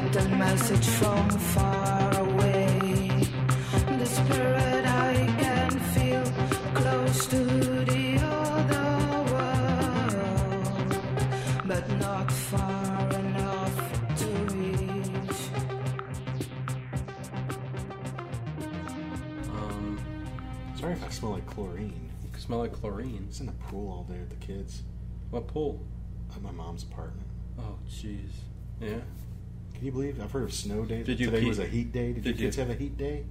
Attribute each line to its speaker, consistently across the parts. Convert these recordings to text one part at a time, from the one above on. Speaker 1: message from far away. The spirit I can feel close to the other world, but not far enough to reach.
Speaker 2: Um,
Speaker 3: Sorry if I smell like chlorine.
Speaker 2: you smell like chlorine.
Speaker 3: It's in the pool all day with the kids
Speaker 2: What pool?
Speaker 3: at my mom's apartment.
Speaker 2: Oh, jeez. Yeah.
Speaker 3: Can you believe? I've heard of snow days.
Speaker 2: Did you
Speaker 3: Today
Speaker 2: keep-
Speaker 3: was a heat day. Did,
Speaker 2: did
Speaker 3: your kids
Speaker 2: you-
Speaker 3: have a heat day?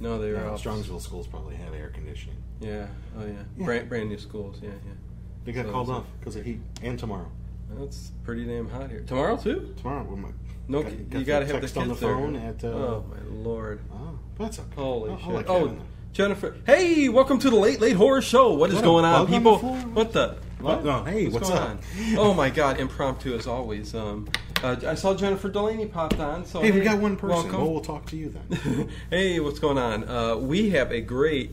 Speaker 2: No, they were
Speaker 3: No,
Speaker 2: off.
Speaker 3: Strongsville schools probably have air conditioning.
Speaker 2: Yeah. Oh, yeah.
Speaker 3: Yeah.
Speaker 2: Brand, brand new schools. Yeah, yeah.
Speaker 3: They got
Speaker 2: So
Speaker 3: called
Speaker 2: it's a-
Speaker 3: off because of heat. And tomorrow,
Speaker 2: That's pretty damn hot here. Tomorrow too?
Speaker 3: tomorrow when my
Speaker 2: No,
Speaker 3: got-
Speaker 2: ki-
Speaker 3: got
Speaker 2: you gotta have the
Speaker 3: text
Speaker 2: kids
Speaker 3: on the
Speaker 2: there.
Speaker 3: phone at. Uh,
Speaker 2: oh my lord!
Speaker 3: oh, that's okay.
Speaker 2: Holy
Speaker 3: I'll- I'll
Speaker 2: shit!
Speaker 3: let
Speaker 2: oh,
Speaker 3: Kevin know.
Speaker 2: Jennifer. Hey, welcome to the late late horror show. What is
Speaker 3: What a
Speaker 2: going on,
Speaker 3: bug on the
Speaker 2: people?
Speaker 3: floor?
Speaker 2: what the?
Speaker 3: What? No, hey, what's
Speaker 2: going
Speaker 3: up?
Speaker 2: on? oh my god! Impromptu as always. Um, uh, I saw Jennifer Delaney popped on. So
Speaker 3: Hey, we got one person. Oh,
Speaker 2: welcome.
Speaker 3: Well, we'll talk to you then.
Speaker 2: hey, what's going on? Uh, we have a great,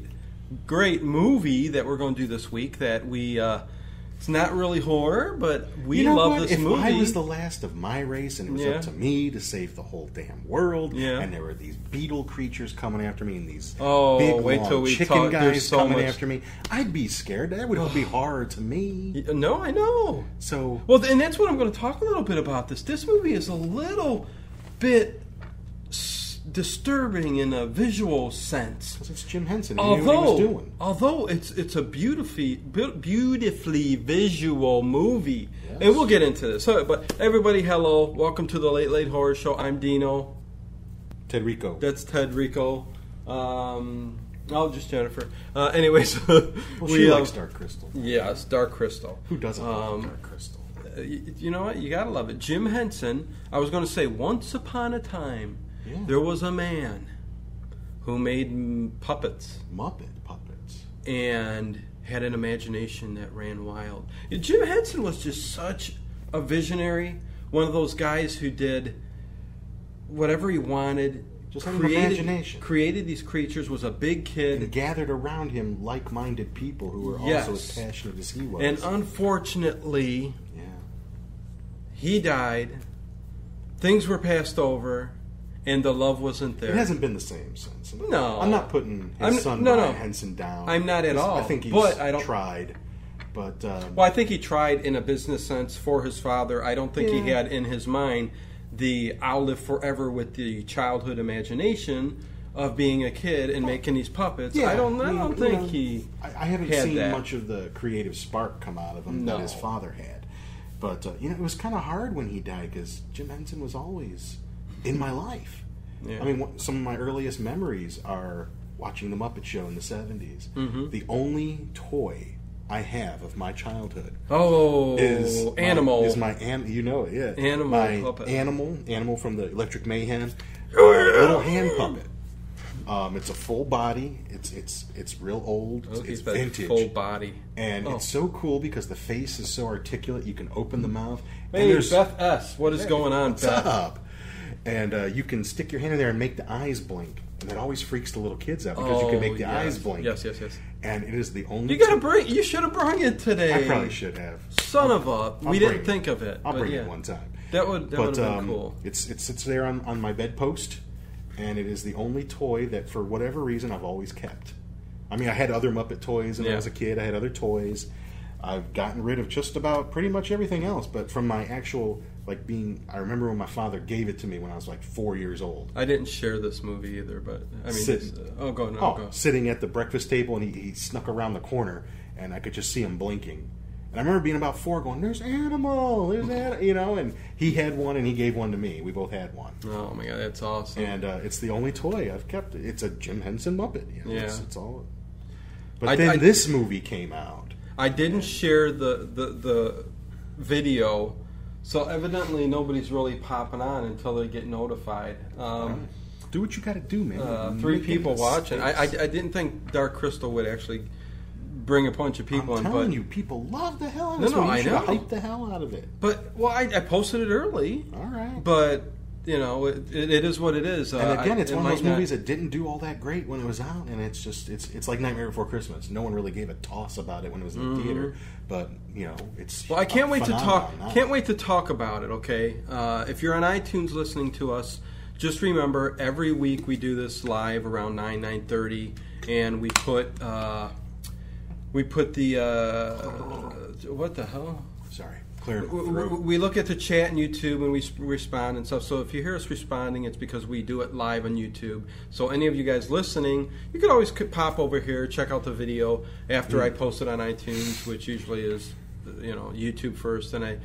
Speaker 2: great movie that we're going to do this week. That we uh, it's not really horror, but we
Speaker 3: You know
Speaker 2: love
Speaker 3: what?
Speaker 2: this
Speaker 3: if
Speaker 2: movie.
Speaker 3: I was the last of my race and it was
Speaker 2: Yeah.
Speaker 3: up to me to save the whole damn world,
Speaker 2: Yeah.
Speaker 3: and there were these beetle creatures coming after me and these
Speaker 2: Oh,
Speaker 3: big
Speaker 2: wait
Speaker 3: long
Speaker 2: till we
Speaker 3: chicken
Speaker 2: talk- there's
Speaker 3: guys
Speaker 2: so
Speaker 3: coming
Speaker 2: much-
Speaker 3: after me, I'd be scared. That would be horror to me.
Speaker 2: uh, no, I know.
Speaker 3: So
Speaker 2: Well, and that's what I'm going to talk a little bit about this. This movie is a little bit s- disturbing in a visual sense.
Speaker 3: 'cause it's Jim Henson. He knew what he was
Speaker 2: Although,
Speaker 3: doing.
Speaker 2: although it's it's a beautifully bu- beautifully visual movie,
Speaker 3: Yes.
Speaker 2: and we'll get into this. So, but everybody, hello, welcome to the Late Late Horror Show. I'm Dino.
Speaker 3: Ted Rico.
Speaker 2: That's Ted Rico. Um, oh, just Jennifer. Uh, anyways,
Speaker 3: well, she
Speaker 2: uh,
Speaker 3: likes Dark Crystal.
Speaker 2: Yes, Dark Crystal.
Speaker 3: Who doesn't
Speaker 2: Um,
Speaker 3: love Dark Crystal?
Speaker 2: Uh, y- you know what? You gotta love it. Jim Henson. I was gonna say, once upon a time,
Speaker 3: Yeah.
Speaker 2: there was a man who made mm, puppets
Speaker 3: Muppet puppets.
Speaker 2: and had an imagination that ran wild. Y- Jim Henson was just such a visionary. One of those guys who did whatever he wanted.
Speaker 3: Just have an imagination.
Speaker 2: Created these creatures. Was a big kid.
Speaker 3: And gathered around him like-minded people who were
Speaker 2: Yes.
Speaker 3: also as passionate as he was.
Speaker 2: and uh, unfortunately,
Speaker 3: yeah,
Speaker 2: he died, things were passed over, and the love wasn't there.
Speaker 3: It hasn't been the same since.
Speaker 2: No.
Speaker 3: I'm not putting his
Speaker 2: I'm-
Speaker 3: son
Speaker 2: no,
Speaker 3: Ryan
Speaker 2: no.
Speaker 3: Henson down.
Speaker 2: I'm not at
Speaker 3: He's-
Speaker 2: all,
Speaker 3: I think he's
Speaker 2: but I don't-
Speaker 3: tried, but um,
Speaker 2: well, I think he tried in a business sense for his father. I don't think he
Speaker 3: Yeah.
Speaker 2: had in his mind the I'll live forever with the childhood imagination of being a kid and making these puppets. I don't I
Speaker 3: mean,
Speaker 2: don't
Speaker 3: you
Speaker 2: think
Speaker 3: know,
Speaker 2: he
Speaker 3: I, I haven't
Speaker 2: had
Speaker 3: seen
Speaker 2: that.
Speaker 3: much of the creative spark come out of him
Speaker 2: No.
Speaker 3: that his father had. But uh, you know, it was kind of hard when he died because Jim Henson was always in my life.
Speaker 2: Yeah.
Speaker 3: I mean, wh- some of my earliest memories are watching the Muppet Show in the '70s.
Speaker 2: Mm-hmm.
Speaker 3: The only toy I have of my childhood
Speaker 2: Oh
Speaker 3: is
Speaker 2: animal.
Speaker 3: my, is my an, you know it yeah
Speaker 2: Animal
Speaker 3: my
Speaker 2: puppet. Oh,
Speaker 3: animal animal from the Electric Mayhem uh, little hand puppet. Um, it's a full body. It's it's it's real old.
Speaker 2: Look,
Speaker 3: it's
Speaker 2: Oh, he's got
Speaker 3: vintage,
Speaker 2: full body.
Speaker 3: and
Speaker 2: Oh.
Speaker 3: it's so cool because the face is so articulate. You can open the mouth.
Speaker 2: Hey
Speaker 3: and there's
Speaker 2: Beth S, what is going on,
Speaker 3: what's
Speaker 2: Beth?
Speaker 3: up? And uh, you can stick your hand in there and make the eyes blink, and that always freaks the little kids out because you
Speaker 2: Oh,
Speaker 3: can make the
Speaker 2: yes.
Speaker 3: eyes blink.
Speaker 2: Yes, yes, yes.
Speaker 3: And it is the only.
Speaker 2: You gotta bring you should have brought it today.
Speaker 3: I probably should have.
Speaker 2: Son of a
Speaker 3: I'll
Speaker 2: we
Speaker 3: bring
Speaker 2: didn't
Speaker 3: it.
Speaker 2: think of it.
Speaker 3: I'll
Speaker 2: but
Speaker 3: bring
Speaker 2: yeah.
Speaker 3: it one time.
Speaker 2: That would that would
Speaker 3: but
Speaker 2: have
Speaker 3: um,
Speaker 2: been cool.
Speaker 3: it's it sits there on, on my bedpost, and it is the only toy that, for whatever reason, I've always kept. I mean, I had other Muppet toys when
Speaker 2: Yeah.
Speaker 3: I was a kid. I had other toys. I've gotten rid of just about pretty much everything else, but from my actual like being, I remember when my father gave it to me when I was like four years old.
Speaker 2: I didn't share this movie either, but I mean,
Speaker 3: Sit-
Speaker 2: it's, uh, oh, go no,
Speaker 3: Oh,
Speaker 2: go.
Speaker 3: sitting at the breakfast table, and he, he snuck around the corner, and I could just see him blinking. And I remember being about four, going, "There's animal, there's animal," you know. And he had one, and he gave one to me. We both had one.
Speaker 2: Oh my god, that's awesome.
Speaker 3: and uh, it's the only toy I've kept. It's a Jim Henson Muppet. You know, it's,
Speaker 2: Yeah.
Speaker 3: it's all. But
Speaker 2: I-
Speaker 3: then
Speaker 2: I-
Speaker 3: this movie came out.
Speaker 2: I didn't share the, the the video, so evidently nobody's really popping on until they get notified. Um,
Speaker 3: Do what you got to do, man.
Speaker 2: uh,
Speaker 3: You're
Speaker 2: three
Speaker 3: making
Speaker 2: people watching. I, I I
Speaker 3: mistakes.
Speaker 2: didn't think Dark Crystal would actually bring a bunch of
Speaker 3: I'm
Speaker 2: people in,
Speaker 3: telling
Speaker 2: but
Speaker 3: you, people love the hell out of
Speaker 2: No,
Speaker 3: this
Speaker 2: no,
Speaker 3: movie. You
Speaker 2: I
Speaker 3: should
Speaker 2: know.
Speaker 3: hype the hell out of it.
Speaker 2: but well, I, I posted it early,
Speaker 3: All right.
Speaker 2: but you know, it, it, it is what it is. Uh,
Speaker 3: And again,
Speaker 2: I-
Speaker 3: it's
Speaker 2: it
Speaker 3: one of
Speaker 2: might
Speaker 3: those
Speaker 2: not-
Speaker 3: movies that didn't do all that great when it was out, and it's just it's it's like Nightmare Before Christmas. No one really gave a toss about it when it was in the theater, but you know it's.
Speaker 2: Mm-hmm. Well, I can't
Speaker 3: a
Speaker 2: wait to
Speaker 3: phenomenon
Speaker 2: talk.
Speaker 3: now.
Speaker 2: Can't wait to talk about it. Okay, uh, if you're on iTunes listening to us, just remember every week we do this live around nine nine thirty, and we put uh, we put the uh, what the hell.
Speaker 3: Sorry, clear my
Speaker 2: We- we-
Speaker 3: throat.
Speaker 2: We look at the chat and YouTube and we s- respond and stuff. So if you hear us responding, it's because we do it live on YouTube. So any of you guys listening, you could always c- pop over here, check out the video after I post it on iTunes, which usually is, you know, YouTube first. Then I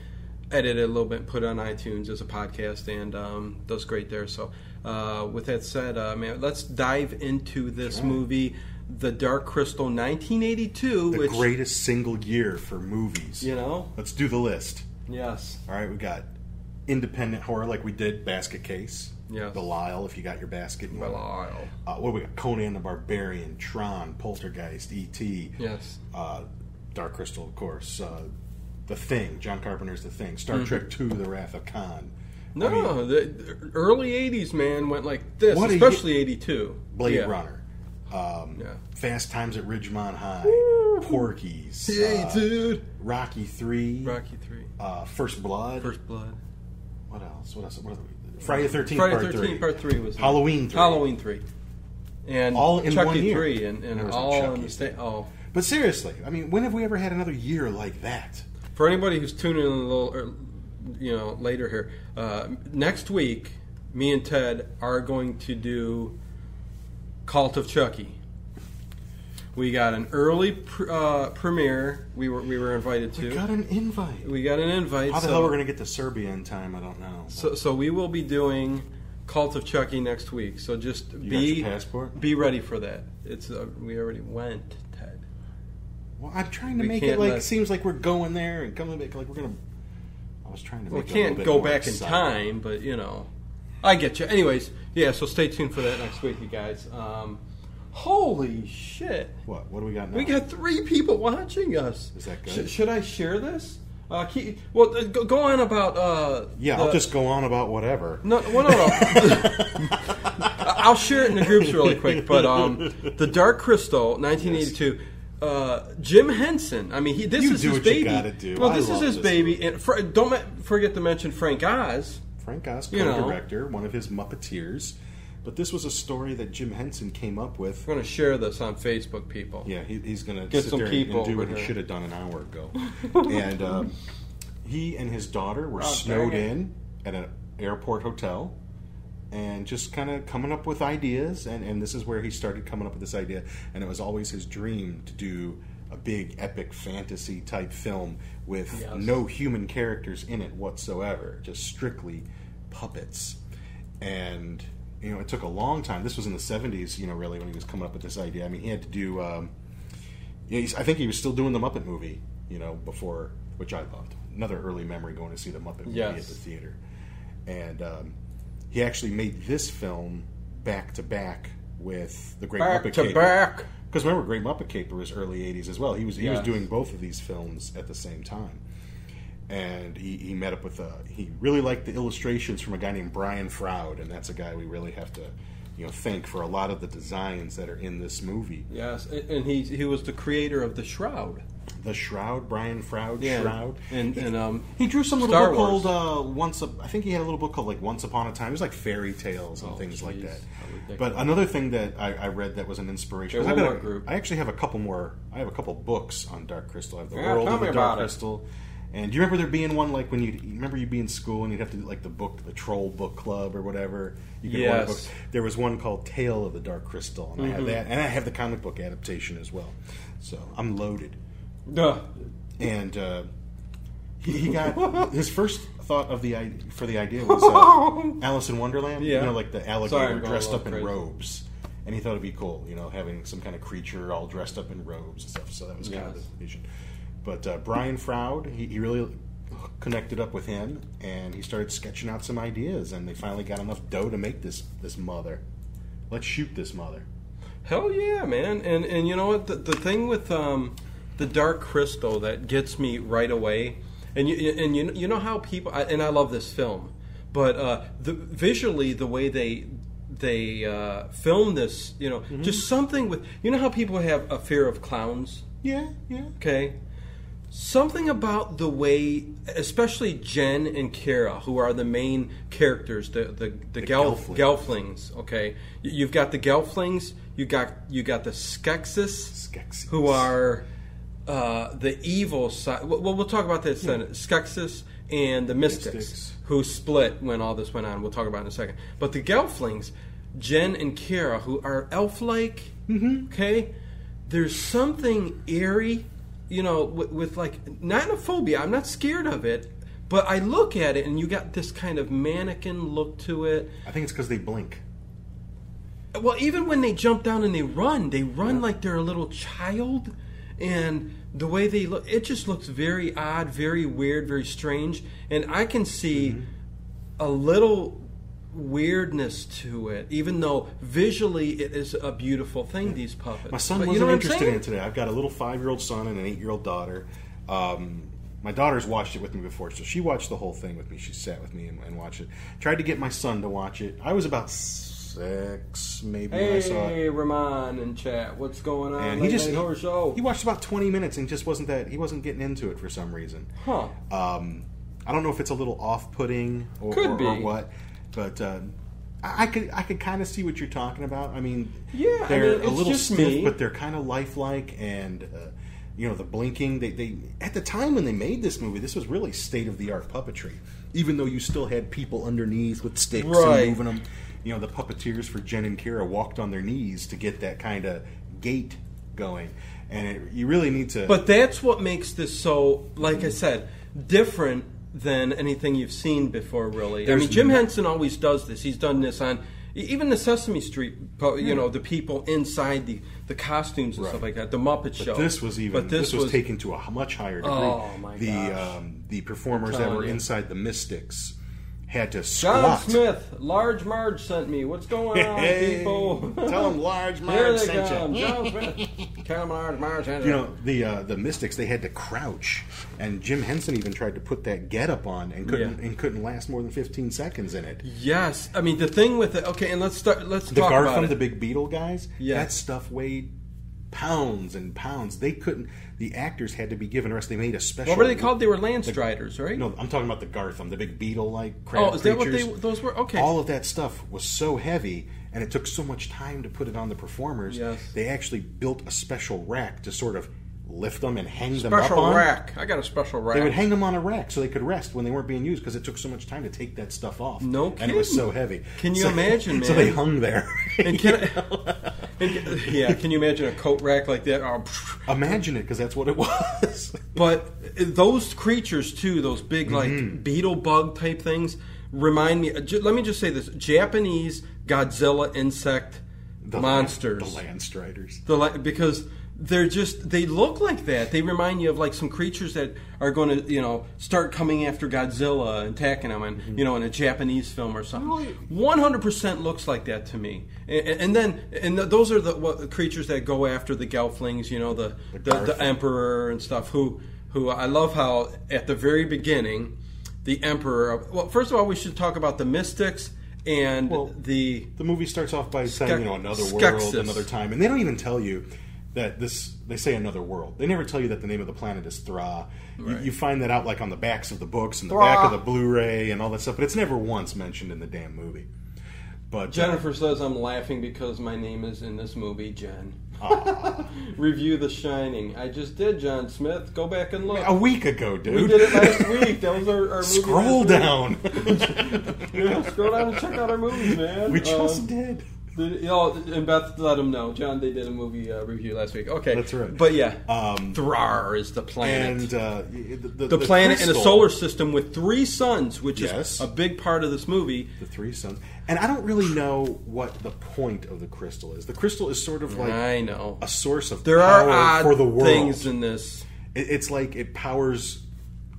Speaker 2: edit it a little bit, and put it on iTunes as a podcast, and um, does great there. So uh, with that said, uh, man, let's dive into this movie, The Dark Crystal, 1982,
Speaker 3: the
Speaker 2: which
Speaker 3: greatest single year for movies.
Speaker 2: you know,
Speaker 3: Let's do the list.
Speaker 2: yes.
Speaker 3: All right, we got independent horror like we did Basket Case.
Speaker 2: Yes.
Speaker 3: Belial, if you got your basket. You want-
Speaker 2: Belial.
Speaker 3: Uh, what do we got? Conan the Barbarian, Tron, Poltergeist, E.T.
Speaker 2: Yes.
Speaker 3: uh, Dark Crystal, of course. Uh, the Thing, John Carpenter's The Thing. Star
Speaker 2: Mm-hmm.
Speaker 3: Trek II, The Wrath of Khan.
Speaker 2: No,
Speaker 3: I mean,
Speaker 2: the, the early '80s man went like this,
Speaker 3: What a
Speaker 2: especially '82.
Speaker 3: Blade
Speaker 2: yeah.
Speaker 3: Runner. Um,
Speaker 2: Yeah.
Speaker 3: Fast Times at Ridgemont High. Porky's.
Speaker 2: Hey,
Speaker 3: uh,
Speaker 2: dude.
Speaker 3: Rocky Three.
Speaker 2: Rocky Three,
Speaker 3: Uh, First Blood.
Speaker 2: First Blood,
Speaker 3: What else? What else? What other Friday the 13th,
Speaker 2: Friday
Speaker 3: Part
Speaker 2: 13,
Speaker 3: 3.
Speaker 2: Part Three was
Speaker 3: Halloween 3.
Speaker 2: Halloween Three, and
Speaker 3: All in
Speaker 2: Chucky
Speaker 3: one year.
Speaker 2: Three, and,
Speaker 3: There
Speaker 2: and
Speaker 3: was no
Speaker 2: all in the
Speaker 3: Chucky's
Speaker 2: state.
Speaker 3: there.
Speaker 2: Oh,
Speaker 3: But seriously, I mean, when have we ever had another year like that?
Speaker 2: for anybody who's tuning in a little, er, you know, later here, uh, next week, me and Ted are going to do Cult of Chucky. We got an early pr- uh, premiere. We were we were invited to.
Speaker 3: We got an invite.
Speaker 2: We got an invite.
Speaker 3: How the
Speaker 2: so,
Speaker 3: hell we're gonna get to Serbia in time? I don't know.
Speaker 2: so, so we will be doing Cult of Chucky next week. So just
Speaker 3: you got
Speaker 2: be
Speaker 3: your passport?
Speaker 2: be ready for that. It's uh, we already went, Ted.
Speaker 3: Well, I'm trying to
Speaker 2: We
Speaker 3: make it
Speaker 2: can't
Speaker 3: like
Speaker 2: let-
Speaker 3: seems like we're going there and coming back. Like we're gonna. I was trying to.
Speaker 2: We
Speaker 3: Make it a little
Speaker 2: can't
Speaker 3: bit
Speaker 2: go
Speaker 3: more
Speaker 2: back in
Speaker 3: exciting.
Speaker 2: time, but you know, I get you. Anyways, yeah. So stay tuned for that next week, you guys. Um, holy shit,
Speaker 3: What? What do we got now?
Speaker 2: we got three people watching us.
Speaker 3: Is that good?
Speaker 2: Should- should I share this? Uh, keep, well, uh, go, go on about. Uh,
Speaker 3: Yeah,
Speaker 2: the-
Speaker 3: I'll just go on about whatever.
Speaker 2: No, well, no, no. I'll share it in the groups really quick. But um, the Dark Crystal, 1982. Uh, Jim Henson. I mean, he, this
Speaker 3: You
Speaker 2: is
Speaker 3: do
Speaker 2: his
Speaker 3: what you
Speaker 2: baby.
Speaker 3: gotta do.
Speaker 2: Well,
Speaker 3: I
Speaker 2: this is
Speaker 3: love
Speaker 2: his
Speaker 3: this
Speaker 2: baby. And for, don't ma- forget to mention Frank Oz.
Speaker 3: Frank Oz,
Speaker 2: You know.
Speaker 3: co-director, one of his Muppeteers, but this was a story that Jim Henson came up with.
Speaker 2: I'm going to share this on Facebook, people.
Speaker 3: Yeah, he, he's going to
Speaker 2: Get
Speaker 3: sit
Speaker 2: some
Speaker 3: there and- and
Speaker 2: people
Speaker 3: do
Speaker 2: over
Speaker 3: what he
Speaker 2: here.
Speaker 3: should have done an hour ago. and um, he and his daughter were snowed
Speaker 2: dang Oh, it.
Speaker 3: in at an airport hotel and just kind of coming up with ideas. And, and this is where he started coming up with this idea. And it was always his dream to do a big epic fantasy type film with
Speaker 2: Yes.
Speaker 3: no human characters in it whatsoever, just strictly puppets. And you know, it took a long time. This was in the '70s, you know, really when he was coming up with this idea. I mean, he had to do. Um, yeah, he's, I think he was still doing the Muppet movie, you know, before, which I loved. Another early memory going to see the Muppet movie
Speaker 2: Yes.
Speaker 3: at the theater. And um, he actually made this film back to back with the Great
Speaker 2: Back
Speaker 3: Muppet
Speaker 2: to back.
Speaker 3: Because remember, Great Muppet Caper was early '80s as well. He was he
Speaker 2: Yes.
Speaker 3: was doing both of these films at the same time. And he, he met up with a, he really liked the illustrations from a guy named Brian Froud, and that's a guy we really have to, you know, thank for a lot of the designs that are in this movie.
Speaker 2: Yes, and and he he was the creator of the Shroud.
Speaker 3: The Shroud, Brian Froud, Shroud.
Speaker 2: And, and um,
Speaker 3: He drew some little
Speaker 2: Star
Speaker 3: book
Speaker 2: Wars.
Speaker 3: called uh, Once. Up- I think he had a little book called like Once Upon a Time. It was like fairy tales and
Speaker 2: Oh,
Speaker 3: things like
Speaker 2: jeez.
Speaker 3: that.
Speaker 2: How ridiculous.
Speaker 3: But another thing that I, I read that was an inspiration.
Speaker 2: Okay,
Speaker 3: 'cause
Speaker 2: one
Speaker 3: I, got
Speaker 2: more
Speaker 3: a-
Speaker 2: group.
Speaker 3: I actually have a couple more. I have a couple books on Dark Crystal. I have the
Speaker 2: Yeah,
Speaker 3: World
Speaker 2: tell
Speaker 3: of the
Speaker 2: me
Speaker 3: Dark
Speaker 2: about it.
Speaker 3: Crystal. And do you remember there being one like when you remember you'd be in school and you'd have to do like the book, the Troll Book Club or whatever. You could order
Speaker 2: Yes. Mm-hmm.
Speaker 3: books. There was one called Tale of the Dark Crystal, and I have that, and I have the comic book adaptation as well. So I'm loaded
Speaker 2: duh.
Speaker 3: and uh, he, he got his first thought of the i- for the idea was uh, Alice in Wonderland.
Speaker 2: Yeah.
Speaker 3: You know, like the
Speaker 2: Sorry,
Speaker 3: alligator
Speaker 2: I'm going a
Speaker 3: dressed
Speaker 2: little
Speaker 3: up in
Speaker 2: crazy.
Speaker 3: robes, and he thought it'd be cool, you know, having some kind of creature all dressed up in robes and stuff. So that was kind of
Speaker 2: Yes.
Speaker 3: the vision. But uh, Brian Froud, he, he really connected up with him, and he started sketching out some ideas, and they finally got enough dough to make this this mother. Let's shoot this mother.
Speaker 2: Hell yeah, man! And and you know what? The, the thing with um, the Dark Crystal that gets me right away, and you and you you know how people I, and I love this film, But uh, the, visually, the way they they uh, film this, you know, just something with you know how people have a fear of clowns.
Speaker 3: Yeah, yeah.
Speaker 2: Okay. Something about the way, especially Jen and Kara, who are the main characters, the the, the, Gelf,
Speaker 3: Gelflings.
Speaker 2: Gelflings. Okay, Y- you've got the Gelflings. You got you got the Skeksis,
Speaker 3: Skeksis.
Speaker 2: who are uh, the evil side. Well, we'll talk about this then. Skeksis and the Mystics,
Speaker 3: Mystics.
Speaker 2: who split when all this went on. We'll talk about it in a second. But the Gelflings, Jen and Kara, who are elf-like. Okay, there's something eerie, you know, with, with like not in a phobia. I'm not scared of it, but I look at it and you got this kind of mannequin look to it.
Speaker 3: I think it's because they blink.
Speaker 2: Well, even when they jump down and they run, they run like they're a little child, and the way they look, it just looks very odd, very weird, very strange. And I can see
Speaker 3: Mm-hmm.
Speaker 2: a little weirdness to it, even though visually it is a beautiful thing. These puppets.
Speaker 3: My son
Speaker 2: But
Speaker 3: wasn't
Speaker 2: you know what I'm
Speaker 3: interested in
Speaker 2: saying?
Speaker 3: it today. I've got a little five-year-old son and an eight-year-old daughter. Um, my daughter's watched it with me before, so she watched the whole thing with me. She sat with me and, and watched it. Tried to get my son to watch it. I was about six, maybe, when I saw it.
Speaker 2: Hey, Ramon and chat, what's going on?
Speaker 3: And he just
Speaker 2: Late
Speaker 3: he,
Speaker 2: Night Horror show.
Speaker 3: he watched about twenty minutes and just wasn't that he wasn't getting into it for some reason.
Speaker 2: huh?
Speaker 3: Um, I don't know if it's a little off-putting or,
Speaker 2: Could
Speaker 3: or- or
Speaker 2: be.
Speaker 3: what, but uh, I I could I could kind of see what you're talking about. I mean,
Speaker 2: Yeah, I
Speaker 3: they're
Speaker 2: mean,
Speaker 3: a
Speaker 2: it's
Speaker 3: little
Speaker 2: just
Speaker 3: stiff,
Speaker 2: me.
Speaker 3: but they're kind of lifelike, and uh, you know the blinking. They, they at the time when they made this movie, this was really state-of-the-art puppetry. Even though you still had people underneath with sticks
Speaker 2: Right.
Speaker 3: and moving them, you know the puppeteers for Jen and Kira walked on their knees to get that kind of gait going, and it, you really need to.
Speaker 2: But that's what makes this so, like I said, different than anything you've seen before. Really, I
Speaker 3: There's
Speaker 2: mean, Jim
Speaker 3: no-
Speaker 2: Henson always does this. He's done this on e- even the Sesame Street. po- You know, the people inside the the costumes and stuff
Speaker 3: Right.
Speaker 2: like that. The Muppet Show.
Speaker 3: This was even.
Speaker 2: But
Speaker 3: this, was, taken to a h- much higher degree.
Speaker 2: Oh, my
Speaker 3: the
Speaker 2: gosh.
Speaker 3: Um, the performers that
Speaker 2: telling
Speaker 3: were
Speaker 2: you.
Speaker 3: inside the Mystics had to
Speaker 2: John
Speaker 3: squat.
Speaker 2: Smith, Large Marge sent me. What's going on,
Speaker 3: Hey,
Speaker 2: oh, people?
Speaker 3: tell them large
Speaker 2: Here
Speaker 3: Marge
Speaker 2: they
Speaker 3: sent
Speaker 2: come.
Speaker 3: you.
Speaker 2: John Smith. Tell 'em Large Marge sent
Speaker 3: You know the uh, the Mystics. They had to crouch, and Jim Henson even tried to put that getup on and couldn't
Speaker 2: Yeah.
Speaker 3: and couldn't last more than fifteen seconds in it.
Speaker 2: Yes, I mean the thing with it. Okay, and let's start. Let's
Speaker 3: The
Speaker 2: talk
Speaker 3: guard
Speaker 2: about
Speaker 3: from
Speaker 2: it.
Speaker 3: the Big Beetle guys.
Speaker 2: Yeah.
Speaker 3: that stuff weighed pounds and pounds. They couldn't. The actors had to be given rest. They made a special.
Speaker 2: what were they called? They were Landstriders, right?
Speaker 3: No, I'm talking about the Gartham, the big beetle-like crab
Speaker 2: Oh, is that what
Speaker 3: creatures.
Speaker 2: they? Those were okay.
Speaker 3: All of that stuff was so heavy, and it took so much time to put it on the performers.
Speaker 2: Yes.
Speaker 3: They actually built a special rack to sort of lift them and hang them up
Speaker 2: special
Speaker 3: on.
Speaker 2: rack. I got a special rack.
Speaker 3: They would hang them on a rack so they could rest when they weren't being used because it took so much time to take that stuff off.
Speaker 2: No
Speaker 3: and it was
Speaker 2: kidding.
Speaker 3: so heavy.
Speaker 2: Can you
Speaker 3: So-
Speaker 2: imagine,
Speaker 3: So they
Speaker 2: man?
Speaker 3: hung there.
Speaker 2: and can I, and can- yeah, can you imagine a coat rack like that? Oh, pfft.
Speaker 3: imagine it because that's what it was.
Speaker 2: but those creatures too, those big like
Speaker 3: Mm-hmm.
Speaker 2: beetle bug type things, remind me. ju- Let me just say this: Japanese Godzilla insect
Speaker 3: The-
Speaker 2: monsters.
Speaker 3: the Landstriders.
Speaker 2: The li- because they're just they look like that. They remind you of like some creatures that are going to you know start coming after Godzilla and attacking him,
Speaker 3: Mm-hmm.
Speaker 2: and you know in a Japanese film or something. One hundred percent looks like that to me. And, and then and th- those are the what, creatures that go after the Gelflings, you know the the, the,
Speaker 3: Garth.
Speaker 2: Emperor and stuff. Who who I love how at the very beginning the Emperor. Well, first of all, we should talk about the Mystics and
Speaker 3: Well,
Speaker 2: the
Speaker 3: the movie starts off by saying, you know, another
Speaker 2: Skeksis.
Speaker 3: world, another time, and they don't even tell you that this. They say another world. They never tell you that the name of the planet is Thra. You, you find that out like on the backs of the books and the back of the Blu-ray and all that stuff, but it's never once mentioned in the damn movie. But uh,
Speaker 2: Jennifer says I'm laughing because my name is in this movie, Jen. Review The Shining. I just did, John Smith. Go back and look.
Speaker 3: uh, a week ago, Oh, dude,
Speaker 2: we did it last week. That was our, our movie.
Speaker 3: Scroll
Speaker 2: last
Speaker 3: down.
Speaker 2: week. Yeah, scroll down and check out our movies, man.
Speaker 3: we just
Speaker 2: Um,
Speaker 3: did.
Speaker 2: did- y'all- and Beth let them know, John. They did a movie uh, review last week. Okay,
Speaker 3: That's right.
Speaker 2: But yeah,
Speaker 3: Um,
Speaker 2: Thrar is the planet.
Speaker 3: And uh, the, the,
Speaker 2: the, planet in a
Speaker 3: crystal-
Speaker 2: solar system with three suns, which
Speaker 3: Yes.
Speaker 2: is a big part of this movie.
Speaker 3: the three suns. And I don't really know what the point of the crystal is. The crystal is sort of like
Speaker 2: I know
Speaker 3: a source of
Speaker 2: there
Speaker 3: power
Speaker 2: are odd
Speaker 3: for the world.
Speaker 2: things in this.
Speaker 3: It- it's like it powers,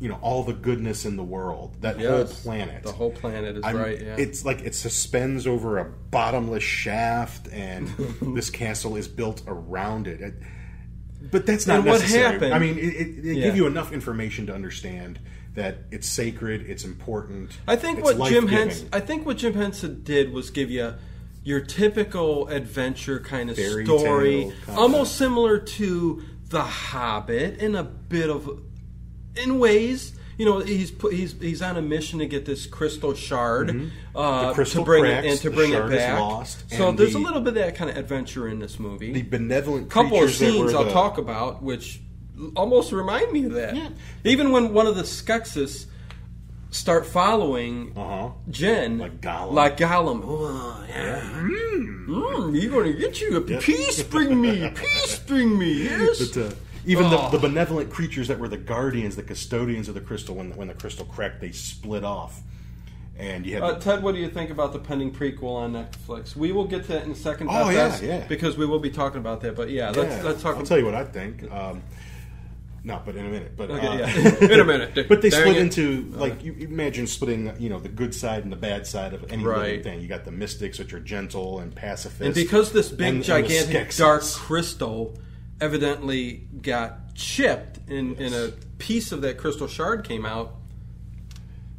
Speaker 3: you know, all the goodness in the world. That whole
Speaker 2: Yes.
Speaker 3: planet.
Speaker 2: The whole planet is
Speaker 3: I'm-
Speaker 2: right. Yeah.
Speaker 3: It's like it suspends over a bottomless shaft, and this castle is built around it. It- but that's not
Speaker 2: And what
Speaker 3: necessary.
Speaker 2: happened-
Speaker 3: I mean, it, it, they
Speaker 2: Yeah.
Speaker 3: give you enough information to understand that it's sacred, it's important.
Speaker 2: I think
Speaker 3: it's
Speaker 2: what Jim
Speaker 3: life-giving.
Speaker 2: Henson, I think what Jim Henson did was give you your typical adventure kind of
Speaker 3: Fairy tale
Speaker 2: story,
Speaker 3: kind
Speaker 2: almost similar to The Hobbit in a bit of, in ways. You know, he's put, he's he's on a mission to get this crystal shard uh,
Speaker 3: Mm-hmm. The crystal
Speaker 2: to bring
Speaker 3: cracks,
Speaker 2: it and to
Speaker 3: the
Speaker 2: bring it
Speaker 3: shard is
Speaker 2: back.
Speaker 3: lost,
Speaker 2: so
Speaker 3: and
Speaker 2: there's
Speaker 3: the-
Speaker 2: a little bit of that kind of adventure in this movie.
Speaker 3: the benevolent
Speaker 2: couple of
Speaker 3: creatures that
Speaker 2: scenes
Speaker 3: were
Speaker 2: I'll
Speaker 3: the-
Speaker 2: talk about, which almost remind me of that. Even when one of the Skeksis start following
Speaker 3: Uh-huh.
Speaker 2: Jen,
Speaker 3: Like Gollum.
Speaker 2: like Gollum. Oh, yeah. Mm, you're going to get you a peace. Bring me, peace. Bring me. Yes.
Speaker 3: But, uh, even
Speaker 2: Oh.
Speaker 3: the, the benevolent creatures that were the guardians, the custodians of the crystal, when when the crystal cracked, they split off, and you had
Speaker 2: Uh, Ted, what do you think about the pending prequel on Netflix? We will get to that in a second.
Speaker 3: Oh, yeah,
Speaker 2: FS,
Speaker 3: yeah.
Speaker 2: Because we will be talking about that. But yeah, let's
Speaker 3: Yeah,
Speaker 2: let's talk.
Speaker 3: I'll tell you what I think. Um, no, but in a minute. But
Speaker 2: Okay,
Speaker 3: uh,
Speaker 2: yeah. In a minute.
Speaker 3: but they
Speaker 2: Dang
Speaker 3: split
Speaker 2: it.
Speaker 3: into like you you imagine splitting, you know, the good side and the bad side of any
Speaker 2: Right.
Speaker 3: living thing. You got the mystics, which are gentle and pacifist,
Speaker 2: And because this big,
Speaker 3: and- and the
Speaker 2: gigantic,
Speaker 3: Skeksis.
Speaker 2: dark crystal evidently got chipped, and, and a piece of that crystal shard came out,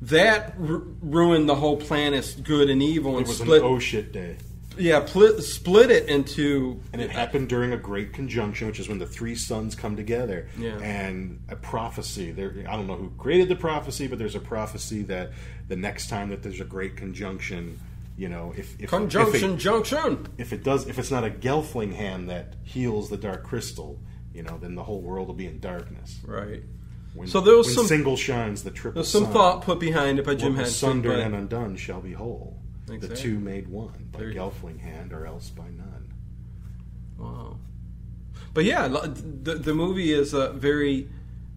Speaker 2: that ru- ruined the whole planet's good and evil, and
Speaker 3: it was
Speaker 2: split.
Speaker 3: an oh shit day.
Speaker 2: yeah, pli- split it into.
Speaker 3: And it happened during a great conjunction, which is when the three suns come together.
Speaker 2: Yeah.
Speaker 3: And a prophecy. There, I don't know who created the prophecy, but there's a prophecy that the next time that there's a great conjunction, you know, if if, if
Speaker 2: Conjunction,
Speaker 3: it-
Speaker 2: junction.
Speaker 3: if it does if it's not a Gelflingham that heals the dark crystal, you know, then the whole world will be in darkness.
Speaker 2: Right.
Speaker 3: When,
Speaker 2: So there was
Speaker 3: when
Speaker 2: some-
Speaker 3: single shines the triple
Speaker 2: There's some
Speaker 3: sun,
Speaker 2: thought put behind it by Jim
Speaker 3: what was
Speaker 2: Henson.
Speaker 3: sundered
Speaker 2: but-
Speaker 3: and undone shall be whole. The
Speaker 2: Exactly.
Speaker 3: two made one by
Speaker 2: There you go.
Speaker 3: Gelflinghand or else by none.
Speaker 2: Wow. But yeah, lo- the, the movie is uh, very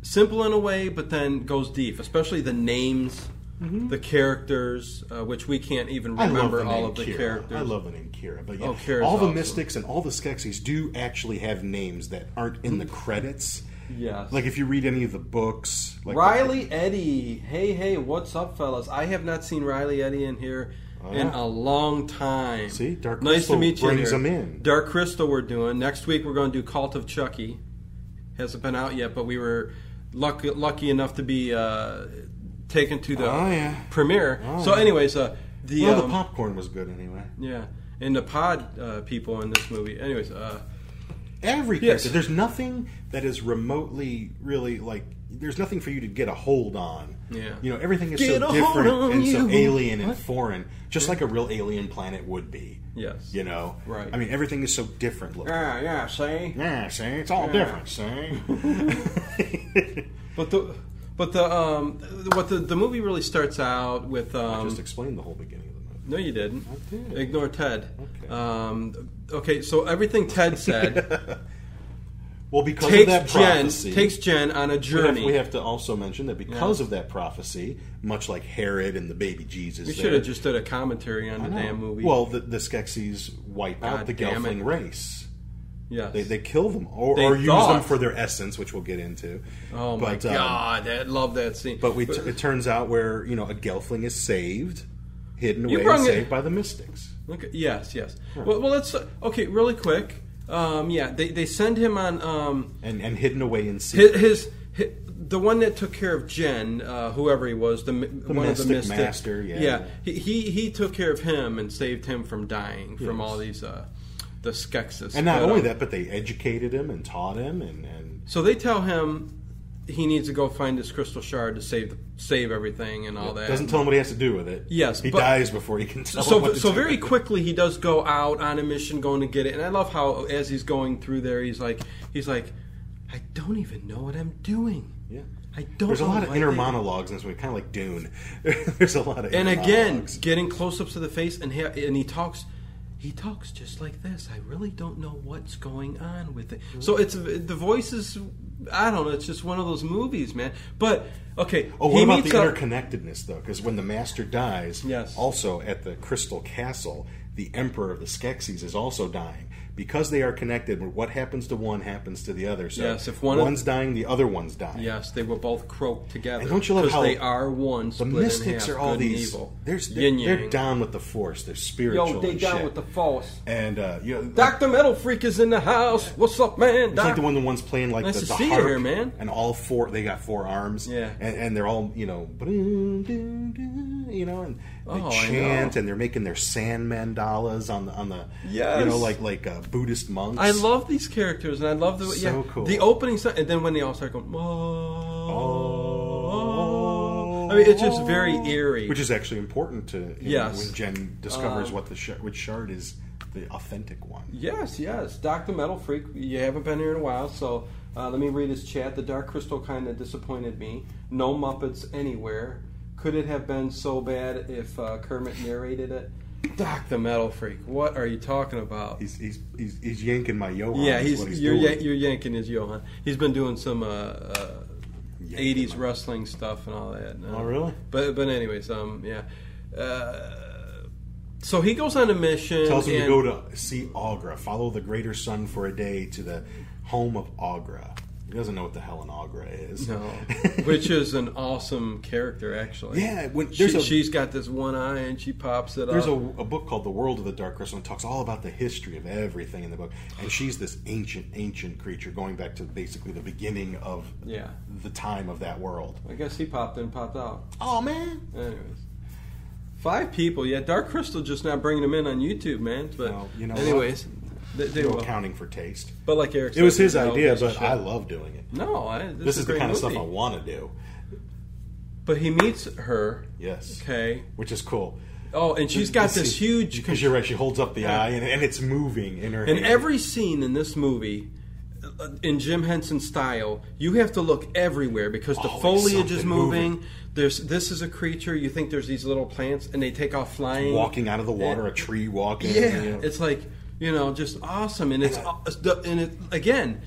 Speaker 2: simple in a way, but then goes deep, especially the names, the characters, uh, which we can't even
Speaker 3: Mm-hmm. I love
Speaker 2: remember
Speaker 3: the name
Speaker 2: all of the
Speaker 3: Kira.
Speaker 2: characters.
Speaker 3: I love the name Kira, but yeah,
Speaker 2: Oh, Kira's
Speaker 3: all the
Speaker 2: awesome.
Speaker 3: mystics and all the Skeksis do actually have names that aren't in the credits.
Speaker 2: Yes.
Speaker 3: Like if you read any of the books, like
Speaker 2: Riley Eddie. Hey, hey, what's up, fellas? I have not seen Riley Eddie in here in
Speaker 3: yeah.
Speaker 2: a long time.
Speaker 3: See, Dark
Speaker 2: nice to
Speaker 3: Crystal
Speaker 2: meet you
Speaker 3: brings
Speaker 2: there.
Speaker 3: them in.
Speaker 2: Dark Crystal, we're doing next week. We're going to do Cult of Chucky. Hasn't been out yet, but we were luck, lucky enough to be uh, taken to the
Speaker 3: Oh, yeah.
Speaker 2: premiere.
Speaker 3: Oh,
Speaker 2: so,
Speaker 3: yeah.
Speaker 2: anyways, uh, the,
Speaker 3: well, the
Speaker 2: um,
Speaker 3: popcorn was good anyway.
Speaker 2: yeah, and the pod uh, people in this movie. Anyways, uh,
Speaker 3: Every
Speaker 2: Yes.
Speaker 3: character. There's nothing that is remotely really like. There's nothing for you to get a hold on.
Speaker 2: Yeah.
Speaker 3: You know, everything is
Speaker 2: Get
Speaker 3: so
Speaker 2: a hold
Speaker 3: different
Speaker 2: on
Speaker 3: and so
Speaker 2: you.
Speaker 3: alien and foreign, just like a real alien planet would be.
Speaker 2: Yes.
Speaker 3: You know.
Speaker 2: Right.
Speaker 3: I mean, everything is so different looking.
Speaker 2: yeah, yeah, see.
Speaker 3: Yeah, see, it's all different, see.
Speaker 2: But the but the um what the the movie really starts out with
Speaker 3: I
Speaker 2: um
Speaker 3: just explained the whole beginning of the movie.
Speaker 2: no you didn't
Speaker 3: I did.
Speaker 2: ignore Ted
Speaker 3: Okay.
Speaker 2: um okay so everything Ted said
Speaker 3: Well, because of that
Speaker 2: takes Jen
Speaker 3: prophecy,
Speaker 2: takes Jen on a
Speaker 3: we, have,
Speaker 2: journey
Speaker 3: we have to also mention that because of that prophecy, much like Herod and the baby Jesus,
Speaker 2: we
Speaker 3: there-
Speaker 2: should have just did a commentary on the
Speaker 3: No.
Speaker 2: damn movie
Speaker 3: Well, the, the Skeksis wipe
Speaker 2: God
Speaker 3: out the
Speaker 2: damn
Speaker 3: Gelfling
Speaker 2: it.
Speaker 3: race.
Speaker 2: yes
Speaker 3: They, they kill them or,
Speaker 2: They
Speaker 3: or use
Speaker 2: thought.
Speaker 3: them for their essence, which we'll get into.
Speaker 2: oh my
Speaker 3: um,
Speaker 2: god I love that scene
Speaker 3: But we, it turns out where you know a Gelfling is saved, hidden
Speaker 2: You
Speaker 3: away,
Speaker 2: brung
Speaker 3: and
Speaker 2: it-
Speaker 3: saved by the Mystics.
Speaker 2: Okay. Yes. Yes. Well, well, let's okay. Really quick. Um, yeah. They, they send him on um,
Speaker 3: and and hidden away in secret.
Speaker 2: his, his, hi the one that took care of Jen, uh, whoever he was, the, mi- one of the
Speaker 3: mystic
Speaker 2: mystic
Speaker 3: master, yeah.
Speaker 2: he, he he took care of him and saved him from dying from all these uh, the Skeksis.
Speaker 3: and not
Speaker 2: But,
Speaker 3: only
Speaker 2: um,
Speaker 3: that, but they educated him and taught him, and, and
Speaker 2: So they tell him he needs to go find this crystal shard to save the, save everything and all that.
Speaker 3: doesn't tell him what he has to do with it.
Speaker 2: Yes,
Speaker 3: he
Speaker 2: but-
Speaker 3: dies before he can tell. him
Speaker 2: so
Speaker 3: what to
Speaker 2: so
Speaker 3: do with
Speaker 2: very
Speaker 3: it.
Speaker 2: quickly he does go out on a mission going to get it and i love how as he's going through there he's like he's like i don't even know what i'm doing
Speaker 3: Yeah.
Speaker 2: i don't
Speaker 3: There's a
Speaker 2: know
Speaker 3: lot of
Speaker 2: why
Speaker 3: inner
Speaker 2: they-
Speaker 3: monologues in this movie, kind of like Dune. There's a lot of
Speaker 2: and
Speaker 3: inner
Speaker 2: again
Speaker 3: monologues.
Speaker 2: getting close-ups to the face and he, and he talks he talks just like this i really don't know what's going on with it so it's the voice is i don't know it's just one of those movies man but okay
Speaker 3: Oh, what about the
Speaker 2: up-
Speaker 3: interconnectedness though? Because when the master dies,
Speaker 2: Yes.
Speaker 3: also at the Crystal Castle, the Emperor of the Skeksis is also dying. because they are connected. But what happens to one happens to the other. So
Speaker 2: Yes, if one of-
Speaker 3: one's dying, the other one's dying.
Speaker 2: Yes, they were both croaked together.
Speaker 3: And don't you love
Speaker 2: Because
Speaker 3: how
Speaker 2: they are one?
Speaker 3: The
Speaker 2: Split
Speaker 3: mystics
Speaker 2: in half,
Speaker 3: are all
Speaker 2: good
Speaker 3: these.
Speaker 2: And evil.
Speaker 3: They're, they're,
Speaker 2: Yin
Speaker 3: they're
Speaker 2: yang.
Speaker 3: down with the force. They're spiritual.
Speaker 2: Yo, they
Speaker 3: and
Speaker 2: down
Speaker 3: shit.
Speaker 2: with the false.
Speaker 3: And uh, you know, like-
Speaker 2: Doctor Metal Freak is in the house. What's up, man?
Speaker 3: It's like
Speaker 2: Doc?
Speaker 3: the one the one's playing like
Speaker 2: Nice
Speaker 3: the,
Speaker 2: to
Speaker 3: the
Speaker 2: see you
Speaker 3: harp,
Speaker 2: here, man.
Speaker 3: and all four they got four arms,
Speaker 2: Yeah.
Speaker 3: and, and they're all you know, "Ba-dum, dum, dum," you know, and they
Speaker 2: Oh, I
Speaker 3: chant
Speaker 2: know.
Speaker 3: and they're making their sand mandalas on the on the you
Speaker 2: Yes.
Speaker 3: know like like uh, Buddhist monks.
Speaker 2: I love these characters, and I love the
Speaker 3: So
Speaker 2: yeah,
Speaker 3: cool.
Speaker 2: the opening song, and then when they all start going,
Speaker 3: Oh.
Speaker 2: oh, I mean, it's just very eerie.
Speaker 3: which is actually important to you
Speaker 2: Yes. Uh,
Speaker 3: know, when Jen discovers what the sh- which shard is the authentic one.
Speaker 2: Yes, yes. Dr. Metal Freak, you haven't been here in a while, so uh, let me read his chat. The Dark Crystal kind of disappointed me. No Muppets anywhere. Could it have been so bad if uh, Kermit narrated it? Dr. Metal Freak, what are you talking about?
Speaker 3: He's, he's he's he's yanking my Johan.
Speaker 2: yeah,
Speaker 3: is
Speaker 2: he's,
Speaker 3: what he's
Speaker 2: you're,
Speaker 3: doing.
Speaker 2: yan- you're yanking his Johan. He's been doing some uh, uh,
Speaker 3: Yanking
Speaker 2: 80s
Speaker 3: my-
Speaker 2: wrestling stuff and all that.
Speaker 3: Oh, really?
Speaker 2: But, but anyways, um, yeah. Uh, so he goes on a mission.
Speaker 3: tells him to
Speaker 2: and-
Speaker 3: go to see Agra, follow the greater sun for a day to the home of Agra. He doesn't know what the hell an Agra is.
Speaker 2: No, which is an awesome character, actually.
Speaker 3: Yeah, when-
Speaker 2: she,
Speaker 3: there's a-
Speaker 2: she's got this one eye and she pops it
Speaker 3: There's a,
Speaker 2: up.
Speaker 3: a book called The World of the Dark Crystal and talks all about the history of everything in the book. And she's this ancient, ancient creature going back to basically the beginning of
Speaker 2: yeah,
Speaker 3: the time of that world.
Speaker 2: I guess he popped in, popped out.
Speaker 3: Oh, man.
Speaker 2: Anyways, five people. Yeah, Dark Crystal just not bringing them in on YouTube, man. But
Speaker 3: Well, you know what?
Speaker 2: anyways, they, they
Speaker 3: No
Speaker 2: will.
Speaker 3: accounting for taste.
Speaker 2: But like Eric,
Speaker 3: It was
Speaker 2: said,
Speaker 3: his
Speaker 2: no,
Speaker 3: idea,
Speaker 2: it's a
Speaker 3: but
Speaker 2: shit.
Speaker 3: I love doing it.
Speaker 2: no. I, this,
Speaker 3: This
Speaker 2: is
Speaker 3: is the
Speaker 2: a
Speaker 3: kind of
Speaker 2: great
Speaker 3: stuff I
Speaker 2: movie.
Speaker 3: want to do.
Speaker 2: But he meets her.
Speaker 3: Yes.
Speaker 2: Okay.
Speaker 3: Which is cool.
Speaker 2: Oh, and she's got this huge
Speaker 3: Because you're right, she holds up the eye and, and it's moving in her
Speaker 2: In
Speaker 3: hand.
Speaker 2: every scene in this movie, uh, in Jim Henson style, you have to look everywhere because the
Speaker 3: Always
Speaker 2: foliage is
Speaker 3: something
Speaker 2: moving.
Speaker 3: moving.
Speaker 2: There's this is a creature. You think there's these little plants, and they take off flying,
Speaker 3: walking out of the water, a tree walking.
Speaker 2: Yeah,
Speaker 3: you know.
Speaker 2: it's like you know, just awesome, and it's aw- it's the- and it again,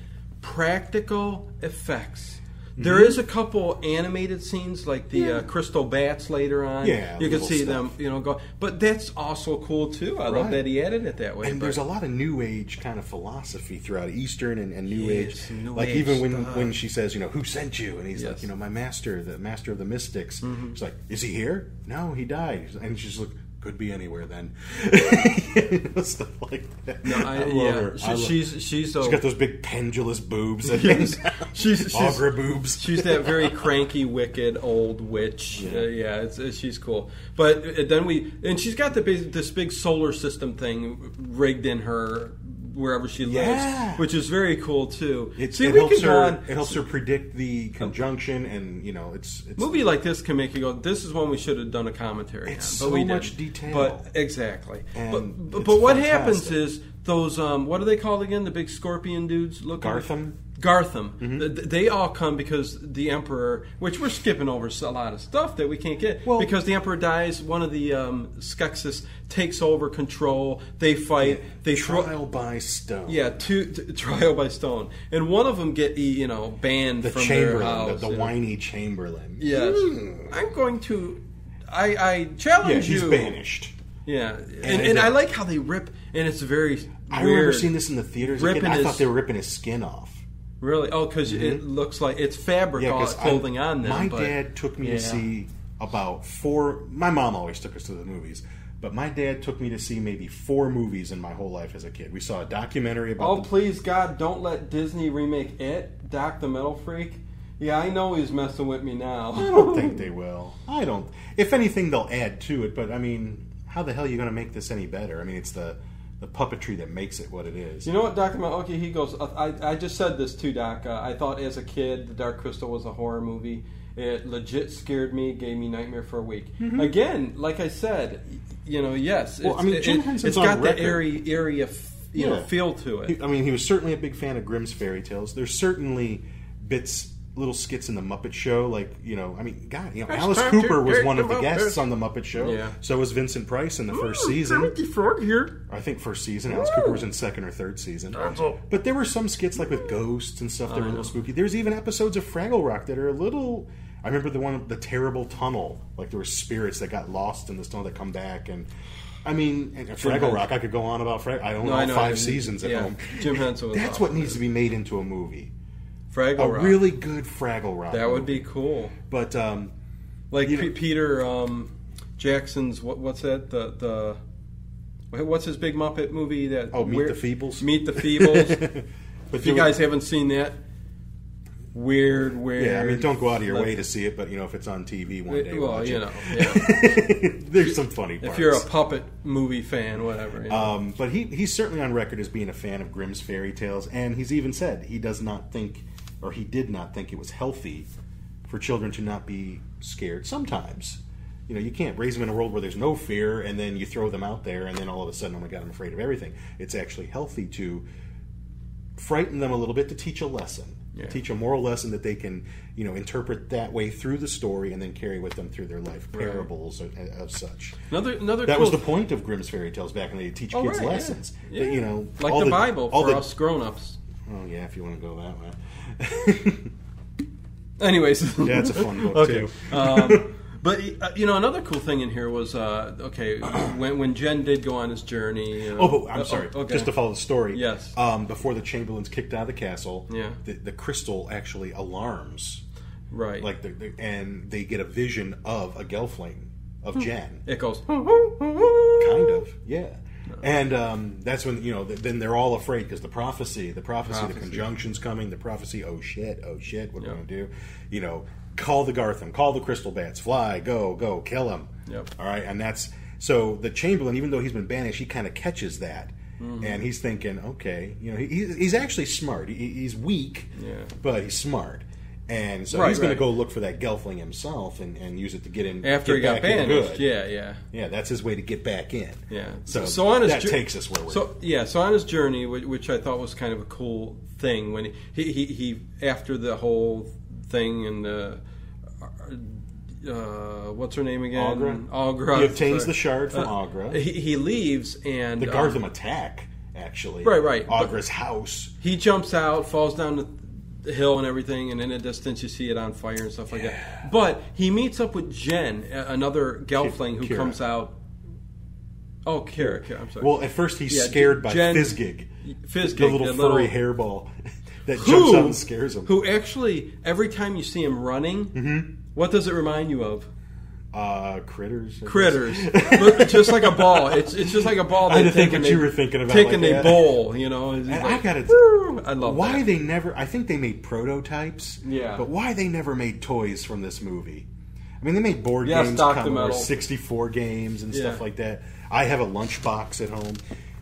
Speaker 2: practical effects.
Speaker 3: Mm-hmm.
Speaker 2: There is a couple animated scenes like the uh, crystal bats later on.
Speaker 3: Yeah,
Speaker 2: you can
Speaker 3: little
Speaker 2: see
Speaker 3: stuff.
Speaker 2: them, you know, go. But that's also cool too. I love
Speaker 3: Right.
Speaker 2: that he added it that way.
Speaker 3: and
Speaker 2: but-
Speaker 3: there's a lot of New Age kind of philosophy throughout Eastern and, and New
Speaker 2: Yes,
Speaker 3: Age.
Speaker 2: New
Speaker 3: like
Speaker 2: Age
Speaker 3: even when,
Speaker 2: stuff.
Speaker 3: when she says, you know, who sent you? And he's like,
Speaker 2: Yes. Mm-hmm.
Speaker 3: you know, my master, the master of the mystics. She's like, is he here? No, he died. And she's like, could be anywhere then. You know, Stuff like that. No,
Speaker 2: I, yeah, she- she's she's a,
Speaker 3: she's got those big pendulous boobs. That
Speaker 2: Yes.
Speaker 3: hang down.
Speaker 2: She's- she's-
Speaker 3: Agra boobs.
Speaker 2: she's that very cranky, wicked old witch. Yeah, uh, yeah it's, it's, she's cool. But uh, then we and she's got the big, this big solar system thing rigged in her wherever she lives,
Speaker 3: Yeah.
Speaker 2: which is very cool too.
Speaker 3: It,
Speaker 2: See,
Speaker 3: it
Speaker 2: we
Speaker 3: helps
Speaker 2: can go
Speaker 3: her.
Speaker 2: on.
Speaker 3: It helps her predict the conjunction, and you know, it's, it's
Speaker 2: movie like this can make you go. This is one we should have done a commentary
Speaker 3: It's
Speaker 2: on,
Speaker 3: so
Speaker 2: but we
Speaker 3: much
Speaker 2: didn't.
Speaker 3: detail.
Speaker 2: But exactly.
Speaker 3: And
Speaker 2: but but,
Speaker 3: it's
Speaker 2: but what
Speaker 3: fantastic.
Speaker 2: happens is those um, what are they called again? The big scorpion dudes. Look
Speaker 3: Gartham? Mm-hmm.
Speaker 2: Gartham. Th- th- They all come because the emperor, which we're skipping over s- a lot of stuff that we can't get.
Speaker 3: Well-
Speaker 2: because the emperor dies, one of the um, Skeksis takes over control. They fight. They throw.
Speaker 3: trial by stone.
Speaker 2: Yeah, two t- trial by stone, and one of them get you know banned
Speaker 3: the
Speaker 2: from their
Speaker 3: Chamberlain, the-
Speaker 2: house.
Speaker 3: the,
Speaker 2: you know.
Speaker 3: whiny Chamberlain.
Speaker 2: Yes. Hmm, I'm going to. I, I challenge
Speaker 3: yeah, he's
Speaker 2: you.
Speaker 3: banished.
Speaker 2: Yeah, and, and,
Speaker 3: they-
Speaker 2: I like how they rip, and it's very.
Speaker 3: I
Speaker 2: weird.
Speaker 3: remember seeing this in the theaters,
Speaker 2: Ripping
Speaker 3: and I
Speaker 2: his-
Speaker 3: thought they were ripping his skin off.
Speaker 2: Really? Oh, because it looks like it's fabric all
Speaker 3: Mm-hmm. 'cause I-
Speaker 2: clothing on them.
Speaker 3: My
Speaker 2: but-
Speaker 3: dad took me
Speaker 2: Yeah.
Speaker 3: to see about four. My mom always took us to the movies. But my dad took me to see maybe four movies in my whole life as a kid. We saw a documentary about
Speaker 2: Oh
Speaker 3: the
Speaker 2: please, God, don't let Disney remake it, Doc the Metal Freak. Yeah, I know he's messing with me now.
Speaker 3: I don't think they will. I don't. If anything, they'll add to it. But I mean, how the hell are you going to make this any better? I mean, it's the the puppetry that makes it what it is.
Speaker 2: You know what, Dr. Mel? Okay, he goes. I, I just said this too, Doc. Uh, I thought as a kid, The Dark Crystal was a horror movie. It legit scared me, gave me nightmare for a week. Again, like I said, y- you know, yes,
Speaker 3: Mm-hmm. Well,
Speaker 2: it's,
Speaker 3: I mean,
Speaker 2: it,
Speaker 3: Jim
Speaker 2: it,
Speaker 3: Henson's
Speaker 2: has
Speaker 3: on
Speaker 2: got
Speaker 3: record.
Speaker 2: the airy, area, f- you know,
Speaker 3: Yeah.
Speaker 2: feel to it.
Speaker 3: He- I mean, he was certainly a big fan of Grimm's fairy tales. There's certainly bits, little skits in the Muppet Show, like you know. I mean, God, you know,
Speaker 2: It's
Speaker 3: Alice
Speaker 2: time to
Speaker 3: Cooper was
Speaker 2: take
Speaker 3: one of
Speaker 2: the
Speaker 3: the guests
Speaker 2: Muppets.
Speaker 3: on the Muppet Show.
Speaker 2: Yeah.
Speaker 3: So was Vincent Price in the first season.
Speaker 2: Frog here.
Speaker 3: I think first season. Alice Cooper was in second or third season. But there were some skits like with ghosts and stuff that were a little spooky. There's even episodes of Fraggle Rock that are a little. I remember the one, the terrible tunnel. Like there were spirits that got lost in the tunnel that come back, and I mean, and Fraggle
Speaker 2: Henson.
Speaker 3: Rock. I could go on about Fraggle. I own
Speaker 2: No, I
Speaker 3: all
Speaker 2: know,
Speaker 3: five
Speaker 2: I-
Speaker 3: seasons at
Speaker 2: yeah,
Speaker 3: home.
Speaker 2: Jim Henson was
Speaker 3: That's
Speaker 2: awesome.
Speaker 3: what needs to be made into a movie.
Speaker 2: Fraggle
Speaker 3: A
Speaker 2: Rock.
Speaker 3: really good Fraggle Rock.
Speaker 2: That would be
Speaker 3: movie.
Speaker 2: cool.
Speaker 3: But um,
Speaker 2: Like
Speaker 3: You
Speaker 2: P-
Speaker 3: know-
Speaker 2: Peter um, Jackson's what, what's that the the wha- what's his big Muppet movie that
Speaker 3: Oh, Meet
Speaker 2: weird-
Speaker 3: the Feebles?
Speaker 2: Meet the Feebles.
Speaker 3: but
Speaker 2: if you
Speaker 3: do it-
Speaker 2: guys haven't seen that, weird, weird.
Speaker 3: yeah, I mean, don't go out of your way to
Speaker 2: Like,
Speaker 3: see it. But you know, if it's on TV one day,
Speaker 2: well,
Speaker 3: watch
Speaker 2: you
Speaker 3: it.
Speaker 2: know, yeah.
Speaker 3: there's some funny. Parts.
Speaker 2: if you're a puppet movie fan, whatever. You know.
Speaker 3: Um, but he, he's certainly on record as being a fan of Grimm's fairy tales, and he's even said he does not think, or he did not think it was healthy for children to not be scared sometimes. You know, you can't raise them in a world where there's no fear, and then you throw them out there, and then all of a sudden, oh my god, I'm afraid of everything. It's actually healthy to frighten them a little bit to teach a lesson,
Speaker 2: Yeah.
Speaker 3: teach a moral lesson that they can, you know, interpret that way through the story, and then carry with them through their life, parables of, of such.
Speaker 2: another another
Speaker 3: That
Speaker 2: cool
Speaker 3: was the point of Grimm's fairy tales back in the day. to Teach
Speaker 2: Oh,
Speaker 3: kids
Speaker 2: right, yeah.
Speaker 3: lessons.
Speaker 2: Yeah.
Speaker 3: That, you know,
Speaker 2: like
Speaker 3: all
Speaker 2: the, Bible
Speaker 3: all
Speaker 2: for
Speaker 3: the-
Speaker 2: us grown-ups.
Speaker 3: Oh yeah, if you want to go that way.
Speaker 2: Anyways,
Speaker 3: Yeah, it's a fun book
Speaker 2: Okay.
Speaker 3: too.
Speaker 2: um, but uh, you know, another cool thing in here was uh, okay when when Jen did go on his journey. You know,
Speaker 3: Oh, but
Speaker 2: uh,
Speaker 3: I'm sorry.
Speaker 2: okay.
Speaker 3: Just to follow the story.
Speaker 2: Yes.
Speaker 3: Um, before the Chamberlains kicked out of the castle,
Speaker 2: Yeah.
Speaker 3: the, the crystal actually alarms,
Speaker 2: right,
Speaker 3: like, the, the, and they get a vision of a Gelfling
Speaker 2: Hmm.
Speaker 3: of Jan.
Speaker 2: it goes.
Speaker 3: kind of yeah and um, that's when you know th- then they're all afraid because the prophecy the prophecy, the
Speaker 2: Prophecy.
Speaker 3: conjunction's coming the prophecy oh shit oh shit what are
Speaker 2: Yeah.
Speaker 3: we gonna do you know call the gartham call the crystal bats fly go go kill him
Speaker 2: Yep.
Speaker 3: all right and that's so the chamberlain even though he's been banished he kind of catches that
Speaker 2: Mm-hmm.
Speaker 3: and he's thinking okay you know he, he's he's actually smart he, he's weak
Speaker 2: Yeah.
Speaker 3: but he's smart and so
Speaker 2: Right,
Speaker 3: he's going
Speaker 2: right.
Speaker 3: to go look for that gelfling himself and, and use it to get in get
Speaker 2: After he got
Speaker 3: back in good.
Speaker 2: banished, yeah, yeah,
Speaker 3: Yeah, that's his way to get back in.
Speaker 2: yeah.
Speaker 3: So,
Speaker 2: on his
Speaker 3: that
Speaker 2: jour-
Speaker 3: takes us where we're
Speaker 2: So yeah, so on his journey, which, which I thought was kind of a cool thing when he he, he, he after the whole thing and the. Uh, what's her name again?
Speaker 3: Agra.
Speaker 2: Agra.
Speaker 3: He obtains
Speaker 2: sorry.
Speaker 3: the shard from Agra.
Speaker 2: He, he leaves and
Speaker 3: the
Speaker 2: um,
Speaker 3: Gartham attack, actually.
Speaker 2: Right, right.
Speaker 3: Agra's house.
Speaker 2: he jumps out, falls down the- the hill and everything, and in the distance you see it on fire and stuff like that. But he meets up with Jen, a- another Gelfling who
Speaker 3: Kira.
Speaker 2: comes out. Oh, Kira, Kira I'm sorry.
Speaker 3: Well, at first he's
Speaker 2: Yeah,
Speaker 3: scared by
Speaker 2: Jen-
Speaker 3: Fizgig,
Speaker 2: Fizgig,
Speaker 3: the little
Speaker 2: the
Speaker 3: furry hairball that jumps out and scares Mm-hmm. him.
Speaker 2: Who actually, every time you see him running, what does it remind you of?
Speaker 3: Uh, critters. I guess.
Speaker 2: critters, Look, just like a ball. It's it's just like a ball.
Speaker 3: I had
Speaker 2: they
Speaker 3: to think
Speaker 2: take and
Speaker 3: what
Speaker 2: they-
Speaker 3: you were thinking about
Speaker 2: Take
Speaker 3: like
Speaker 2: and they
Speaker 3: that.
Speaker 2: bowl, you know. It's
Speaker 3: And
Speaker 2: like,
Speaker 3: I got it.
Speaker 2: "Woo!" I love
Speaker 3: why
Speaker 2: that.
Speaker 3: they never. I think they made prototypes.
Speaker 2: Yeah.
Speaker 3: But why they never made toys from this movie? I mean, they made board
Speaker 2: Yes,
Speaker 3: games,
Speaker 2: Dr.
Speaker 3: Commodore
Speaker 2: Metal.
Speaker 3: sixty-four games, and stuff
Speaker 2: Yeah.
Speaker 3: like that. I have a lunchbox at home,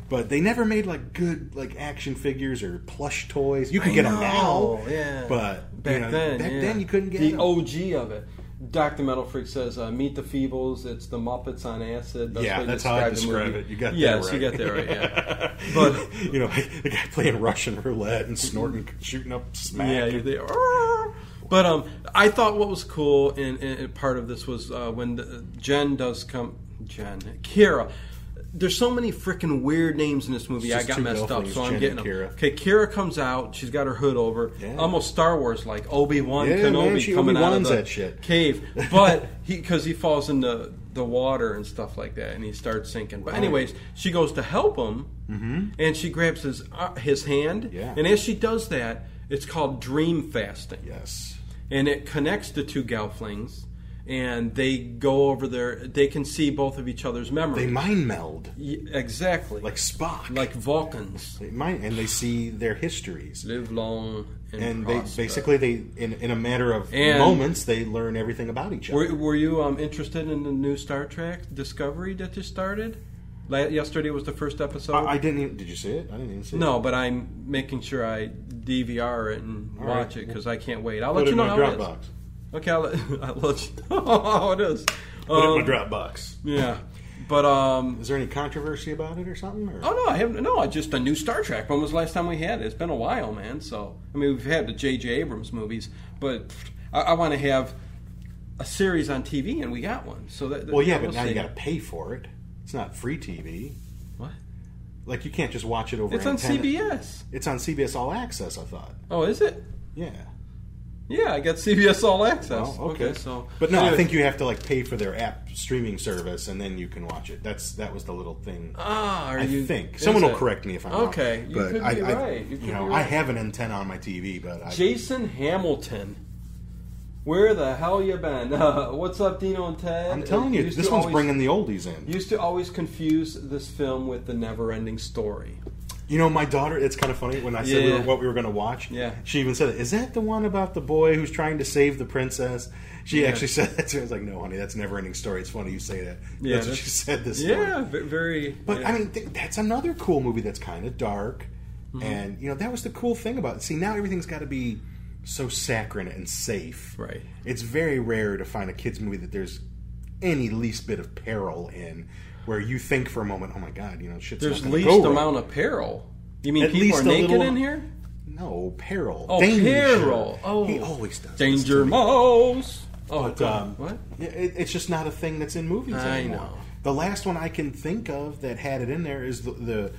Speaker 3: but they never made like good like action figures or plush toys. You can
Speaker 2: I
Speaker 3: get them
Speaker 2: know,
Speaker 3: now,
Speaker 2: yeah.
Speaker 3: But
Speaker 2: back
Speaker 3: you know,
Speaker 2: then,
Speaker 3: back
Speaker 2: yeah.
Speaker 3: then you couldn't get
Speaker 2: the
Speaker 3: them.
Speaker 2: OG of it. Doctor Metal Freak says, uh, "Meet the Feebles." It's the Muppets on acid. That's
Speaker 3: Yeah,
Speaker 2: how you
Speaker 3: that's how I
Speaker 2: describe the
Speaker 3: describe
Speaker 2: movie.
Speaker 3: it. You got that
Speaker 2: yes, you
Speaker 3: right.
Speaker 2: got that right. Yeah, but
Speaker 3: you know, the guy playing Russian roulette and snorting, shooting up smack.
Speaker 2: Yeah,
Speaker 3: and-
Speaker 2: you're there. "Arr!" But um, I thought what was cool and, and and part of this was uh, when the, Jen does come. Jen, Kira. There's so many freaking weird names in this movie.
Speaker 3: It's
Speaker 2: I
Speaker 3: just
Speaker 2: got
Speaker 3: two
Speaker 2: messed up,
Speaker 3: girlfriends,
Speaker 2: so
Speaker 3: Jen
Speaker 2: I'm
Speaker 3: and
Speaker 2: getting them.
Speaker 3: Kira.
Speaker 2: Okay, Kira comes out. She's got her hood over,
Speaker 3: Yeah.
Speaker 2: almost Star Wars like Obi Wan
Speaker 3: Yeah, man,
Speaker 2: Kenobi
Speaker 3: she
Speaker 2: coming out of
Speaker 3: Obi-Wans
Speaker 2: the
Speaker 3: that shit.
Speaker 2: cave. But he because he falls into the water and stuff like that, and he starts sinking. But anyways, she goes to help him, and she grabs his uh, his hand,
Speaker 3: Mm-hmm. Yeah.
Speaker 2: and as she does that, it's called dream fasting.
Speaker 3: Yes.
Speaker 2: And it connects the two Gelflings, and they go over their. They can see both of each other's memories.
Speaker 3: They mind meld
Speaker 2: Y- exactly.
Speaker 3: like Spock.
Speaker 2: Like Vulcans.
Speaker 3: They mind, and they see their histories.
Speaker 2: Live long and,
Speaker 3: and they
Speaker 2: prosper.
Speaker 3: basically they in, in a matter of
Speaker 2: And-
Speaker 3: moments they learn everything about each other.
Speaker 2: Were, were you um, interested in the new Star Trek Discovery that just started? La- yesterday was the first episode.
Speaker 3: I, I didn't. Even, did you see it? I didn't even see it.
Speaker 2: no, but I'm making sure I DVR it and
Speaker 3: All
Speaker 2: watch
Speaker 3: right.
Speaker 2: it because I can't wait. I'll
Speaker 3: Put it
Speaker 2: let you
Speaker 3: in
Speaker 2: know
Speaker 3: my
Speaker 2: how it is.
Speaker 3: Dropbox.
Speaker 2: Okay, I'll let, I'll let you know how it is.
Speaker 3: Put it
Speaker 2: Um,
Speaker 3: in my Dropbox.
Speaker 2: Yeah, but um,
Speaker 3: Is there any controversy about it or something? Or?
Speaker 2: oh no, I haven't. No, I just a new Star Trek. When was the last time we had it? It's been a while, man. So I mean, we've had the J.J. Abrams movies, but pfft, I, I want to have a series on TV, and we got one. So that, that-
Speaker 3: well, yeah, but
Speaker 2: we'll
Speaker 3: now
Speaker 2: see.
Speaker 3: you got to pay for it. It's not free TV.
Speaker 2: what?
Speaker 3: Like you can't just watch it over.
Speaker 2: It's on
Speaker 3: antenna.
Speaker 2: CBS.
Speaker 3: It's on CBS All Access. I thought.
Speaker 2: Oh, is it?
Speaker 3: Yeah.
Speaker 2: Yeah, I got CBS All Access.
Speaker 3: Oh, okay.
Speaker 2: okay. so
Speaker 3: but no, I
Speaker 2: anyway.
Speaker 3: think you have to like pay for their app streaming service, and then you can watch it. That's that was the little thing.
Speaker 2: Ah, are
Speaker 3: I
Speaker 2: you,
Speaker 3: think
Speaker 2: is
Speaker 3: someone will
Speaker 2: it?
Speaker 3: correct me if I'm wrong.
Speaker 2: Okay, you
Speaker 3: but
Speaker 2: could
Speaker 3: I,
Speaker 2: be
Speaker 3: I-
Speaker 2: right. You
Speaker 3: You,
Speaker 2: could
Speaker 3: know,
Speaker 2: be
Speaker 3: I
Speaker 2: right.
Speaker 3: have an antenna on my TV, but I,
Speaker 2: Jason Hamilton. Where the hell you been? Uh, what's up, Dino and Ted?
Speaker 3: I'm telling you,
Speaker 2: Used
Speaker 3: this
Speaker 2: to
Speaker 3: one's
Speaker 2: always-
Speaker 3: bringing the oldies in.
Speaker 2: Used to always confuse this film with the Never-Ending Story.
Speaker 3: You know, my daughter. It's kind of funny when I said we
Speaker 2: Yeah.
Speaker 3: were, what we were going to watch.
Speaker 2: Yeah.
Speaker 3: she even said, "Is that the one about the boy who's trying to save the princess?" She
Speaker 2: Yeah.
Speaker 3: actually said that. To me. I was like, "No, honey, that's a never-ending story." It's funny you say that.
Speaker 2: Yeah,
Speaker 3: that's, what
Speaker 2: that's-
Speaker 3: she said this. morning.
Speaker 2: Yeah, ve- very.
Speaker 3: But
Speaker 2: yeah.
Speaker 3: I mean, th- that's another cool movie that's kind of dark,
Speaker 2: Mm-hmm.
Speaker 3: and you know that was the cool thing about it. See, now everything's got to be so saccharine and safe.
Speaker 2: Right.
Speaker 3: It's very rare to find a kids movie that there's any least bit of peril in, where you think for a moment, "Oh my god, you know, shit's
Speaker 2: there's
Speaker 3: not gonna
Speaker 2: least
Speaker 3: go wrong."
Speaker 2: amount of peril. You mean
Speaker 3: At
Speaker 2: people
Speaker 3: least
Speaker 2: are
Speaker 3: a
Speaker 2: naked
Speaker 3: little-
Speaker 2: in here?
Speaker 3: No peril.
Speaker 2: Oh,
Speaker 3: danger.
Speaker 2: peril. Oh.
Speaker 3: he always does. this to
Speaker 2: Danger
Speaker 3: me.
Speaker 2: mouse. Oh,
Speaker 3: But,
Speaker 2: God.
Speaker 3: um,
Speaker 2: what?
Speaker 3: yeah, It, it's just not a thing that's in movies
Speaker 2: I
Speaker 3: anymore.
Speaker 2: know.
Speaker 3: The last one I can think of that had it in there is the the,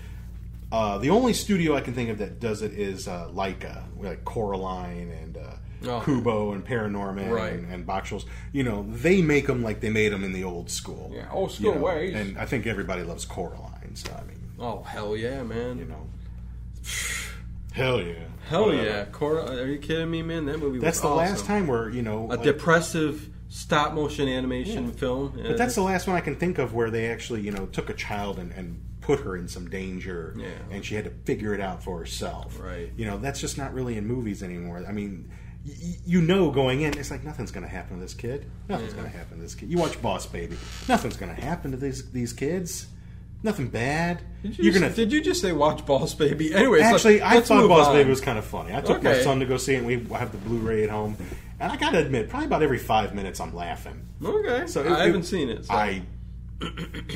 Speaker 3: uh, the only studio I can think of that does it is uh, Leica, like Coraline and uh,
Speaker 2: Oh.
Speaker 3: Kubo and Paranorman
Speaker 2: Right.
Speaker 3: and, and Boxels. You know, they make them like they made them in the old school.
Speaker 2: Yeah, old school
Speaker 3: you know,
Speaker 2: ways.
Speaker 3: And I think everybody loves Coraline. So I mean,
Speaker 2: Oh hell yeah, man!
Speaker 3: you know, hell yeah,
Speaker 2: hell
Speaker 3: Whatever.
Speaker 2: yeah, Cora. Are you kidding me, man? That movie.
Speaker 3: That's
Speaker 2: was
Speaker 3: the last
Speaker 2: awesome.
Speaker 3: time where you know
Speaker 2: A
Speaker 3: like-
Speaker 2: depressive stop motion animation film.
Speaker 3: But that's the last one I can think of where they actually, you know, took a child and, and put her in some danger,
Speaker 2: Yeah.
Speaker 3: and she had to figure it out for herself.
Speaker 2: Right.
Speaker 3: You know, that's just not really in movies anymore. I mean, y- y- you know, going in, it's like nothing's going to happen to this kid. Nothing's going to happen to this kid. You watch Boss Baby. Nothing's going to happen to these these kids. Nothing bad.
Speaker 2: Did you, just,
Speaker 3: gonna
Speaker 2: did you just say watch Boss Baby? Anyway, it's
Speaker 3: Actually,
Speaker 2: like,
Speaker 3: I
Speaker 2: let's
Speaker 3: thought
Speaker 2: move
Speaker 3: Boss
Speaker 2: on.
Speaker 3: Baby was kind of funny. I took my
Speaker 2: Okay.
Speaker 3: son to go see it. and We have the Blu-ray at home, and I got to admit, probably about every five minutes, I'm laughing.
Speaker 2: okay.
Speaker 3: So it-
Speaker 2: I
Speaker 3: it-
Speaker 2: haven't seen it. so-
Speaker 3: I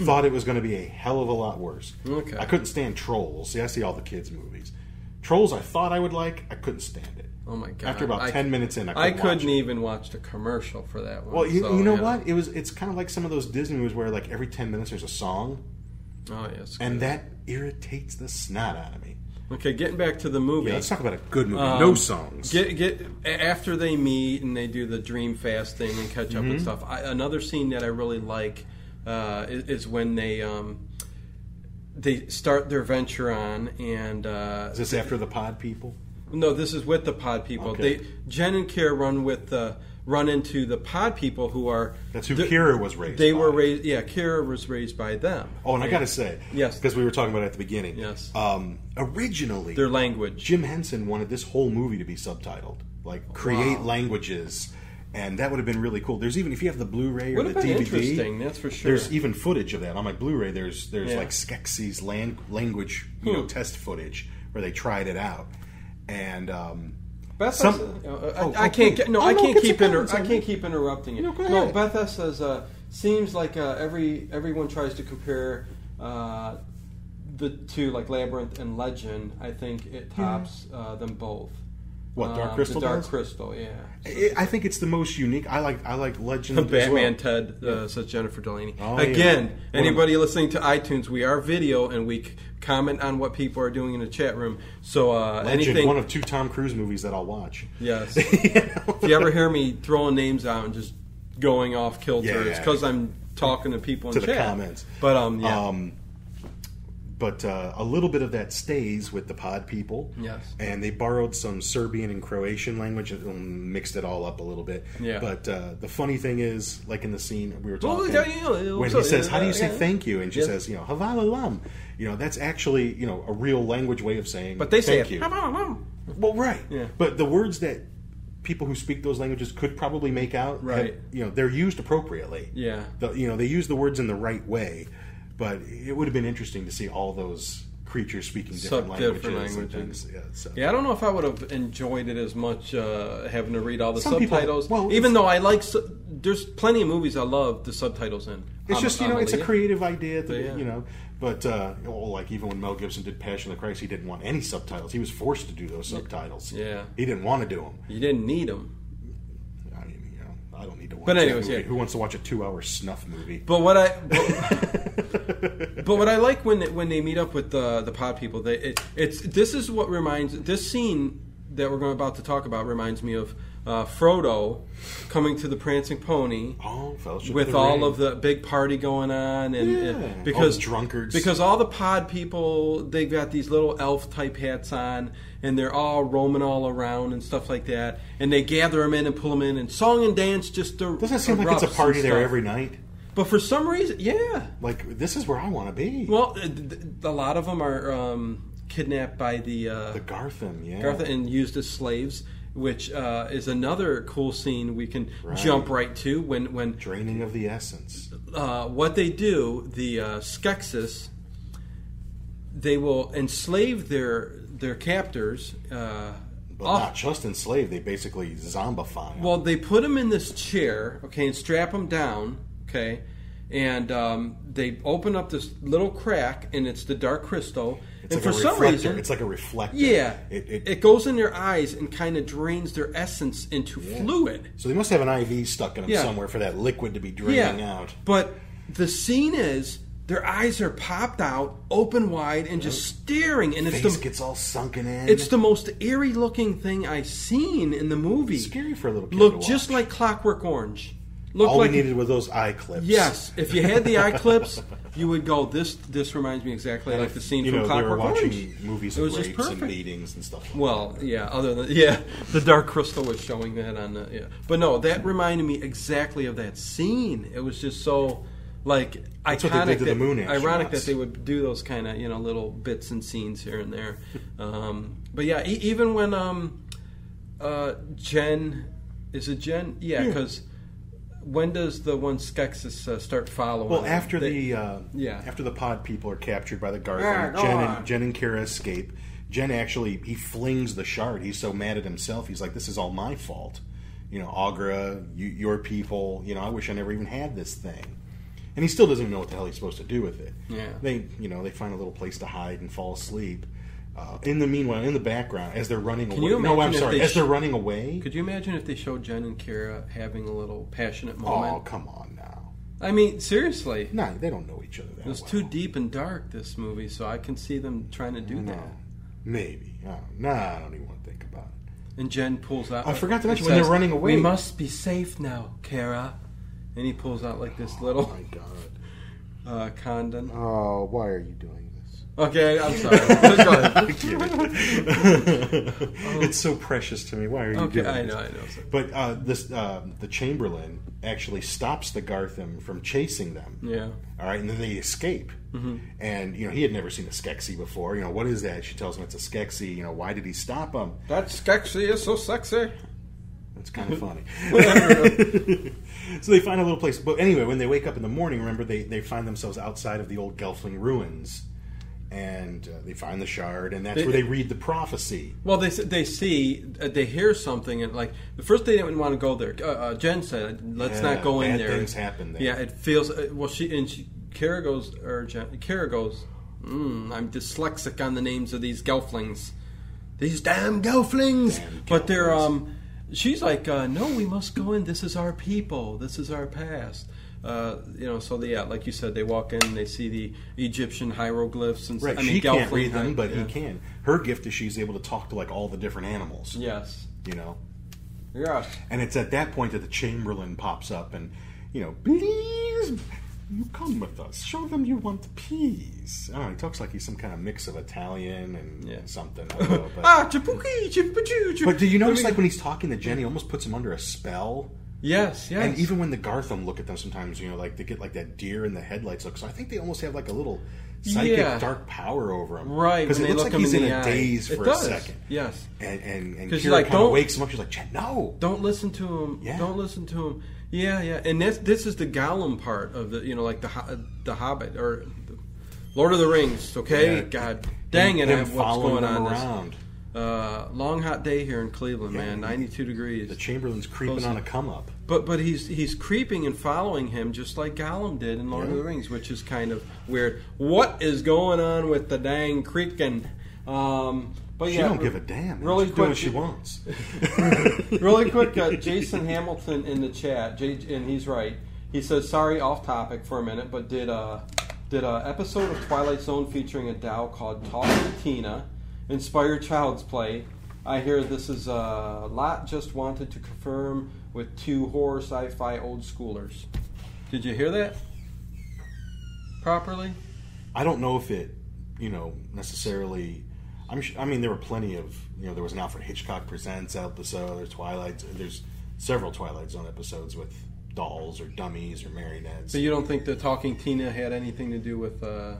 Speaker 3: thought it was going to be a hell of a lot worse.
Speaker 2: Okay.
Speaker 3: I couldn't stand Trolls. See, I see all the kids' movies. Trolls, I thought I would like. I couldn't stand it.
Speaker 2: oh my god!
Speaker 3: After about
Speaker 2: I-
Speaker 3: ten minutes in, I,
Speaker 2: I
Speaker 3: couldn't watch
Speaker 2: couldn't
Speaker 3: it.
Speaker 2: even watch the commercial for that one.
Speaker 3: Well, you,
Speaker 2: so,
Speaker 3: you know
Speaker 2: yeah.
Speaker 3: what? It was. It's kind of like some of those Disney movies where, like, every ten minutes there's a song,
Speaker 2: Oh yes.
Speaker 3: and that irritates the snot out of me.
Speaker 2: okay, getting back to the movie.
Speaker 3: Yeah, let's talk about a good movie.
Speaker 2: Um,
Speaker 3: no songs.
Speaker 2: Get get after they meet and they do the dream fast thing and catch up and
Speaker 3: Mm-hmm.
Speaker 2: stuff. I, another scene that I really like uh, is, is when they um, they start their venture on and uh,
Speaker 3: Is this after the Pod People?
Speaker 2: no, this is with the pod people.
Speaker 3: Okay.
Speaker 2: They Jen and Kira run with the run into the pod people who are
Speaker 3: That's who
Speaker 2: the-
Speaker 3: Kira was raised.
Speaker 2: They
Speaker 3: by.
Speaker 2: were raised. Yeah, Kira was raised by them.
Speaker 3: Oh, and I got to say,
Speaker 2: Yes.
Speaker 3: because we were talking about it at the beginning.
Speaker 2: Yes.
Speaker 3: Um, originally,
Speaker 2: Their language.
Speaker 3: Jim Henson wanted this whole movie to be subtitled, like create languages, and that would have been really cool. There's even if you have the Bluray or
Speaker 2: Would
Speaker 3: the
Speaker 2: have been
Speaker 3: DVD,
Speaker 2: interesting, that's for sure.
Speaker 3: There's even footage of that on my Blu-ray. There's there's
Speaker 2: Yeah.
Speaker 3: like Skeksis lang- language you know
Speaker 2: Hmm.
Speaker 3: test footage where they tried it out, and um,
Speaker 2: Beth,
Speaker 3: Some-
Speaker 2: I, uh, I,
Speaker 3: Oh,
Speaker 2: I
Speaker 3: oh,
Speaker 2: can't.
Speaker 3: please.
Speaker 2: Get, no,
Speaker 3: Oh,
Speaker 2: I
Speaker 3: no,
Speaker 2: can't
Speaker 3: get some
Speaker 2: keep inter-
Speaker 3: comments
Speaker 2: I
Speaker 3: in.
Speaker 2: can't keep interrupting you.
Speaker 3: No, go ahead.
Speaker 2: Beth says uh, seems like uh, every everyone tries to compare uh, the two, like Labyrinth and Legend. I think it tops uh, them both.
Speaker 3: What, Dark
Speaker 2: Um,
Speaker 3: Crystal
Speaker 2: The Dark
Speaker 3: does?
Speaker 2: Crystal, yeah.
Speaker 3: it, I think it's the most unique. I like I like Legend. as well.
Speaker 2: Batman Ted uh, says Jennifer Delaney.
Speaker 3: Oh, yeah.
Speaker 2: Again,
Speaker 3: What
Speaker 2: anybody listening to iTunes, we are video and we c- comment on what people are doing in the chat room. So uh,
Speaker 3: Legend,
Speaker 2: anything,
Speaker 3: one of two Tom Cruise movies that I'll watch.
Speaker 2: Yes. if you ever hear me throwing names out and just going off kilter,
Speaker 3: Yeah,
Speaker 2: it's
Speaker 3: yeah.
Speaker 2: because I'm talking to people in
Speaker 3: To the
Speaker 2: chat.
Speaker 3: comments.
Speaker 2: But um, yeah,
Speaker 3: Um, but uh, a little bit of that stays with the pod people.
Speaker 2: Yes.
Speaker 3: And they borrowed some Serbian and Croatian language and um, mixed it all up a little bit.
Speaker 2: Yeah.
Speaker 3: But uh, the funny thing is, like in the scene we were
Speaker 2: Well,
Speaker 3: talking,
Speaker 2: yeah, yeah, yeah,
Speaker 3: when
Speaker 2: so-
Speaker 3: he says, "How do you
Speaker 2: yeah,
Speaker 3: say
Speaker 2: yeah.
Speaker 3: thank you?" and she
Speaker 2: Yeah.
Speaker 3: says, "You know, havala lam," you know, that's actually you know a real language way of saying.
Speaker 2: but they say
Speaker 3: thank
Speaker 2: it.
Speaker 3: you. Well, right.
Speaker 2: Yeah.
Speaker 3: But the words that people who speak those languages could probably make out, have-
Speaker 2: Right.
Speaker 3: you know, they're used appropriately.
Speaker 2: Yeah.
Speaker 3: The, you know, they use the words in the right way, but it would have been interesting to see all those creatures speaking different
Speaker 2: Sub-
Speaker 3: languages.
Speaker 2: different
Speaker 3: and
Speaker 2: languages.
Speaker 3: things. Yeah, so-
Speaker 2: Yeah, I don't know if I would have enjoyed it as much uh, having to read all the
Speaker 3: Some people-
Speaker 2: subtitles.
Speaker 3: well,
Speaker 2: even
Speaker 3: it's-
Speaker 2: though I like, su- there's plenty of movies I love the subtitles in.
Speaker 3: It's
Speaker 2: I'm-
Speaker 3: just you
Speaker 2: I'm
Speaker 3: know it's a
Speaker 2: Leah.
Speaker 3: creative idea that
Speaker 2: Yeah.
Speaker 3: you know, but uh, well, like even when Mel Gibson did Passion of the Christ, he didn't want any subtitles. He was forced to do those subtitles.
Speaker 2: Yeah.
Speaker 3: he didn't want to do them.
Speaker 2: You didn't need them.
Speaker 3: I mean, you know, I don't need to watch.
Speaker 2: But
Speaker 3: that
Speaker 2: anyways,
Speaker 3: movie.
Speaker 2: yeah.
Speaker 3: who wants to watch a two-hour snuff movie?
Speaker 2: But what I but, but what I like when when they meet up with the the pod people, they it, it's this is what reminds this scene that we're going about to talk about reminds me of uh, Frodo coming to the Prancing Pony
Speaker 3: Oh, Fellowship
Speaker 2: with
Speaker 3: of the
Speaker 2: all
Speaker 3: Ring.
Speaker 2: of the big party going on and, and
Speaker 3: Yeah, all
Speaker 2: because
Speaker 3: the drunkards.
Speaker 2: because all the pod people they've got these little elf type hats on and they're all roaming all around and stuff like that and they gather them in and pull them in and song and dance just er-
Speaker 3: Doesn't it seem like it's a
Speaker 2: erupts
Speaker 3: party
Speaker 2: and
Speaker 3: there
Speaker 2: stuff.
Speaker 3: every night?
Speaker 2: but for some reason yeah
Speaker 3: Like this is where I want to be.
Speaker 2: well uh, th- th- a lot of them are um, kidnapped by the uh,
Speaker 3: the Gartham, yeah.
Speaker 2: Garth and used as slaves which uh, is another cool scene we can
Speaker 3: Right.
Speaker 2: jump right to when when
Speaker 3: draining of the essence.
Speaker 2: uh, what they do, the uh, Skeksis, they will enslave their their captors. Uh,
Speaker 3: But
Speaker 2: off-
Speaker 3: not just enslaved; they basically zombify. 'em.
Speaker 2: well, they put them in this chair, okay, and strap them down, okay, and um, they open up this little crack, and it's the dark crystal.
Speaker 3: it's like
Speaker 2: and for
Speaker 3: a
Speaker 2: some
Speaker 3: reflector.
Speaker 2: reason,
Speaker 3: it's like a reflector.
Speaker 2: yeah,
Speaker 3: It, it,
Speaker 2: goes in their eyes and kind of drains their essence into fluid.
Speaker 3: so they must have an IV stuck in them
Speaker 2: Yeah.
Speaker 3: somewhere for that liquid to be draining out.
Speaker 2: But the scene is their eyes are popped out, open wide, and just staring, and it's
Speaker 3: Face
Speaker 2: the
Speaker 3: gets all sunken in.
Speaker 2: it's the most eerie looking thing I've seen in the movie.
Speaker 3: scary for a little kid.
Speaker 2: Looked
Speaker 3: to watch.
Speaker 2: just like Clockwork Orange. Looked
Speaker 3: all
Speaker 2: like
Speaker 3: we needed were those eye clips.
Speaker 2: yes. If you had the eye clips, you would go. This this reminds me exactly like the scene
Speaker 3: you
Speaker 2: from
Speaker 3: know they
Speaker 2: Clockwork
Speaker 3: were watching
Speaker 2: Orange.
Speaker 3: movies
Speaker 2: It
Speaker 3: of
Speaker 2: was just
Speaker 3: rapes and
Speaker 2: perfect.
Speaker 3: meetings and stuff. Like
Speaker 2: Well, yeah. Other than yeah, the Dark Crystal was showing that on the yeah. But no, that reminded me exactly of that scene. It was just so like
Speaker 3: That's
Speaker 2: iconic.
Speaker 3: what they did to the
Speaker 2: that-
Speaker 3: moon
Speaker 2: ironic
Speaker 3: astronauts.
Speaker 2: that they would do those kind of you know little bits and scenes here and there. Um, but yeah, e- even when um, uh, Jen is it Jen? Yeah, because. When does the one Skeksis uh, start following?
Speaker 3: Well,
Speaker 2: them?
Speaker 3: after
Speaker 2: They-
Speaker 3: the uh,
Speaker 2: Yeah.
Speaker 3: after the pod people are captured by the guard,
Speaker 2: Yeah, go
Speaker 3: Jen
Speaker 2: on.
Speaker 3: and Jen and Kara escape. Jen actually he flings the shard. He's so mad at himself. He's like, "This is all my fault." You know, Agra, you, your people. You know, I wish I never even had this thing. And he still doesn't even know what the hell he's supposed to do with it.
Speaker 2: Yeah.
Speaker 3: They, you know, they find a little place to hide and fall asleep. Uh, in the meanwhile, in the background, as they're running
Speaker 2: Can
Speaker 3: away.
Speaker 2: you
Speaker 3: no,
Speaker 2: imagine
Speaker 3: I'm
Speaker 2: if
Speaker 3: sorry.
Speaker 2: they
Speaker 3: as
Speaker 2: sh-
Speaker 3: they're running away.
Speaker 2: could you imagine if they showed Jen and Kira having a little passionate
Speaker 3: oh,
Speaker 2: moment?
Speaker 3: come on now.
Speaker 2: I mean, seriously.
Speaker 3: No, they don't know each other that
Speaker 2: It was
Speaker 3: well.
Speaker 2: too deep and dark this movie, so I can see them trying to do that.
Speaker 3: Maybe. I don't, nah, I don't even want to think about it.
Speaker 2: And Jen pulls out.
Speaker 3: I forgot to
Speaker 2: and
Speaker 3: mention, when they're
Speaker 2: says,
Speaker 3: running away-
Speaker 2: We must be safe now, Kara. And he pulls out like this
Speaker 3: Oh
Speaker 2: little
Speaker 3: my god.
Speaker 2: uh, condom.
Speaker 3: Oh, why are you doing this?
Speaker 2: Okay, I'm sorry. Go ahead.
Speaker 3: It's so precious to me. Why are you
Speaker 2: Okay,
Speaker 3: doing
Speaker 2: I
Speaker 3: this?
Speaker 2: know, I know. sorry.
Speaker 3: But uh, this, uh, the Chamberlain actually stops the Gartham from chasing them.
Speaker 2: Yeah.
Speaker 3: All right, and then they escape.
Speaker 2: Mm-hmm.
Speaker 3: And you know he had never seen a Skeksi before. You know what is that? She tells him it's a Skeksi. You know why did he stop him?
Speaker 2: That Skeksis is so sexy.
Speaker 3: That's kind of funny. so they find a little place. But anyway, when they wake up in the morning, remember, they, they find themselves outside of the old Gelfling ruins. And uh, they find the shard, and that's
Speaker 2: They-
Speaker 3: where they read the prophecy.
Speaker 2: Well, they s- they see uh, they hear something and like the first they didn't want to go there. Uh, uh, Jen said, "Let's
Speaker 3: Yeah,
Speaker 2: not go in
Speaker 3: bad
Speaker 2: there."
Speaker 3: things happen there.
Speaker 2: Yeah, it feels uh, well. She and she Kara goes or Jen, Kara goes. Mm, I'm dyslexic on the names of these gelflings. These damn gelflings.
Speaker 3: Damn
Speaker 2: but they're
Speaker 3: gelflings.
Speaker 2: um. She's like, uh, no, we must go in. This is our people. This is our past. Uh, you know, so they, yeah, like you said, they walk in. They see the Egyptian hieroglyphs and s-
Speaker 3: Right,
Speaker 2: I mean,
Speaker 3: she can't
Speaker 2: Gelfling
Speaker 3: read them,
Speaker 2: hi-
Speaker 3: but
Speaker 2: yeah.
Speaker 3: he can. Her gift is she's able to talk to like all the different animals.
Speaker 2: Yes.
Speaker 3: you know.
Speaker 2: Yes.
Speaker 3: And it's at that point that the Chamberlain pops up, and you know, please, you come with us. Show them you want peace. I don't know. He talks like he's some kind of mix of Italian and
Speaker 2: Yeah.
Speaker 3: something. I don't know, but-
Speaker 2: Ah, chipuki, chipuchu, chip-
Speaker 3: But do you notice,
Speaker 2: I mean-
Speaker 3: like, when he's talking to Jenny, he almost puts him under a spell?
Speaker 2: Yes, yes.
Speaker 3: And even when the Gartham look at them sometimes, you know, like, they get, like, that deer in the headlights look. So I think they almost have, like, a little psychic
Speaker 2: Yeah.
Speaker 3: dark power over him.
Speaker 2: right
Speaker 3: Because
Speaker 2: when
Speaker 3: it
Speaker 2: they
Speaker 3: looks
Speaker 2: look
Speaker 3: like
Speaker 2: him
Speaker 3: he's in,
Speaker 2: the
Speaker 3: a
Speaker 2: eye.
Speaker 3: daze
Speaker 2: It
Speaker 3: for
Speaker 2: does,
Speaker 3: a second.
Speaker 2: Yes,
Speaker 3: And, and, and
Speaker 2: 'Cause
Speaker 3: Kira
Speaker 2: you're like,
Speaker 3: kind of
Speaker 2: don't-
Speaker 3: wakes him up. She's like, Jen, no!
Speaker 2: don't listen to him.
Speaker 3: Yeah.
Speaker 2: Don't listen to him. Yeah, yeah. And that's this is the Gollum part of the you know like the Ho- the Hobbit or the Lord of the Rings. Okay,
Speaker 3: Yeah.
Speaker 2: God dang it,
Speaker 3: Him
Speaker 2: I have what's
Speaker 3: following
Speaker 2: going
Speaker 3: them
Speaker 2: on? This
Speaker 3: around.
Speaker 2: uh, long hot day here in Cleveland,
Speaker 3: Yeah.
Speaker 2: man. Ninety two degrees.
Speaker 3: The Chamberlain's creeping
Speaker 2: Close
Speaker 3: on
Speaker 2: it.
Speaker 3: a come-up.
Speaker 2: But but he's he's creeping and following him just like Gollum did in Lord of
Speaker 3: Yeah.
Speaker 2: the Rings, which is kind of weird. What is going on with the dang creaking? Um, but
Speaker 3: She
Speaker 2: yeah,
Speaker 3: don't give a damn.
Speaker 2: Really
Speaker 3: She's
Speaker 2: quick,
Speaker 3: doing what she wants.
Speaker 2: really quick. Uh, Jason Hamilton in the chat, J- and he's right. He says, "Sorry, off topic for a minute, but did uh did a episode of Twilight Zone featuring a Dow called Talk to Tina inspire Child's Play?" I hear this is a uh, lot just wanted to confirm with two horror sci-fi old schoolers. Did you hear that properly?
Speaker 3: I don't know if it, you know, necessarily. I'm. Sh- I mean, there were plenty of. You know, there was an Alfred Hitchcock Presents episode. There's Twilight. There's several Twilight Zone episodes with dolls or dummies or marionettes.
Speaker 2: So you don't think the talking Tina had anything to do with uh,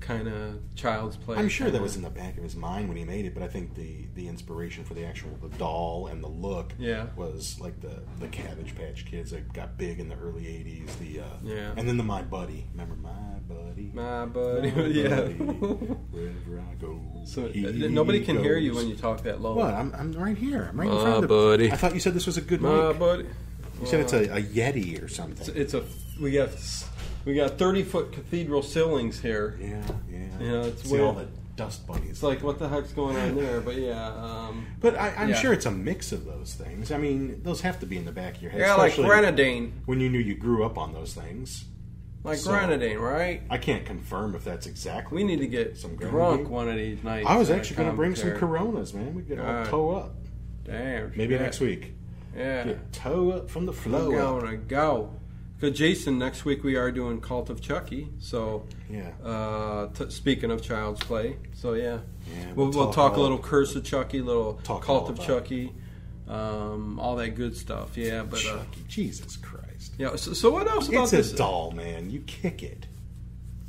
Speaker 2: kind of child's play?
Speaker 3: I'm sure that
Speaker 2: kinda-
Speaker 3: was in the back of his mind when he made it, but I think the the inspiration for the actual the doll and the look
Speaker 2: Yeah.
Speaker 3: was like the the Cabbage Patch Kids that got big in the early '80s. The uh,
Speaker 2: Yeah.
Speaker 3: and then the My Buddy. Remember My Buddy?
Speaker 2: my buddy.
Speaker 3: My
Speaker 2: yeah.
Speaker 3: buddy, Wherever I go,
Speaker 2: so
Speaker 3: he
Speaker 2: uh, nobody can hear you
Speaker 3: goes.
Speaker 2: when you talk that low.
Speaker 3: What? I'm, I'm right here. I'm right in
Speaker 2: My
Speaker 3: front of the
Speaker 2: buddy.
Speaker 3: I thought you said this was a good
Speaker 2: My
Speaker 3: mic.
Speaker 2: buddy.
Speaker 3: You said it's a, a Yeti or something.
Speaker 2: It's a we got we got 30 foot cathedral ceilings here.
Speaker 3: yeah, yeah.
Speaker 2: Yeah, it's
Speaker 3: See all the
Speaker 2: weird.
Speaker 3: dust bunnies.
Speaker 2: It's like what the heck's going on there? But yeah, um,
Speaker 3: But I, I'm
Speaker 2: Yeah.
Speaker 3: sure it's a mix of those things. I mean, those have to be in the back of your head.
Speaker 2: yeah, like
Speaker 3: especially
Speaker 2: grenadine,
Speaker 3: When you knew you grew up on those things.
Speaker 2: like
Speaker 3: So-
Speaker 2: grenadine, right?
Speaker 3: I can't confirm if that's exactly.
Speaker 2: We need to get
Speaker 3: Some
Speaker 2: drunk
Speaker 3: grenadine?
Speaker 2: one of these nights.
Speaker 3: I was
Speaker 2: and
Speaker 3: actually going to bring some
Speaker 2: commentary.
Speaker 3: Coronas, man. We could all
Speaker 2: God.
Speaker 3: toe up.
Speaker 2: Damn.
Speaker 3: Maybe
Speaker 2: shit.
Speaker 3: next week.
Speaker 2: Yeah.
Speaker 3: Get toe up from the
Speaker 2: I'm
Speaker 3: flow. up.
Speaker 2: gonna go. Cause Jason, next week we are doing Cult of Chucky. So,
Speaker 3: Yeah.
Speaker 2: uh, t- speaking of Child's Play, so yeah,
Speaker 3: Yeah,
Speaker 2: we'll,
Speaker 3: we'll
Speaker 2: we'll talk,
Speaker 3: talk
Speaker 2: a
Speaker 3: all-
Speaker 2: little Curse of Chucky, little
Speaker 3: Talk
Speaker 2: Cult
Speaker 3: all
Speaker 2: of
Speaker 3: about-
Speaker 2: Chucky, um, all that good stuff. Yeah, but uh,
Speaker 3: Chucky, E. Jesus Christ.
Speaker 2: yeah. So, so what else about
Speaker 3: It's
Speaker 2: this? uh,
Speaker 3: a doll, man. You kick it.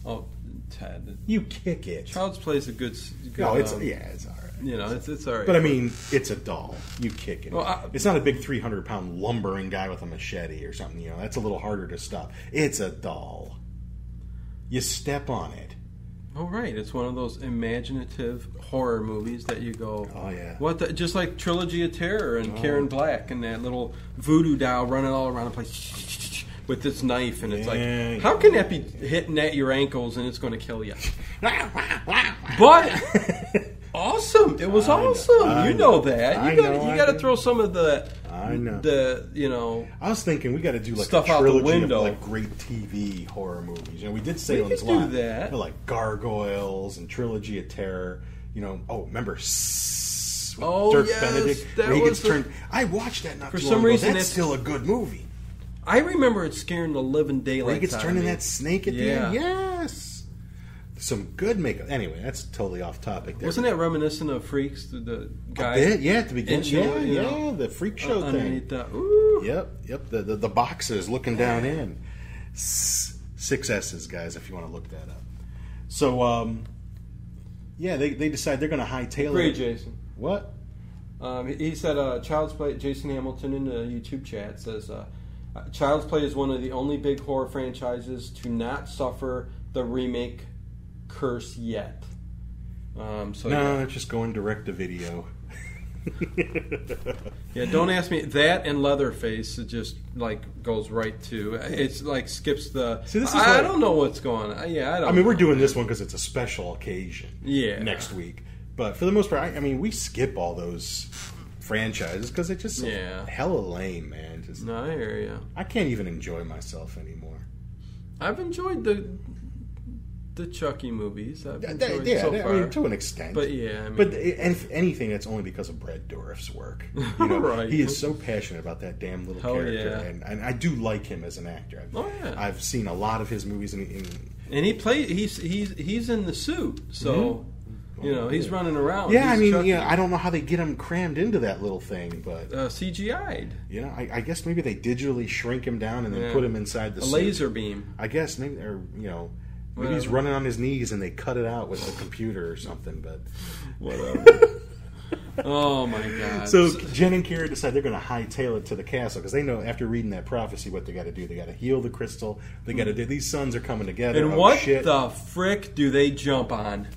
Speaker 2: Oh, Ted.
Speaker 3: You kick it.
Speaker 2: Child's Play is a good. s- good
Speaker 3: no, it's
Speaker 2: um,
Speaker 3: yeah, it's all right.
Speaker 2: You know, it's it's all right.
Speaker 3: But I mean, it's a doll. You kick it.
Speaker 2: Well, I-
Speaker 3: it's not a big 300 pound lumbering guy with a machete or something. You know, that's a little harder to stop. It's a doll. You step on it.
Speaker 2: Oh right, it's one of those imaginative horror movies that you go.
Speaker 3: Oh, yeah. Oh.
Speaker 2: What the, just like Trilogy of Terror and Karen Black and that little voodoo doll running all around the place with this knife and it's
Speaker 3: Yeah.
Speaker 2: like how can that be hitting at your ankles and it's going to kill you? But awesome, it was awesome.
Speaker 3: I
Speaker 2: you
Speaker 3: know.
Speaker 2: know that.
Speaker 3: I
Speaker 2: You got
Speaker 3: know, I
Speaker 2: you got
Speaker 3: do.
Speaker 2: to throw some of the
Speaker 3: I know.
Speaker 2: the you know
Speaker 3: I was thinking we got to do like
Speaker 2: Stuff
Speaker 3: a
Speaker 2: out the
Speaker 3: trilogy
Speaker 2: window.
Speaker 3: of like great TV horror movies. You know, we did Salem's
Speaker 2: could do
Speaker 3: Lot,
Speaker 2: that.
Speaker 3: but, like Gargoyles and Trilogy of Terror. You know, oh, remember Sss with
Speaker 2: Oh,
Speaker 3: Dirk
Speaker 2: yes,
Speaker 3: Benedict?
Speaker 2: that
Speaker 3: where he
Speaker 2: was
Speaker 3: gets
Speaker 2: the-
Speaker 3: turned. I watched that not
Speaker 2: For
Speaker 3: too
Speaker 2: some
Speaker 3: long ago.
Speaker 2: reason,
Speaker 3: That's
Speaker 2: it's-
Speaker 3: still a good movie.
Speaker 2: I remember it scaring the living
Speaker 3: Where
Speaker 2: daylights
Speaker 3: he gets
Speaker 2: out
Speaker 3: turned
Speaker 2: of
Speaker 3: into
Speaker 2: me.
Speaker 3: that snake at
Speaker 2: Yeah.
Speaker 3: the end. Yes. Some good makeup. Anyway, that's totally off topic. There.
Speaker 2: Wasn't that reminiscent of Freaks? The, the guy
Speaker 3: bit? Yeah, at the beginning.
Speaker 2: Into
Speaker 3: Yeah,
Speaker 2: it, you
Speaker 3: yeah,
Speaker 2: know,
Speaker 3: the freak show thing.
Speaker 2: underneath the ooh.
Speaker 3: Yep, yep. The the, the boxes looking down in. S- Six S's, guys, if you want to look that up. So, um, yeah, they, they decide they're going to hightail
Speaker 2: Great,
Speaker 3: it.
Speaker 2: Jason.
Speaker 3: What?
Speaker 2: Um, he- he said, uh, "Child's Play." Jason Hamilton in the YouTube chat says, uh, "Child's Play is one of the only big horror franchises to not suffer the remake curse yet." Um, so
Speaker 3: No,
Speaker 2: yeah.
Speaker 3: it's just going direct to video.
Speaker 2: yeah, don't ask me that. And Leatherface it just like goes right to it's like skips the.
Speaker 3: See, this is
Speaker 2: I, I
Speaker 3: like-
Speaker 2: don't know what's going. on. Yeah, I don't.
Speaker 3: I mean, we're
Speaker 2: know.
Speaker 3: doing this one because it's a special occasion.
Speaker 2: Yeah.
Speaker 3: Next week, but for the most part, I, I mean, we skip all those franchises because it's just
Speaker 2: Yeah.
Speaker 3: hella lame, man. Just
Speaker 2: No, I hear ya.
Speaker 3: I can't even enjoy myself anymore.
Speaker 2: I've enjoyed the the Chucky movies. I've
Speaker 3: Yeah,
Speaker 2: enjoyed
Speaker 3: yeah,
Speaker 2: so
Speaker 3: I
Speaker 2: far.
Speaker 3: mean, to an extent.
Speaker 2: But yeah, I mean-
Speaker 3: but i- and if anything, that's only because of Brad Dourif's work. You know,
Speaker 2: Right.
Speaker 3: he is so passionate about that damn little
Speaker 2: Hell
Speaker 3: character,
Speaker 2: yeah.
Speaker 3: and, and I do like him as an actor. I've,
Speaker 2: Oh, yeah.
Speaker 3: I've seen a lot of his movies, and, and
Speaker 2: And he played. He's he's he's in the suit, so you know he's running
Speaker 3: Mm-hmm.
Speaker 2: around.
Speaker 3: yeah, I
Speaker 2: Oh, He's
Speaker 3: mean,
Speaker 2: Chucky.
Speaker 3: yeah, I don't know how they get him crammed into that little thing, but
Speaker 2: uh, CGI'd
Speaker 3: you know, I, I guess maybe they digitally shrink him down and then
Speaker 2: Yeah.
Speaker 3: put him inside the
Speaker 2: a
Speaker 3: suit.
Speaker 2: laser beam.
Speaker 3: I guess maybe or you know. Maybe he's
Speaker 2: Whatever.
Speaker 3: running on his knees and they cut it out with a computer or something, but
Speaker 2: Whatever. oh my god.
Speaker 3: So Jen and Kira decide they're going to hightail it to the castle because they know after reading that prophecy what they got to do. They got to heal the crystal. They got to do. These sons are coming together.
Speaker 2: Hmm. and
Speaker 3: Oh,
Speaker 2: what
Speaker 3: shit.
Speaker 2: the frick do they jump on?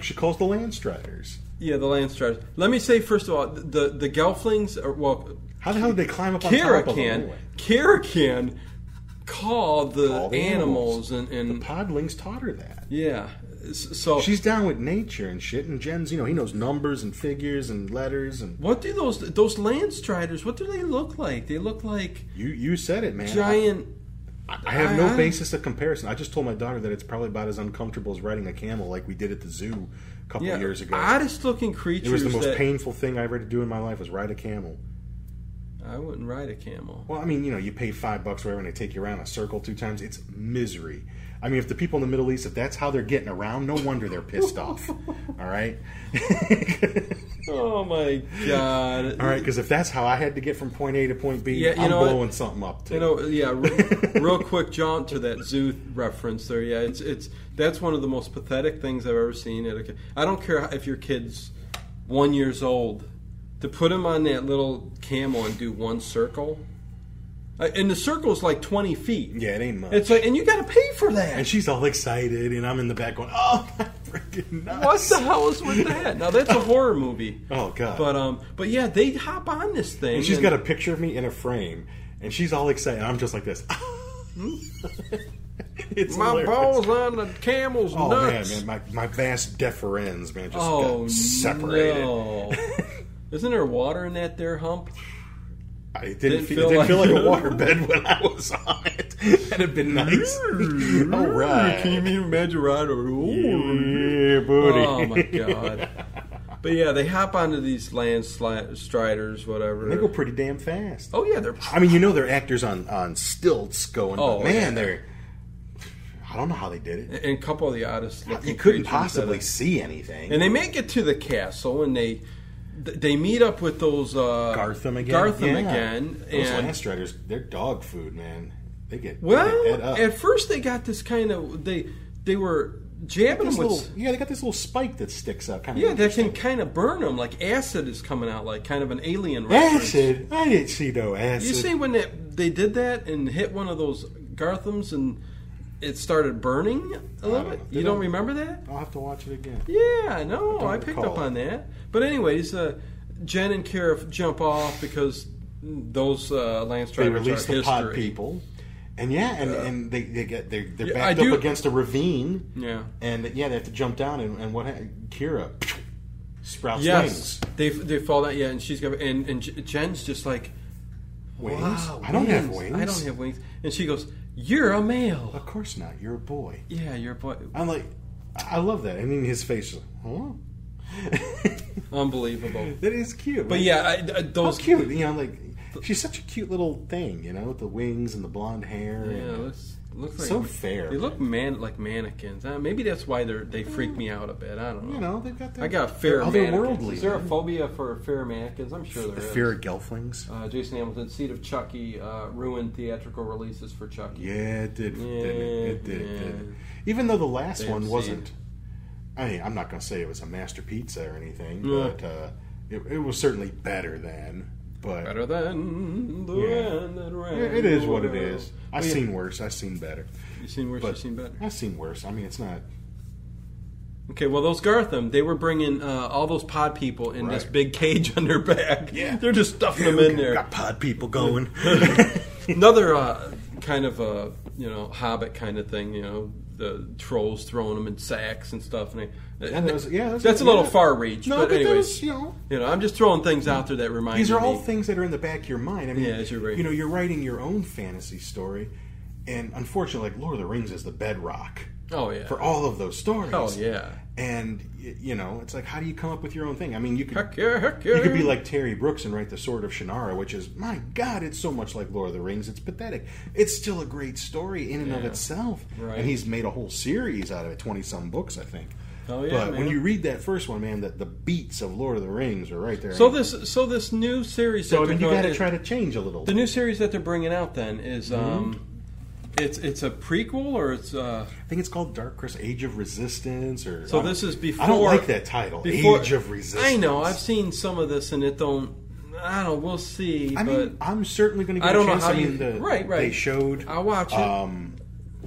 Speaker 3: She calls the Landstriders.
Speaker 2: Yeah, the land stretch. Let me say first of all, the the Gelflings. Are, well,
Speaker 3: How the hell did they climb up on
Speaker 2: Kira
Speaker 3: top of them?
Speaker 2: can
Speaker 3: anyway?
Speaker 2: Kira can call the,
Speaker 3: All the
Speaker 2: animals,
Speaker 3: animals.
Speaker 2: and,
Speaker 3: The
Speaker 2: and
Speaker 3: Podlings taught her that.
Speaker 2: yeah. S- So
Speaker 3: She's down with nature and shit. And Jen's, you know, he knows numbers and figures and letters and.
Speaker 2: what do those those land striders? What do they look like? They look like
Speaker 3: You you said it, man.
Speaker 2: giant
Speaker 3: I have no
Speaker 2: I-
Speaker 3: basis of comparison. I just told my daughter that it's probably about as uncomfortable as riding a camel, like we did at the zoo a couple
Speaker 2: Yeah,
Speaker 3: years ago.
Speaker 2: oddest looking creatures.
Speaker 3: it was the most
Speaker 2: that-
Speaker 3: painful thing I ever had to do in my life was ride a camel.
Speaker 2: I wouldn't ride a camel.
Speaker 3: Well, I mean, you know, you pay five bucks, whatever, and they take you around a circle two times. It's misery. I mean, if the people in the Middle East, if that's how they're getting around, no wonder they're pissed off. All right,
Speaker 2: Oh my god!
Speaker 3: all right, because if that's how I had to get from point A to point B,
Speaker 2: Yeah, you
Speaker 3: I'm
Speaker 2: know what?
Speaker 3: blowing something up too.
Speaker 2: You know, yeah. Re- real quick jaunt to that zoo reference there. Yeah, it's it's that's one of the most pathetic things I've ever seen. At a, ki- I don't care if your kid's one years old to put him on that little camel and do one circle, Uh, and the circle's like twenty feet.
Speaker 3: yeah, it ain't much.
Speaker 2: It's like, and you got to pay for
Speaker 3: and
Speaker 2: that.
Speaker 3: she's all excited, and I'm in the back going, "Oh, my freaking nuts!"
Speaker 2: What the hell is with that? Now that's a horror movie.
Speaker 3: Oh god!
Speaker 2: But um, but yeah, they hop on this thing.
Speaker 3: and she's got a picture of me in a frame, and she's all excited. I'm just like this. it's
Speaker 2: my
Speaker 3: hilarious.
Speaker 2: balls on the camel's
Speaker 3: Oh
Speaker 2: nuts.
Speaker 3: man, man, my my vast deferens, man, just
Speaker 2: Oh,
Speaker 3: got separated.
Speaker 2: no. Isn't there water in that there hump?
Speaker 3: I it didn't,
Speaker 2: Didn't
Speaker 3: feel, it
Speaker 2: feel
Speaker 3: didn't
Speaker 2: like-
Speaker 3: feel like a water bed when I was on it. That'd have been nice. all right.
Speaker 2: Can you imagine right over?
Speaker 3: Yeah, booty.
Speaker 2: Oh my god. But yeah, they hop onto these land sli- striders, whatever.
Speaker 3: they go pretty damn fast.
Speaker 2: oh yeah, they're.
Speaker 3: I mean, you know they're actors on on stilts going.
Speaker 2: Oh,
Speaker 3: Oh man,
Speaker 2: yeah.
Speaker 3: they're. I don't know how they did it.
Speaker 2: And a couple of the oddest. looking
Speaker 3: You couldn't
Speaker 2: creatures that
Speaker 3: possibly
Speaker 2: I-
Speaker 3: see anything.
Speaker 2: and they make it to the castle, and they they meet up with those uh,
Speaker 3: Gartham again.
Speaker 2: Gartham
Speaker 3: Yeah.
Speaker 2: again,
Speaker 3: Those
Speaker 2: and
Speaker 3: Lance Riders, they're dog food, man. They get they get ate
Speaker 2: Well,
Speaker 3: up.
Speaker 2: at first they got this kind of they they were jabbing
Speaker 3: This
Speaker 2: them with
Speaker 3: little- yeah, they got this little spike that sticks out. Kind of
Speaker 2: yeah that can kind of burn them like acid is coming out like kind of an alien reference.
Speaker 3: acid. I didn't see no acid.
Speaker 2: You see when that, they did that and hit one of those Garthams and it started burning a little
Speaker 3: don't
Speaker 2: bit.
Speaker 3: know. They
Speaker 2: You don't
Speaker 3: don't-
Speaker 2: remember that?
Speaker 3: I'll have to watch it again.
Speaker 2: Yeah, no,
Speaker 3: don't
Speaker 2: I, picked
Speaker 3: recall
Speaker 2: up on that. But anyways, uh, Jen and Kara jump off because those uh, land
Speaker 3: They
Speaker 2: strikers
Speaker 3: release
Speaker 2: are
Speaker 3: the pod
Speaker 2: history.
Speaker 3: people, and yeah, and, and they, they get they're, they're
Speaker 2: Yeah, I
Speaker 3: backed
Speaker 2: do-
Speaker 3: up against a ravine,
Speaker 2: Yeah.
Speaker 3: and yeah, they have to jump down. And, and what ha- Kira sprouts wings.
Speaker 2: Yes, they they fall down. Yeah, and she's got and and J- Jen's just like,
Speaker 3: Wings?
Speaker 2: wow,
Speaker 3: I don't have
Speaker 2: wings.
Speaker 3: wings.
Speaker 2: I don't have wings. And she goes, "You're a male."
Speaker 3: Of course not. You're a boy.
Speaker 2: Yeah, you're a boy.
Speaker 3: I'm like, I I love that. And then his face is like, huh?
Speaker 2: Unbelievable.
Speaker 3: that is cute.
Speaker 2: But
Speaker 3: man.
Speaker 2: yeah, I, I,
Speaker 3: how
Speaker 2: those
Speaker 3: cute. You know, like she's such a cute little thing. You know, with the wings and the blonde hair.
Speaker 2: Yeah,
Speaker 3: and,
Speaker 2: looks looks like
Speaker 3: So fair,
Speaker 2: They look
Speaker 3: man.
Speaker 2: man like mannequins. Uh, maybe that's why they are they freak me out a bit. I don't know.
Speaker 3: you know, they've got their,
Speaker 2: I got a fear of
Speaker 3: their
Speaker 2: mannequins.
Speaker 3: otherworldly.
Speaker 2: Is there a phobia for fear of mannequins? I'm sure
Speaker 3: the
Speaker 2: there is.
Speaker 3: fear of gelflings.
Speaker 2: Uh, Jason Hamilton, seat of Chucky, uh, ruined theatrical releases for Chucky.
Speaker 3: Yeah, it did. didn't it? It did.
Speaker 2: Yeah,
Speaker 3: It
Speaker 2: yeah.
Speaker 3: did. Even though the last
Speaker 2: Damn
Speaker 3: one
Speaker 2: scene.
Speaker 3: wasn't. I mean, I'm not going to say it was a master pizza or anything,
Speaker 2: Yeah.
Speaker 3: but uh, it, it was certainly better than. But
Speaker 2: Better than the
Speaker 3: Yeah.
Speaker 2: wind that ran
Speaker 3: it it is
Speaker 2: the
Speaker 3: what it
Speaker 2: world.
Speaker 3: is. I've
Speaker 2: Well, yeah,
Speaker 3: seen worse. I've seen better.
Speaker 2: You've seen worse.
Speaker 3: but-
Speaker 2: You've seen better.
Speaker 3: I've seen worse. I mean, it's not.
Speaker 2: Okay, well, those Gartham, they were bringing uh, all those pod people in this
Speaker 3: Right.
Speaker 2: big cage on their back.
Speaker 3: Yeah.
Speaker 2: They're just stuffing them
Speaker 3: We
Speaker 2: in there.
Speaker 3: Got pod people going.
Speaker 2: Another uh, kind of, uh, you know, hobbit kind of thing, you know, the trolls throwing them in sacks and stuff. And they,
Speaker 3: Yeah, that was- yeah, that's-
Speaker 2: that's a little
Speaker 3: yeah.
Speaker 2: far reach.
Speaker 3: No,
Speaker 2: but,
Speaker 3: but
Speaker 2: anyways,
Speaker 3: those, you know-
Speaker 2: you know, I'm just throwing things out there that remind
Speaker 3: These are
Speaker 2: me.
Speaker 3: all things that are in the back of your mind. I mean,
Speaker 2: Yeah, as you're writing.
Speaker 3: you know, you're writing your own fantasy story, and unfortunately, like Lord of the Rings is the bedrock
Speaker 2: Oh, yeah.
Speaker 3: for all of those stories.
Speaker 2: Oh, yeah.
Speaker 3: And y- you know, it's like, how do you come up with your own thing? I mean, you could
Speaker 2: Heck yeah, heck yeah.
Speaker 3: you could be like Terry Brooks and write the Sword of Shannara, which is my God, it's so much like Lord of the Rings. It's pathetic. It's still a great story in and of
Speaker 2: Yeah.
Speaker 3: itself.
Speaker 2: Right.
Speaker 3: And he's made a whole series out of it, twenty some books, I think.
Speaker 2: Oh, yeah,
Speaker 3: but when
Speaker 2: man.
Speaker 3: you read that first one, man, that the beats of Lord of the Rings are right there.
Speaker 2: So this, so this new series.
Speaker 3: so
Speaker 2: that
Speaker 3: I mean,
Speaker 2: they're
Speaker 3: you got
Speaker 2: doing
Speaker 3: to
Speaker 2: is-
Speaker 3: try Mm-hmm. to change a little.
Speaker 2: The new series that they're bringing out then is um, it's it's a prequel or it's uh,
Speaker 3: I think it's called Dark Crystal Age of Resistance, or
Speaker 2: so this is before.
Speaker 3: I don't like that title,
Speaker 2: before-
Speaker 3: Age of Resistance.
Speaker 2: I know I've seen some of this and it don't. I don't. know, We'll see.
Speaker 3: I
Speaker 2: but
Speaker 3: mean, I'm certainly going to.
Speaker 2: I don't know
Speaker 3: chance.
Speaker 2: how
Speaker 3: I mean,
Speaker 2: you-
Speaker 3: the,
Speaker 2: right, right.
Speaker 3: They showed.
Speaker 2: I'll watch it.
Speaker 3: Um,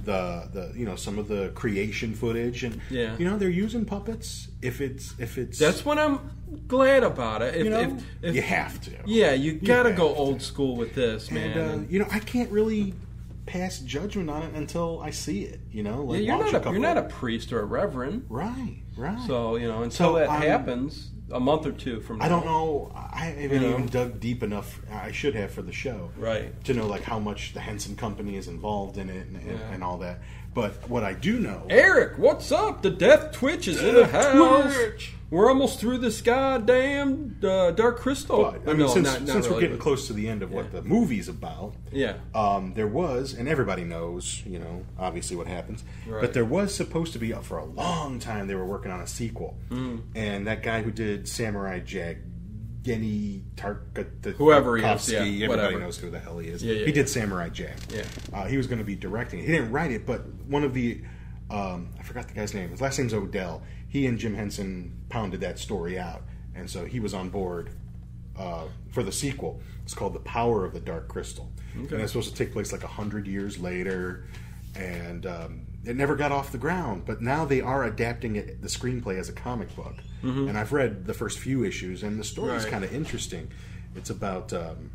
Speaker 3: the the you know some of the creation footage and
Speaker 2: Yeah.
Speaker 3: you know they're using puppets. If it's if it's
Speaker 2: that's what I'm glad about it. If,
Speaker 3: you know
Speaker 2: if, if,
Speaker 3: you have to.
Speaker 2: yeah, you gotta
Speaker 3: have
Speaker 2: go
Speaker 3: to.
Speaker 2: old school with this, man.
Speaker 3: and uh, you know I can't really pass judgment on it until I see it. You know,
Speaker 2: Yeah,
Speaker 3: like
Speaker 2: you're
Speaker 3: watch
Speaker 2: not
Speaker 3: a
Speaker 2: a,
Speaker 3: couple
Speaker 2: you're not a priest or a reverend,
Speaker 3: right, right.
Speaker 2: so you know until
Speaker 3: So
Speaker 2: that
Speaker 3: I'm-
Speaker 2: happens. a month or two from now.
Speaker 3: I don't know. I haven't
Speaker 2: You know?
Speaker 3: even dug deep enough. I should have for the show,
Speaker 2: Right.
Speaker 3: To know like how much the Henson Company is involved in it and, and,
Speaker 2: Yeah.
Speaker 3: and all that. But what I do know,
Speaker 2: Eric, what's up? The death twitch is in the house.
Speaker 3: Twitch.
Speaker 2: We're almost through this goddamn uh, Dark Crystal.
Speaker 3: But, I mean,
Speaker 2: no,
Speaker 3: since,
Speaker 2: not, not
Speaker 3: since we're
Speaker 2: really,
Speaker 3: getting
Speaker 2: but-
Speaker 3: close to the end of
Speaker 2: Yeah.
Speaker 3: what the movie's about,
Speaker 2: Yeah.
Speaker 3: um, there was, and everybody knows, you know, obviously what happens,
Speaker 2: Right.
Speaker 3: but there was supposed to be for a long time they were working on a sequel,
Speaker 2: Hmm.
Speaker 3: and that guy who did Samurai Jack. Geni Tarkovsky.
Speaker 2: Whoever he is, yeah,
Speaker 3: everybody
Speaker 2: whatever.
Speaker 3: knows who the hell he is.
Speaker 2: Yeah, yeah,
Speaker 3: he
Speaker 2: yeah.
Speaker 3: did Samurai Jack.
Speaker 2: Yeah.
Speaker 3: uh, he was going to be directing. it. He didn't write it, but one of the um, I forgot the guy's name. His last name's Odell. He and Jim Henson pounded that story out, and so he was on board uh, for the sequel. It's called The Power of the Dark Crystal,
Speaker 2: Okay.
Speaker 3: and it's supposed to take place like a hundred years later. And um, it never got off the ground, but now they are adapting it, the screenplay as a comic book. And I've read the first few issues, and the story's
Speaker 2: Mm-hmm. Right.
Speaker 3: kind of interesting. It's about um,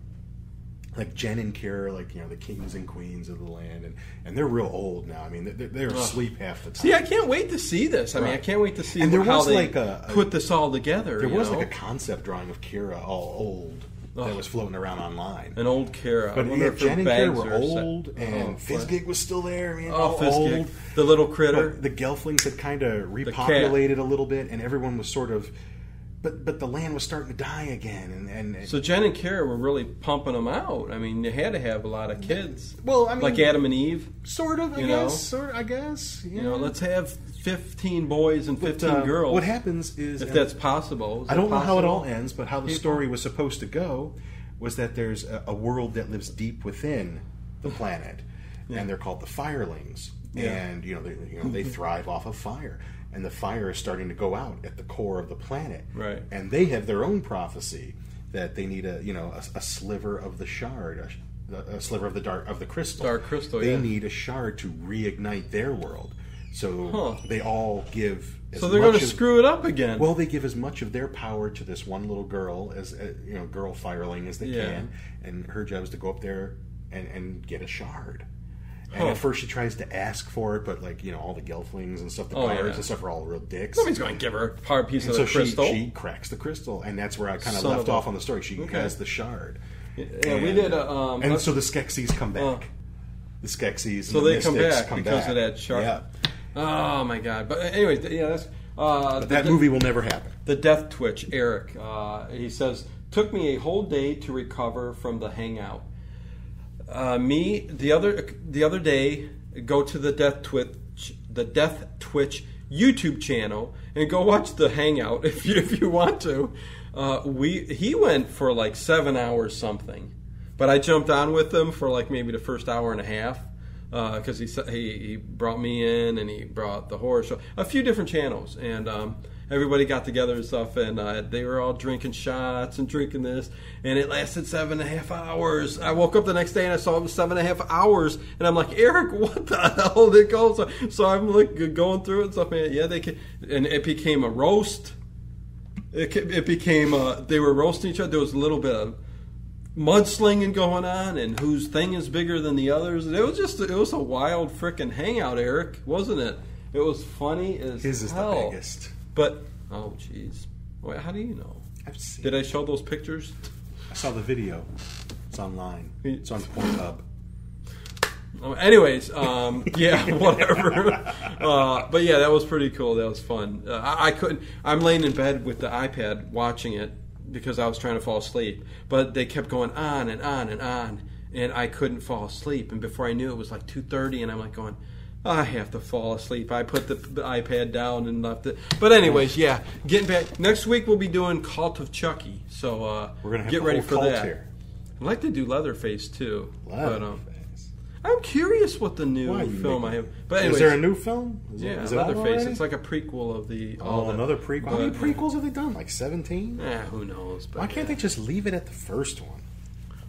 Speaker 3: like Jen and Kira, like you know the kings and queens of the land, and and they're real old now. I mean, they're, they're asleep half the time.
Speaker 2: See, I can't wait to see this. I mean, I
Speaker 3: Right.
Speaker 2: can't wait to see
Speaker 3: And there
Speaker 2: how
Speaker 3: was
Speaker 2: they
Speaker 3: like a- a-
Speaker 2: put this all together.
Speaker 3: there
Speaker 2: you
Speaker 3: was
Speaker 2: know?
Speaker 3: like a concept drawing of Kira all old
Speaker 2: Ugh.
Speaker 3: that was floating around online.
Speaker 2: an old Kara.
Speaker 3: but
Speaker 2: I wonder
Speaker 3: yeah,
Speaker 2: if her
Speaker 3: Jen and Kira
Speaker 2: bags
Speaker 3: were
Speaker 2: are set-
Speaker 3: old, and
Speaker 2: oh,
Speaker 3: Fizgig was still there. Man,
Speaker 2: Oh,
Speaker 3: all
Speaker 2: Fizgig.
Speaker 3: old.
Speaker 2: the little critter.
Speaker 3: But the Gelflings had kind of repopulated a little bit, and everyone was sort of. But but the land was starting to die again, and and
Speaker 2: so Jen and Kara were really pumping them out. I mean, they had to have a lot of kids.
Speaker 3: Well, I mean-
Speaker 2: like Adam and Eve.
Speaker 3: sort of, I
Speaker 2: you
Speaker 3: guess,
Speaker 2: know?
Speaker 3: sort I guess,
Speaker 2: You know,
Speaker 3: yeah.
Speaker 2: let's have fifteen boys and
Speaker 3: But,
Speaker 2: fifteen
Speaker 3: uh,
Speaker 2: girls.
Speaker 3: What happens is
Speaker 2: If that's possible. Is
Speaker 3: I
Speaker 2: that
Speaker 3: don't know how it
Speaker 2: possible?
Speaker 3: all ends, but how the story was supposed to go was that there's a, a world that lives deep within the planet, and they're called the Firelings,
Speaker 2: Yeah. Mm-hmm.
Speaker 3: and you know they you know they thrive off of fire, and the fire is starting to go out at the core of the planet,
Speaker 2: Right.
Speaker 3: And they have their own prophecy that they need a you know a, a sliver of the shard. A, a sliver of the dark of the crystal.
Speaker 2: Dark crystal,
Speaker 3: They
Speaker 2: yeah.
Speaker 3: need a shard to reignite their world, so
Speaker 2: Huh.
Speaker 3: they all give. As
Speaker 2: So they're
Speaker 3: much
Speaker 2: going to
Speaker 3: as-
Speaker 2: screw it up again.
Speaker 3: well, they give as much of their power to this one little girl as uh, you know, girl fireling as they
Speaker 2: Yeah.
Speaker 3: can, and her job is to go up there and, and get a shard. And
Speaker 2: Huh.
Speaker 3: at first, she tries to ask for it, but like you know, all the gelflings and stuff, the
Speaker 2: Oh,
Speaker 3: guards
Speaker 2: yeah.
Speaker 3: and stuff are all real dicks.
Speaker 2: somebody's going to give her a hard piece
Speaker 3: and
Speaker 2: of
Speaker 3: so
Speaker 2: the
Speaker 3: she,
Speaker 2: crystal.
Speaker 3: she cracks the crystal, and that's where I kind of
Speaker 2: Son
Speaker 3: left
Speaker 2: of a-
Speaker 3: off on the story. She
Speaker 2: Okay.
Speaker 3: has the shard.
Speaker 2: yeah, we did a, um,
Speaker 3: and
Speaker 2: a-
Speaker 3: so the Skeksis come back.
Speaker 2: Uh.
Speaker 3: the Skeksis,
Speaker 2: So
Speaker 3: and the
Speaker 2: they come
Speaker 3: Mystics
Speaker 2: back because of that shard.
Speaker 3: Yeah,
Speaker 2: oh my god! But anyways, th- yeah, that's uh,
Speaker 3: that
Speaker 2: the,
Speaker 3: movie will never happen.
Speaker 2: The Death Twitch, Eric. Uh, he says, took me a whole day to recover from the hangout. Uh, me the other the other day go to the Death Twitch the Death Twitch YouTube channel and go watch the hangout if you, if you want to. Uh, we he went for like seven hours something, but I jumped on with him for like maybe the first hour and a half because uh, he he sa- he he brought me in and he brought the horror show a few different channels and. Um, Everybody got together and stuff, and uh, they were all drinking shots and drinking this, and it lasted seven and a half hours. I woke up the next day and I saw it was seven and a half hours, and I'm like, Eric, what the hell did it go? So, so I'm like going through it and stuff, man. Yeah, they can, and it became a roast. It, ca- it became uh, they were roasting each other. There was a little bit of mudslinging going on, and whose thing is bigger than the others. And it was just it was a wild freaking hangout, Eric, wasn't it? It was funny as
Speaker 3: His is
Speaker 2: hell.
Speaker 3: the biggest.
Speaker 2: But oh, jeez. Wait, how do you know?
Speaker 3: I've seen
Speaker 2: Did I show those pictures?
Speaker 3: I saw the video. It's online. It's on Pornhub.
Speaker 2: Um, anyways, um, yeah, whatever. uh, but yeah, that was pretty cool. That was fun. Uh, I, I couldn't. I'm laying in bed with the iPad watching it because I was trying to fall asleep. But they kept going on and on and on, and I couldn't fall asleep. And before I knew it, it was like 2:30, and I'm like going. I have to fall asleep. I put the, the iPad down and left it. But anyways, yeah, getting back. Next week we'll be doing Cult of Chucky, so uh,
Speaker 3: We're gonna have
Speaker 2: get
Speaker 3: the
Speaker 2: ready
Speaker 3: whole
Speaker 2: for
Speaker 3: cult
Speaker 2: that.
Speaker 3: here.
Speaker 2: I'd like to do Leatherface too. But, um,
Speaker 3: Leatherface.
Speaker 2: I'm curious what the new
Speaker 3: Why are you
Speaker 2: film I
Speaker 3: making-
Speaker 2: have. But anyways,
Speaker 3: is there a new film? Is
Speaker 2: yeah,
Speaker 3: is out
Speaker 2: Leatherface.
Speaker 3: already?
Speaker 2: It's like a prequel of the. all
Speaker 3: oh,
Speaker 2: the-
Speaker 3: another prequel. How many
Speaker 2: but- uh,
Speaker 3: prequels have they done? Like seventeen.
Speaker 2: Eh, who knows? But
Speaker 3: Why can't
Speaker 2: yeah.
Speaker 3: they just leave it at the first one?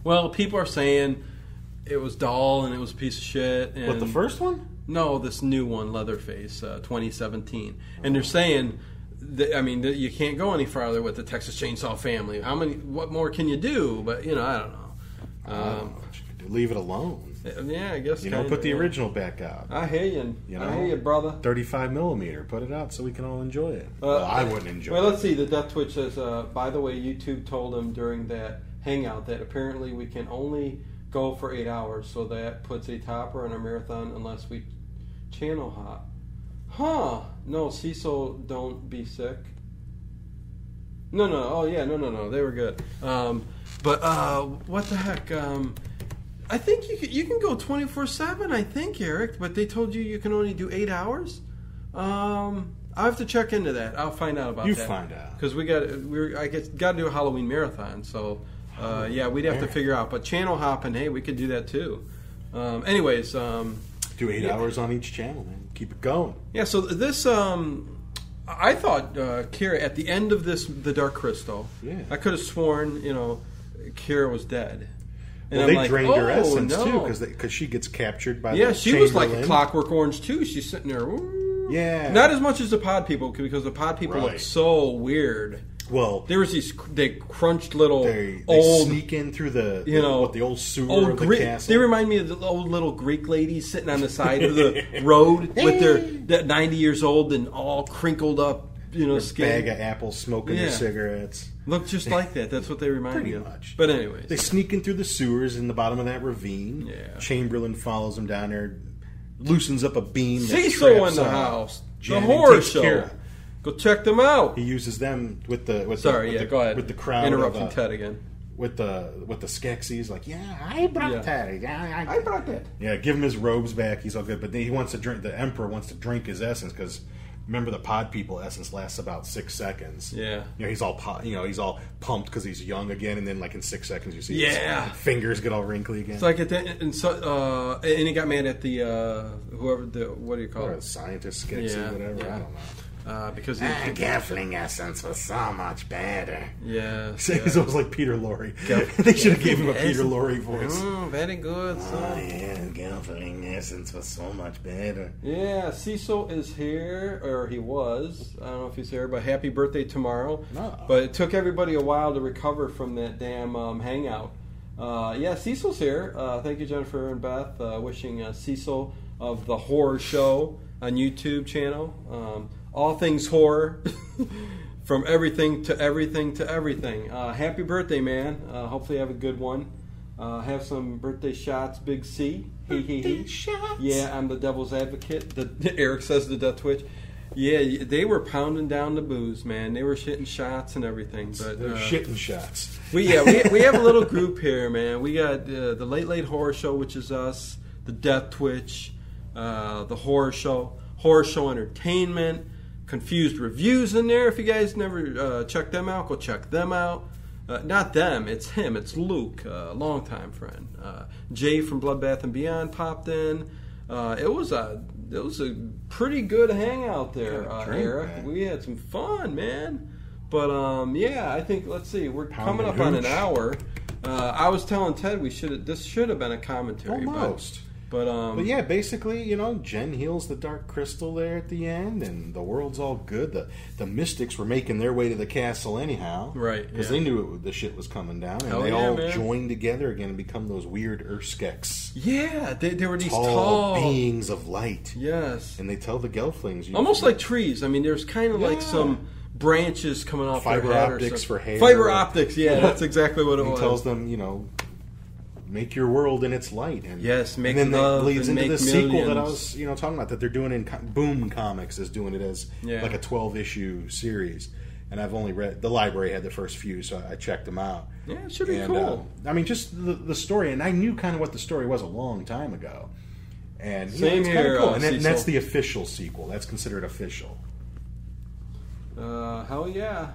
Speaker 2: Well, people are saying it was dull and it was a piece of shit. And
Speaker 3: But the first one?
Speaker 2: No, this new one, Leatherface, uh, 2017, and they're saying. That, I mean, that you can't go any farther with the Texas Chainsaw Family. How many? What more can you do? But you know, I don't know.
Speaker 3: Oh, she could do- leave it alone.
Speaker 2: Yeah, I guess
Speaker 3: You know,
Speaker 2: um, kinda, Uh,
Speaker 3: put the
Speaker 2: yeah.
Speaker 3: original back out.
Speaker 2: I hear you.
Speaker 3: You
Speaker 2: I
Speaker 3: know?
Speaker 2: hear you, brother.
Speaker 3: 35 millimeter. Put it out so we can all enjoy it.
Speaker 2: Uh,
Speaker 3: well, I wouldn't enjoy
Speaker 2: Well,
Speaker 3: it.
Speaker 2: let's see. The Death Twitch says, uh, by the way, YouTube told him during that hangout that apparently we can only go for eight hours, so that puts a topper on our marathon unless we channel hop. Huh? No, Cecil, don't be sick. No, no. Oh, yeah. No, no, no. They were good. Um, but uh, what the heck? Um, I think you can, you can go twenty four seven. I think Eric, but they told you you can only do eight hours. Um, I will have to check into that. I'll find out about
Speaker 3: You
Speaker 2: that.
Speaker 3: find out.
Speaker 2: because we got we're I guess got to do a Halloween marathon. So uh, yeah, we'd have to figure out. But channel hopping, hey, we could do that too. Um, anyways, um,
Speaker 3: Do eight
Speaker 2: Yeah.
Speaker 3: hours on each channel, man. Keep it going.
Speaker 2: yeah. So this, um, I thought uh, Kira at the end of this, the Dark Crystal.
Speaker 3: Yeah.
Speaker 2: I could have sworn, you know, Kira was dead. And
Speaker 3: Well,
Speaker 2: I'm
Speaker 3: they
Speaker 2: like,
Speaker 3: drained her
Speaker 2: "Oh,
Speaker 3: essence
Speaker 2: no."
Speaker 3: too, because she gets captured by.
Speaker 2: yeah,
Speaker 3: the
Speaker 2: she was like a
Speaker 3: Chamberlain.
Speaker 2: Clockwork Orange too. She's sitting there. "Ooh."
Speaker 3: Yeah.
Speaker 2: Not as much as the Pod People because the Pod People look
Speaker 3: Right.
Speaker 2: so weird.
Speaker 3: Well,
Speaker 2: There was these cr- they crunched little
Speaker 3: they, they
Speaker 2: old
Speaker 3: sneak in through the
Speaker 2: you know
Speaker 3: what, the old sewer
Speaker 2: old
Speaker 3: of the
Speaker 2: Greek-
Speaker 3: castle.
Speaker 2: Oh, They remind me of the old little Greek ladies sitting on the side of the road with their that ninety years old and all crinkled up, you know, skin.
Speaker 3: bag of apples, smoking their
Speaker 2: Yeah.
Speaker 3: cigarettes.
Speaker 2: Look just like that. That's what they remind
Speaker 3: Pretty
Speaker 2: me of.
Speaker 3: much.
Speaker 2: But anyways,
Speaker 3: They sneak in through the sewers in the bottom of that ravine.
Speaker 2: Yeah.
Speaker 3: Chamberlain follows them down there, loosens up a beam. that
Speaker 2: Cecil
Speaker 3: traps,
Speaker 2: in the
Speaker 3: uh,
Speaker 2: house,
Speaker 3: Jan
Speaker 2: the
Speaker 3: and
Speaker 2: horror
Speaker 3: takes
Speaker 2: show.
Speaker 3: Kira.
Speaker 2: Go check them out.
Speaker 3: He uses them with the with
Speaker 2: Sorry,
Speaker 3: the, with
Speaker 2: yeah,
Speaker 3: the,
Speaker 2: go ahead.
Speaker 3: with the crowd of,
Speaker 2: interrupting
Speaker 3: uh,
Speaker 2: Ted again.
Speaker 3: with the with the Skeksis like yeah I brought
Speaker 2: Yeah.
Speaker 3: that yeah I,
Speaker 2: brought that.
Speaker 3: yeah give him his robes back he's all good but then he wants to drink the Emperor wants to drink his essence because remember the Pod People essence lasts about six seconds
Speaker 2: Yeah.
Speaker 3: you know he's all po- you know he's all pumped because he's young again and then like in six seconds you see
Speaker 2: Yeah.
Speaker 3: his fingers get all wrinkly again
Speaker 2: It's like at the and so uh, and he got mad at the uh, whoever the what do you call
Speaker 3: or a
Speaker 2: it
Speaker 3: scientist Skeksis
Speaker 2: Yeah,
Speaker 3: whatever
Speaker 2: yeah.
Speaker 3: I don't know
Speaker 2: uh, because he,
Speaker 3: Ah. Gaffling essence was so much better
Speaker 2: yeah,
Speaker 3: it was
Speaker 2: yeah.
Speaker 3: almost like Peter Lorre they should have gave him a Peter Lorre voice.
Speaker 2: Mm, very good. Son.
Speaker 3: Oh, yeah, Gelfling Essence was so much better.
Speaker 2: Yeah, Cecil is here, or he was. I don't know if he's here, but happy birthday tomorrow.
Speaker 3: No.
Speaker 2: But it took everybody a while to recover from that damn um, hangout. Uh, yeah, Cecil's here. Uh, thank you, Jennifer and Beth. Uh, wishing uh, Cecil of the Horror Show on YouTube channel. Um, all things horror, from everything to everything to everything. Uh, happy birthday, man. Uh, hopefully, have a good one. Uh, have some birthday shots, Big C. He he he. Yeah, I'm the devil's advocate. The, Eric says the death twitch. Yeah, they were pounding down the booze, man. They were shitting shots and everything. But
Speaker 3: They're
Speaker 2: uh,
Speaker 3: shitting shots.
Speaker 2: we yeah we, we have a little group here, man. We got uh, the Late Late Horror Show, which is us, the Death Twitch, uh, the Horror Show, Horror Show Entertainment, Confused Reviews in there. If you guys never uh, check them out, go check them out. Uh, not them, it's him. It's Luke, uh, a longtime friend. Uh, Jay from Bloodbath and Beyond popped in. Uh, it was a it was a pretty good hangout there,
Speaker 3: Got a
Speaker 2: uh,
Speaker 3: drink,
Speaker 2: Eric.
Speaker 3: man.
Speaker 2: We had some fun, man. But um, yeah, I think let's see. We're
Speaker 3: Pound
Speaker 2: coming up
Speaker 3: and
Speaker 2: on an
Speaker 3: hooch.
Speaker 2: hour. Uh, I was telling Ted we should this should have been a commentary, but-
Speaker 3: Almost.
Speaker 2: But, um,
Speaker 3: But yeah, basically, you know, Jen heals the dark crystal there at the end, and the world's all good. The the mystics were making their way to the castle anyhow,
Speaker 2: Right,
Speaker 3: Because
Speaker 2: yeah.
Speaker 3: they knew it, the shit was coming down, and
Speaker 2: Hell
Speaker 3: they
Speaker 2: yeah,
Speaker 3: all
Speaker 2: man.
Speaker 3: joined together again and become those weird Urskeks,
Speaker 2: yeah, they, they were these
Speaker 3: tall,
Speaker 2: tall,
Speaker 3: beings of light.
Speaker 2: yes,
Speaker 3: And they tell the Gelflings, you-
Speaker 2: almost like trees. I mean, there's kind of like
Speaker 3: Yeah.
Speaker 2: some branches coming off
Speaker 3: Fiber
Speaker 2: their head or
Speaker 3: optics
Speaker 2: something.
Speaker 3: for hair.
Speaker 2: Fiber optics, yeah, that's exactly what it
Speaker 3: and
Speaker 2: was.
Speaker 3: tells them, you know, make your world in its light. And
Speaker 2: Yes, make
Speaker 3: and then
Speaker 2: love
Speaker 3: that leads
Speaker 2: and
Speaker 3: into
Speaker 2: make
Speaker 3: the sequel that I
Speaker 2: millions.
Speaker 3: was, you know, talking about that they're doing in co- Boom Comics is doing it as
Speaker 2: Yeah.
Speaker 3: like a twelve issue series. And I've only read the library had the first few, so I checked them out.
Speaker 2: Yeah, it should be
Speaker 3: And,
Speaker 2: cool.
Speaker 3: uh, I mean, just the, the story, and I knew kind of what the story was a long time ago. And you know,
Speaker 2: Same
Speaker 3: it's kinda
Speaker 2: here,
Speaker 3: cool.
Speaker 2: uh,
Speaker 3: and, that, and that's
Speaker 2: Cecil.
Speaker 3: the official sequel. That's considered official. um,
Speaker 2: Uh, hell yeah,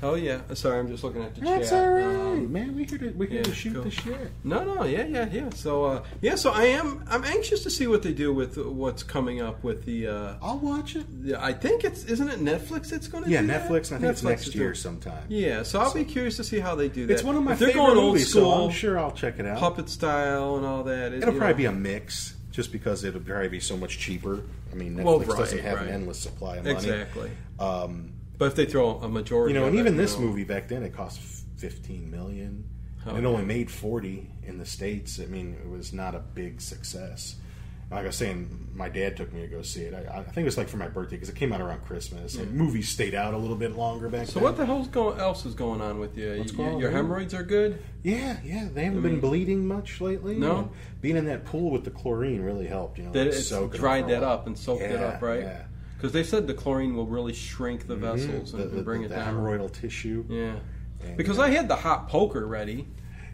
Speaker 2: hell yeah. Sorry, I'm just looking at the
Speaker 3: That's
Speaker 2: chat.
Speaker 3: all right,
Speaker 2: Um,
Speaker 3: man. We here to we here
Speaker 2: yeah,
Speaker 3: to shoot
Speaker 2: cool.
Speaker 3: the shit.
Speaker 2: No, no, yeah, yeah, yeah. So, uh, yeah, so I am. I'm anxious to see what they do with what's coming up with the. Uh,
Speaker 3: I'll watch it.
Speaker 2: yeah, I think it's isn't it Netflix that's going to
Speaker 3: Yeah,
Speaker 2: do that?
Speaker 3: Netflix. And I think it's
Speaker 2: Netflix
Speaker 3: next
Speaker 2: is
Speaker 3: year
Speaker 2: doing-
Speaker 3: sometime.
Speaker 2: Yeah, so I'll be curious to see how they do that.
Speaker 3: It's one of my
Speaker 2: if they're
Speaker 3: favorite
Speaker 2: going old
Speaker 3: movies,
Speaker 2: school,
Speaker 3: so I'm sure I'll check it out.
Speaker 2: puppet style and all that.
Speaker 3: It'll probably be a mix, just because it'll probably be so much cheaper. I mean, Netflix
Speaker 2: Well,
Speaker 3: doesn't
Speaker 2: right,
Speaker 3: have
Speaker 2: right.
Speaker 3: an endless supply of money.
Speaker 2: exactly.
Speaker 3: Um,
Speaker 2: But if they throw a majority,
Speaker 3: you know,
Speaker 2: of
Speaker 3: and
Speaker 2: it,
Speaker 3: even
Speaker 2: you
Speaker 3: this
Speaker 2: know.
Speaker 3: movie back then it cost fifteen million.
Speaker 2: Oh,
Speaker 3: It only made 40 in the States. I mean, it was not a big success. And Like I was saying, my dad took me to go see it. I, I think it was like for my birthday because it came out around Christmas. And movies stayed out a little bit longer back
Speaker 2: Mm. So
Speaker 3: then.
Speaker 2: what the hell's going else is going on with you? You-
Speaker 3: going on?
Speaker 2: your hemorrhoids are good.
Speaker 3: Yeah, yeah. They haven't been bleeding much lately.
Speaker 2: No?
Speaker 3: And being in that pool with the chlorine really helped. You know,
Speaker 2: That
Speaker 3: like
Speaker 2: it's
Speaker 3: soaking
Speaker 2: dried
Speaker 3: them
Speaker 2: that
Speaker 3: all
Speaker 2: up and soaked it
Speaker 3: Yeah,
Speaker 2: up, right?
Speaker 3: yeah.
Speaker 2: Because they said the chlorine will really shrink the vessels
Speaker 3: Mm-hmm. The,
Speaker 2: and,
Speaker 3: the,
Speaker 2: and bring
Speaker 3: the,
Speaker 2: it
Speaker 3: the
Speaker 2: down.
Speaker 3: hemorrhoidal tissue.
Speaker 2: Yeah.
Speaker 3: And,
Speaker 2: Because
Speaker 3: uh,
Speaker 2: I had the hot poker ready.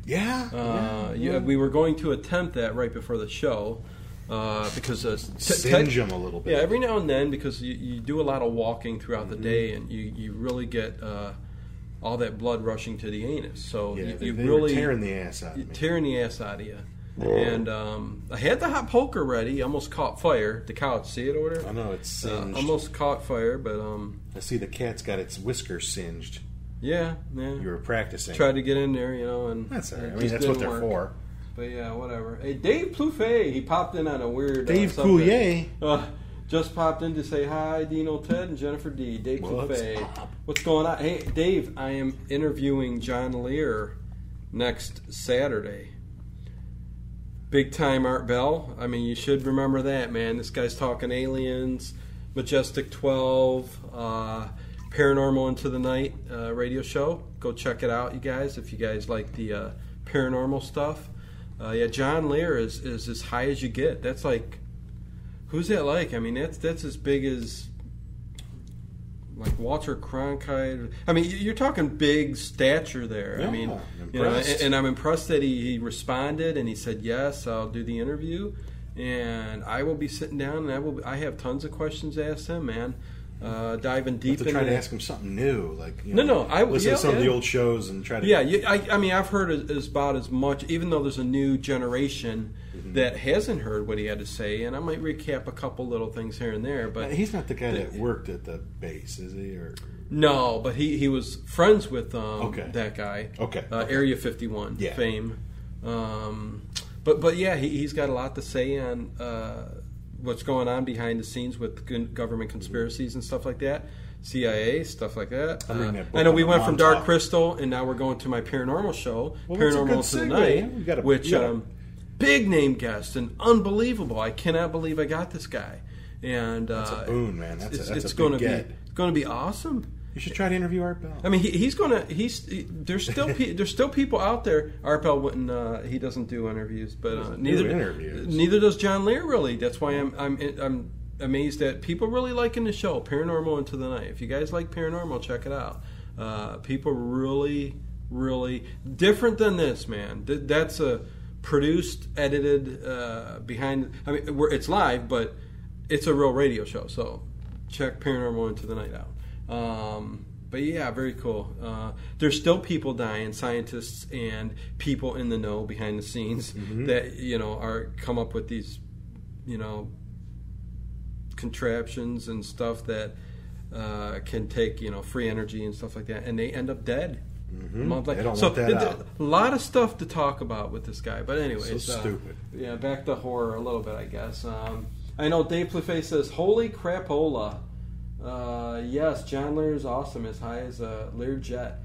Speaker 3: yeah,
Speaker 2: Uh,
Speaker 3: yeah,
Speaker 2: yeah, we were going to attempt that right before the show uh, because uh, t-
Speaker 3: singe
Speaker 2: Ted-
Speaker 3: them a little bit.
Speaker 2: yeah, every now and then because you, you do a lot of walking throughout
Speaker 3: Mm-hmm.
Speaker 2: the day and you, you really get uh, all that blood rushing to the anus. So
Speaker 3: yeah,
Speaker 2: you,
Speaker 3: they,
Speaker 2: you
Speaker 3: they
Speaker 2: really
Speaker 3: were tearing the ass out of me.
Speaker 2: tearing the ass out of you. And um, I had the hot poker ready. Almost caught fire. The couch, see it over there?
Speaker 3: I know it's
Speaker 2: Uh,
Speaker 3: singed.
Speaker 2: almost caught fire, but um,
Speaker 3: I see the cat's got its whisker singed.
Speaker 2: yeah, yeah.
Speaker 3: You were practicing.
Speaker 2: Tried to get in there, you know, and
Speaker 3: That's all right.
Speaker 2: it
Speaker 3: I mean,
Speaker 2: just
Speaker 3: that's what they're
Speaker 2: didn't work. Uh,
Speaker 3: for.
Speaker 2: But yeah, whatever. Hey, Dave Plouffe, he popped in on a weird. uh,
Speaker 3: Dave
Speaker 2: something.
Speaker 3: Coulier.
Speaker 2: Uh, just popped in to say hi, Dino, Ted, and Jennifer D. Dave
Speaker 3: What's
Speaker 2: Plouffe.
Speaker 3: up?
Speaker 2: What's going on? Hey, Dave, I am interviewing John Lear next Saturday. Big time Art Bell. I mean, you should remember that, man. This guy's talking aliens, Majestic 12, uh, Paranormal Into the Night uh, radio show. Go check it out, you guys, if you guys like the uh, paranormal stuff. Uh, yeah, John Lear is, is as high as you get. That's like, who's that like? I mean, that's that's as big as like Walter Cronkite. I mean, you- you're talking big stature there. I
Speaker 3: Yeah,
Speaker 2: mean,
Speaker 3: I'm
Speaker 2: you know,
Speaker 3: impressed.
Speaker 2: and, and I'm impressed that he, he responded and he said yes, I'll do the interview, and I will be sitting down and I will be, I have tons of questions to ask him, man. Uh, diving deep
Speaker 3: To
Speaker 2: into
Speaker 3: try to
Speaker 2: that.
Speaker 3: ask him something new, like you
Speaker 2: No,
Speaker 3: know,
Speaker 2: no, I-
Speaker 3: listen
Speaker 2: yeah,
Speaker 3: to some of the
Speaker 2: yeah.
Speaker 3: old shows and try to
Speaker 2: Yeah, you, I, I mean, I've heard as, as about as much, even though there's a new generation
Speaker 3: Mm-hmm.
Speaker 2: that hasn't heard what he had to say, and I might recap a couple little things here and there. But
Speaker 3: He's not the guy that worked at the base, is he? Or
Speaker 2: no, but he, he was friends with um,
Speaker 3: Okay.
Speaker 2: that guy.
Speaker 3: Okay,
Speaker 2: Uh,
Speaker 3: okay.
Speaker 2: Area 51
Speaker 3: Yeah.
Speaker 2: fame. Um, but but yeah, he, he's got a lot to say on uh, what's going on behind the scenes with gon- government conspiracies and stuff like that. CIA stuff like that.
Speaker 3: I'm reading
Speaker 2: Uh,
Speaker 3: that
Speaker 2: I know
Speaker 3: book
Speaker 2: we
Speaker 3: on
Speaker 2: went from Dark
Speaker 3: Montauk.
Speaker 2: Crystal, and now we're going to my paranormal show,
Speaker 3: Well, that's a
Speaker 2: Paranormal
Speaker 3: good
Speaker 2: Into the
Speaker 3: segue.
Speaker 2: Night,
Speaker 3: You gotta-
Speaker 2: which
Speaker 3: you gotta-
Speaker 2: um, big name guest and unbelievable. I cannot believe I got this guy. And uh,
Speaker 3: a boon, man. That's a-
Speaker 2: it's,
Speaker 3: that's a
Speaker 2: it's
Speaker 3: big
Speaker 2: gonna
Speaker 3: get.
Speaker 2: be it's going to be awesome.
Speaker 3: you should try to interview Art Bell.
Speaker 2: I mean, he, he's gonna. He's he, there's still pe- there's still people out there. Arpel wouldn't. Uh, he doesn't do interviews, but uh,
Speaker 3: Doesn't do
Speaker 2: neither
Speaker 3: interviews.
Speaker 2: neither does John Lear. Really, that's why I'm I'm I'm amazed that people really liking the show Paranormal Into the Night. If you guys like paranormal, check it out. Uh, people really, really different than this man. Th- that's a produced, edited, uh, behind. I mean, we're, it's live, but it's a real radio show. So check Paranormal Into the Night out. Um, but yeah, very cool. Uh, there's still people dying, scientists and people in the know behind the scenes
Speaker 3: Mm-hmm.
Speaker 2: that you know are come up with these, you know, contraptions and stuff that uh, can take you know free energy and stuff like that, and they end up dead. A month
Speaker 3: Mm-hmm. They don't
Speaker 2: so
Speaker 3: want that
Speaker 2: th-
Speaker 3: out.
Speaker 2: a lot of stuff to talk about with this guy. But anyways,
Speaker 3: So stupid.
Speaker 2: Yeah, back to horror a little bit, I guess. Um, I know Dave Plouffe says, "Holy crapola!" Uh, yes, John Lear is awesome, as high as a Lear jet.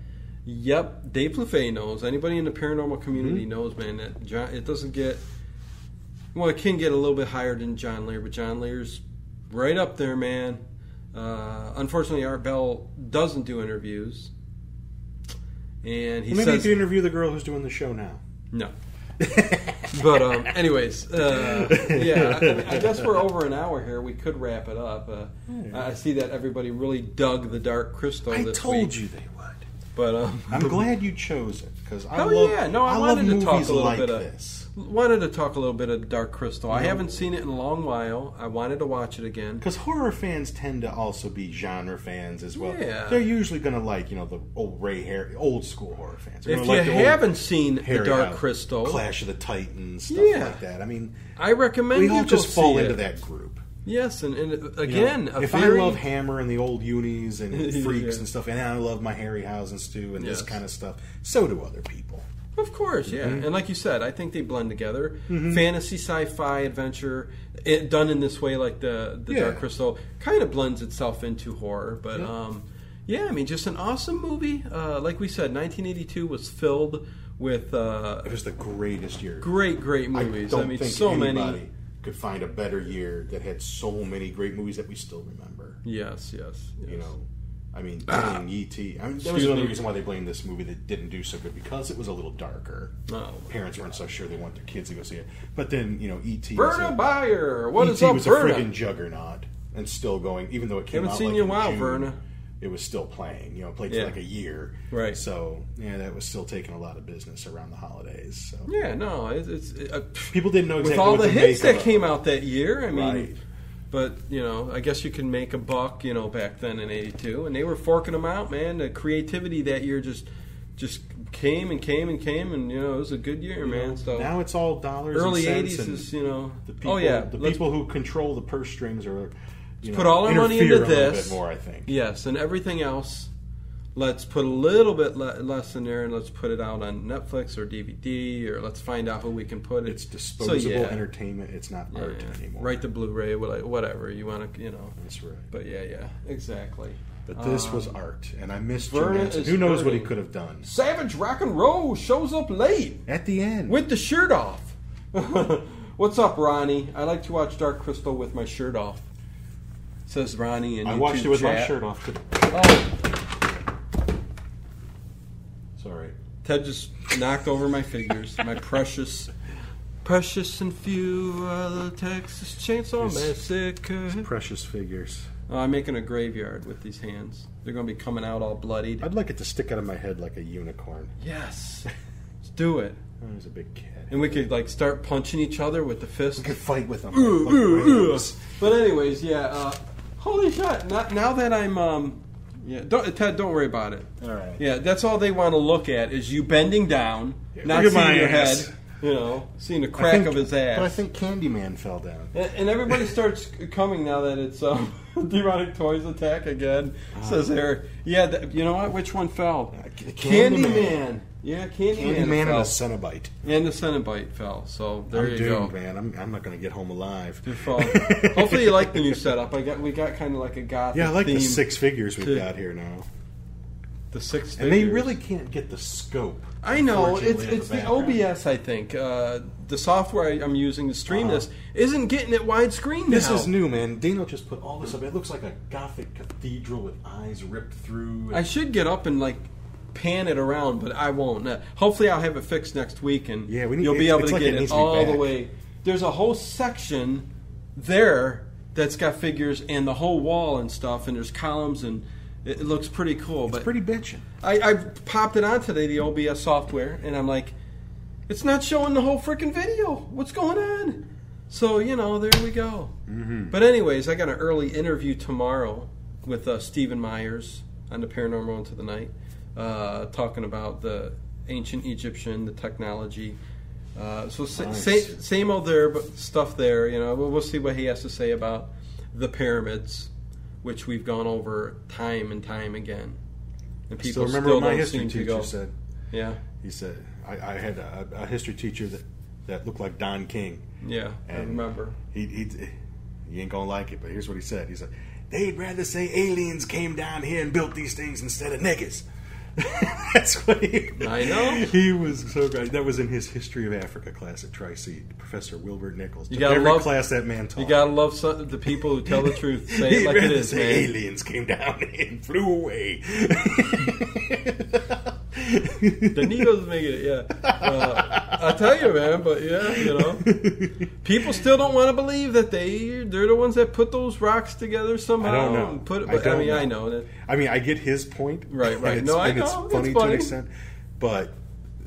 Speaker 2: Yep, Dave Plouffe knows. Anybody in the paranormal community
Speaker 3: Mm-hmm.
Speaker 2: knows, man. That John, it doesn't get well, it can get a little bit higher than John Lear, but John Lear's right up there, man. Uh, unfortunately, Art Bell doesn't do interviews, and he
Speaker 3: Maybe
Speaker 2: says
Speaker 3: you could interview the girl who's doing the show now.
Speaker 2: no. but um, anyways, uh, yeah, I, I mean, I guess we're over an hour here. We could wrap it up. Uh, I I see that everybody really dug the Dark Crystal.
Speaker 3: Hmm. I
Speaker 2: this
Speaker 3: told
Speaker 2: week,
Speaker 3: you they would.
Speaker 2: but um,
Speaker 3: I'm glad you chose it because I
Speaker 2: Oh,
Speaker 3: love.
Speaker 2: yeah. No, I
Speaker 3: love
Speaker 2: wanted to
Speaker 3: movies
Speaker 2: talk a little
Speaker 3: like
Speaker 2: bit of-
Speaker 3: this
Speaker 2: wanted to talk a little bit of Dark Crystal. I haven't seen it in a long while. I wanted to watch it again.
Speaker 3: because horror fans tend to also be genre fans as well.
Speaker 2: Yeah.
Speaker 3: They're usually going to like you know the old Ray Harry, old school horror fans. They're
Speaker 2: If
Speaker 3: gonna like
Speaker 2: you
Speaker 3: the old
Speaker 2: haven't seen
Speaker 3: Harry
Speaker 2: the Dark
Speaker 3: Potter,
Speaker 2: Crystal,
Speaker 3: Clash of the Titans, stuff
Speaker 2: Yeah.
Speaker 3: like that. I mean,
Speaker 2: I recommend
Speaker 3: we
Speaker 2: you
Speaker 3: all
Speaker 2: go
Speaker 3: just fall
Speaker 2: see
Speaker 3: into
Speaker 2: it.
Speaker 3: that group.
Speaker 2: Yes, and, and
Speaker 3: You know,
Speaker 2: again, a
Speaker 3: if
Speaker 2: very-
Speaker 3: I love Hammer and the old unis and freaks
Speaker 2: Yeah.
Speaker 3: and stuff, and I love my Harryhausen's too, and
Speaker 2: Yes.
Speaker 3: this kind of stuff, so do other people.
Speaker 2: Of course, yeah.
Speaker 3: Mm-hmm.
Speaker 2: And like you said, I think they blend together. Fantasy, sci-fi, adventure, it, done in this way, like the the Dark
Speaker 3: Yeah.
Speaker 2: Crystal, kind of blends itself into horror. But um, Yeah, I mean, just an awesome movie. Uh, like we said, 1982 was filled with uh,
Speaker 3: It was the greatest year.
Speaker 2: great, great
Speaker 3: I
Speaker 2: movies. I,
Speaker 3: don't
Speaker 2: mean,
Speaker 3: think
Speaker 2: so
Speaker 3: anybody
Speaker 2: many.
Speaker 3: could find a better year that had so many great movies that we still remember.
Speaker 2: Yes, yes, yes.
Speaker 3: You know, I mean, blame E.T. I mean, there was
Speaker 2: Excuse
Speaker 3: another
Speaker 2: me.
Speaker 3: reason why they blamed this movie that didn't do so good because it was a little darker.
Speaker 2: Oh.
Speaker 3: Parents weren't so sure they want their kids to go see it. But then, you know, E.T. was
Speaker 2: Verna
Speaker 3: a-
Speaker 2: Bayer, what is
Speaker 3: E.T.
Speaker 2: up,
Speaker 3: E was
Speaker 2: Verna?
Speaker 3: a friggin' juggernaut and still going, even though it came
Speaker 2: Haven't
Speaker 3: out
Speaker 2: seen
Speaker 3: like
Speaker 2: you in
Speaker 3: in
Speaker 2: a while,
Speaker 3: June,
Speaker 2: Verna.
Speaker 3: It was still playing. You know, it played
Speaker 2: Yeah.
Speaker 3: for like a year.
Speaker 2: Right.
Speaker 3: So yeah, that was still taking a lot of business around the holidays. So
Speaker 2: yeah, no, it's, it's it, uh,
Speaker 3: people didn't know
Speaker 2: with
Speaker 3: exactly
Speaker 2: all
Speaker 3: what
Speaker 2: the
Speaker 3: to
Speaker 2: hits
Speaker 3: make
Speaker 2: that
Speaker 3: of
Speaker 2: came out that year. I mean,
Speaker 3: Right.
Speaker 2: but you know, I guess you can make a buck, you know, back then in '82, and they were forking them out, man. The creativity that year just just came and came and came, and you know, it was a good year, man. So
Speaker 3: now it's all dollars.
Speaker 2: early
Speaker 3: and
Speaker 2: '80s
Speaker 3: cents and
Speaker 2: is, you know,
Speaker 3: the people,
Speaker 2: oh yeah,
Speaker 3: the
Speaker 2: let's-
Speaker 3: people who control the purse strings are. You know,
Speaker 2: put all our money
Speaker 3: interfere
Speaker 2: into
Speaker 3: a little
Speaker 2: this.
Speaker 3: bit more, I think.
Speaker 2: yes, and everything else. Let's put a little bit le- less in there, and let's put it out on Netflix or DVD, or let's find out who we can put it.
Speaker 3: It's
Speaker 2: So,
Speaker 3: disposable
Speaker 2: yeah.
Speaker 3: entertainment. It's not
Speaker 2: Yeah,
Speaker 3: art
Speaker 2: yeah.
Speaker 3: anymore.
Speaker 2: Right to Blu-ray, what- whatever you want to, you know.
Speaker 3: That's right.
Speaker 2: But yeah, yeah, exactly.
Speaker 3: But this was art, and I miss Jim
Speaker 2: Um, Verna
Speaker 3: Henson.
Speaker 2: is
Speaker 3: Who knows what he
Speaker 2: hurting.
Speaker 3: could have done
Speaker 2: Savage Rock and Roll shows up late
Speaker 3: at the end?
Speaker 2: with the shirt off. What's up, Ronnie? I like to watch Dark Crystal with my shirt off. Says Ronnie, and
Speaker 3: I watched it with my shirt off. Today.
Speaker 2: Oh,
Speaker 3: Sorry.
Speaker 2: Ted just knocked over my figures, my precious, precious and few are the Texas Chainsaw
Speaker 3: His-
Speaker 2: Massacre.
Speaker 3: Precious figures.
Speaker 2: Oh, I'm making a graveyard with these hands. They're going to be coming out all bloodied.
Speaker 3: I'd like it to stick out of my head like a unicorn.
Speaker 2: Yes, let's do it.
Speaker 3: I was a big kid.
Speaker 2: And we could like start punching each other with the fist.
Speaker 3: We could fight with them.
Speaker 2: Ooh,
Speaker 3: like
Speaker 2: ooh, ooh.
Speaker 3: rams.
Speaker 2: But anyways, yeah. Uh, holy shit! Not, now that I'm, um, yeah. Don't, Ted, don't worry about it.
Speaker 3: All right.
Speaker 2: Yeah, that's all they want to look at is you bending down,
Speaker 3: Yeah,
Speaker 2: not
Speaker 3: look at
Speaker 2: seeing
Speaker 3: my
Speaker 2: your
Speaker 3: ass.
Speaker 2: head, you know, seeing the
Speaker 3: I
Speaker 2: crack
Speaker 3: think-
Speaker 2: of his ass.
Speaker 3: But I think Candyman fell down.
Speaker 2: and, and everybody starts coming now that it's um, demonic toys attack again. Says Eric. Yeah, th- you know what? Which one fell?
Speaker 3: Ah. Uh, C-
Speaker 2: Candyman.
Speaker 3: Candyman.
Speaker 2: Yeah, Candyman.
Speaker 3: Candyman and
Speaker 2: fell.
Speaker 3: a Cenobite.
Speaker 2: And the Cenobite fell. So there
Speaker 3: I'm
Speaker 2: you
Speaker 3: doomed,
Speaker 2: go.
Speaker 3: man. I'm, I'm not going to get home alive.
Speaker 2: Good fall. Hopefully you like the new setup. I got we got kind of like a gothic.
Speaker 3: yeah, I like
Speaker 2: theme.
Speaker 3: the six figures we've
Speaker 2: to-
Speaker 3: got here now.
Speaker 2: The six.
Speaker 3: And they
Speaker 2: figures.
Speaker 3: really can't get the scope.
Speaker 2: I know it's
Speaker 3: unfortunately, of
Speaker 2: it's the
Speaker 3: background.
Speaker 2: OBS. I think uh, the software I- I'm using to stream
Speaker 3: Uh-huh.
Speaker 2: this isn't getting it widescreen.
Speaker 3: This
Speaker 2: now.
Speaker 3: is new, man. Daniel just put all this up. It looks like a gothic cathedral with eyes ripped through.
Speaker 2: I should get up and like pan it around, but I won't. Uh, hopefully, I'll have it fixed next week, and
Speaker 3: Yeah, we need-
Speaker 2: you'll be
Speaker 3: it's-
Speaker 2: able
Speaker 3: it's
Speaker 2: to
Speaker 3: like it
Speaker 2: get it,
Speaker 3: needs to be
Speaker 2: all the
Speaker 3: back.
Speaker 2: way. There's a whole section there that's got figures and the whole wall and stuff, and there's columns and. It it looks pretty cool,
Speaker 3: it's
Speaker 2: but
Speaker 3: pretty bitchin'.
Speaker 2: I, I popped it on today, the OBS software, and I'm like, it's not showing the whole freaking video. What's going on? So, you know, there we go. Mm-hmm. But, anyways, I got an early interview tomorrow with uh, Stephen Myers on the Paranormal Into the Night, uh, talking about the ancient Egyptian, the technology. Uh, so, sa-
Speaker 3: Nice.
Speaker 2: sa- same old there, but stuff there, you know. We'll, we'll see what he has to say about the pyramids, which we've gone over time and time again. And
Speaker 3: Still remember what my history teacher said.
Speaker 2: Yeah,
Speaker 3: He said, I, I had a, a history teacher that, that looked like Don King.
Speaker 2: yeah, I
Speaker 3: And-
Speaker 2: remember.
Speaker 3: He, he, he ain't gonna like it, but here's what he said. He said, They'd rather say aliens came down here and built these things instead of niggas. That's what he.
Speaker 2: I know.
Speaker 3: He was so good. That was in his History of Africa class at Tri Seed. Professor Wilbert Nichols. Took
Speaker 2: gotta
Speaker 3: every
Speaker 2: love-
Speaker 3: class that man taught.
Speaker 2: You gotta love some, the people who tell the truth, say
Speaker 3: He'd
Speaker 2: it like it
Speaker 3: rather
Speaker 2: is,
Speaker 3: say
Speaker 2: man.
Speaker 3: aliens came down and flew away.
Speaker 2: The Neos make it, yeah. Uh, I tell you, man, but yeah, you know, people still don't want to believe that they they're the ones that put those rocks together somehow.
Speaker 3: know.
Speaker 2: And put it,
Speaker 3: I
Speaker 2: but I,
Speaker 3: don't
Speaker 2: mean, I
Speaker 3: know.
Speaker 2: know that.
Speaker 3: I mean, I get his point.
Speaker 2: Right,
Speaker 3: and
Speaker 2: right.
Speaker 3: it's-
Speaker 2: No, I
Speaker 3: and it's
Speaker 2: know. It's
Speaker 3: funny to
Speaker 2: funny.
Speaker 3: an extent, but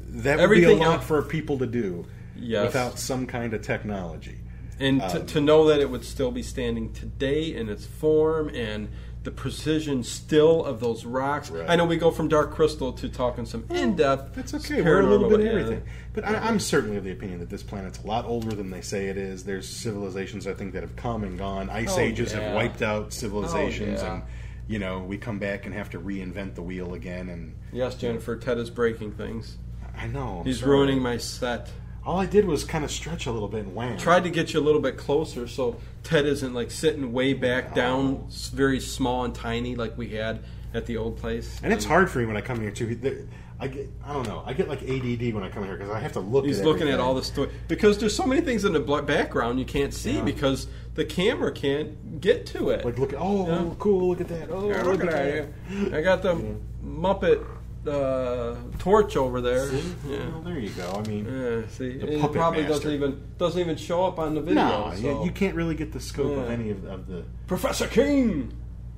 Speaker 3: that would
Speaker 2: Everything
Speaker 3: be a lot
Speaker 2: out-
Speaker 3: for people to do
Speaker 2: Yes.
Speaker 3: without some kind of technology.
Speaker 2: And
Speaker 3: Um,
Speaker 2: to, to know that it would still be standing today in its form and the precision still of those rocks.
Speaker 3: Right.
Speaker 2: I know we go from Dark Crystal to talking some in depth.
Speaker 3: Oh, That's okay. We're a little bit of
Speaker 2: yeah.
Speaker 3: everything. But I, I'm certainly of the opinion that this planet's a lot older than they say it is. There's civilizations I think that have come and gone. Ice
Speaker 2: Oh,
Speaker 3: ages
Speaker 2: yeah.
Speaker 3: have wiped out civilizations,
Speaker 2: Oh, yeah.
Speaker 3: and you know we come back and have to reinvent the wheel again. And
Speaker 2: Yes, Jennifer, Ted is breaking things.
Speaker 3: I know I'm
Speaker 2: He's
Speaker 3: sorry.
Speaker 2: ruining my set.
Speaker 3: all I did was kind of stretch a little bit and wham.
Speaker 2: Tried to get you a little bit closer so Ted isn't like sitting way back down, s- very small and tiny like we had at the old place.
Speaker 3: and it's hard for me when I come here too. There- I get, I don't know, I get like ADD when I come here because I have to look.
Speaker 2: He's
Speaker 3: at
Speaker 2: looking at
Speaker 3: everything.
Speaker 2: all the stuff because there's so many things in the bla- background you can't see
Speaker 3: Yeah.
Speaker 2: because the camera can't get to it.
Speaker 3: Like look at oh
Speaker 2: Yeah.
Speaker 3: cool, look at that. Oh
Speaker 2: Yeah,
Speaker 3: look,
Speaker 2: look at
Speaker 3: at
Speaker 2: that. I got the Muppet uh, torch over there.
Speaker 3: that. See?
Speaker 2: Yeah.
Speaker 3: Well, there you go. I mean,
Speaker 2: Yeah, see,
Speaker 3: The
Speaker 2: and it
Speaker 3: puppet
Speaker 2: probably
Speaker 3: master.
Speaker 2: doesn't even doesn't even show up on the video.
Speaker 3: no, you-
Speaker 2: so.
Speaker 3: you, can't really get the scope of
Speaker 2: Yeah.
Speaker 3: any of, of the.
Speaker 2: Professor King,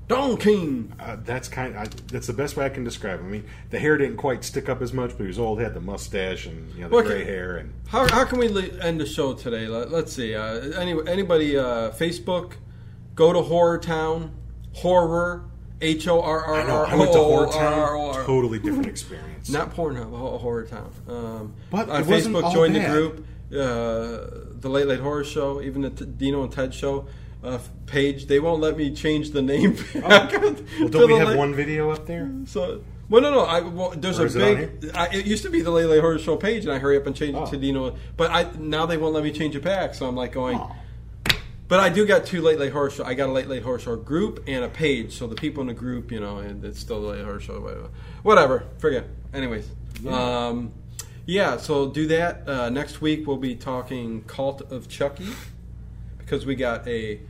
Speaker 2: Don King.
Speaker 3: Uh, that's kind. I, that's the best way I can describe. him. I mean, the hair didn't quite stick up as much, but he was old. Had the mustache and you know the
Speaker 2: Look at-
Speaker 3: gray hair and
Speaker 2: How, how can we le- end the show today? Let, let's see. Uh, any, anybody, uh, Facebook, go to Horror Town, horror, H O R R
Speaker 3: I know.
Speaker 2: R
Speaker 3: I went to
Speaker 2: O
Speaker 3: Horror
Speaker 2: O R R
Speaker 3: Town.
Speaker 2: R.
Speaker 3: Totally different experience.
Speaker 2: Not Pornhub, Ho- Horror Town. Um,
Speaker 3: But
Speaker 2: on
Speaker 3: it wasn't
Speaker 2: Facebook,
Speaker 3: all
Speaker 2: join
Speaker 3: bad.
Speaker 2: the group. Uh, the Late Late Horror Show, even the T- Dino and Ted Show uh, f- page. They won't let me change the name. back
Speaker 3: Oh. Well,
Speaker 2: to
Speaker 3: don't we
Speaker 2: the
Speaker 3: have
Speaker 2: late-
Speaker 3: one video up there?
Speaker 2: So, well, no, no. I, well, there's
Speaker 3: Or
Speaker 2: a
Speaker 3: is it on
Speaker 2: big. I, it used to be the Lele Horror Show page, and I hurry up and change
Speaker 3: Oh.
Speaker 2: it to Dino. But I now they won't let me change it back, so I'm like going.
Speaker 3: Oh.
Speaker 2: But I do got two late late horror show. I got a late late horror show group and a page, so the people in the group, you know, and it's still the late horror show. Whatever, whatever. Forget. Anyways, yeah. Um, yeah. So do that uh, next week. We'll be talking Cult of Chucky because we got a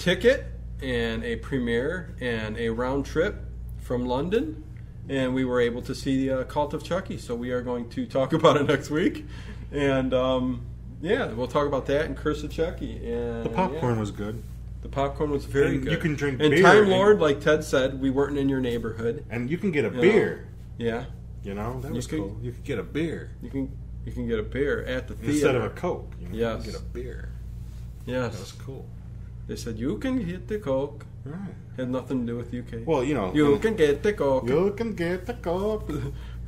Speaker 2: ticket and a premiere and a round trip from London, and we were able to see the uh, Cult of Chucky. So we are going to talk about it next week, and um, yeah, we'll talk about that and Curse of Chucky. And
Speaker 3: The popcorn
Speaker 2: yeah,
Speaker 3: was good,
Speaker 2: the popcorn was very
Speaker 3: And
Speaker 2: good.
Speaker 3: you can drink
Speaker 2: and
Speaker 3: beer
Speaker 2: Time
Speaker 3: and-
Speaker 2: Lord, like Ted said, we weren't in your neighborhood.
Speaker 3: and you can get a
Speaker 2: Yeah.
Speaker 3: beer.
Speaker 2: Yeah,
Speaker 3: You know that
Speaker 2: You
Speaker 3: was
Speaker 2: could-
Speaker 3: cool. You could get a beer
Speaker 2: you can you can get a beer at the theater
Speaker 3: instead of a coke. You know, you could
Speaker 2: Yes.
Speaker 3: get a beer. That was
Speaker 2: Yes,
Speaker 3: cool.
Speaker 2: they said you can hit the coke.
Speaker 3: All right.
Speaker 2: Had nothing to do with UK.
Speaker 3: Well, you know,
Speaker 2: you can get the coke.
Speaker 3: you can get the coke.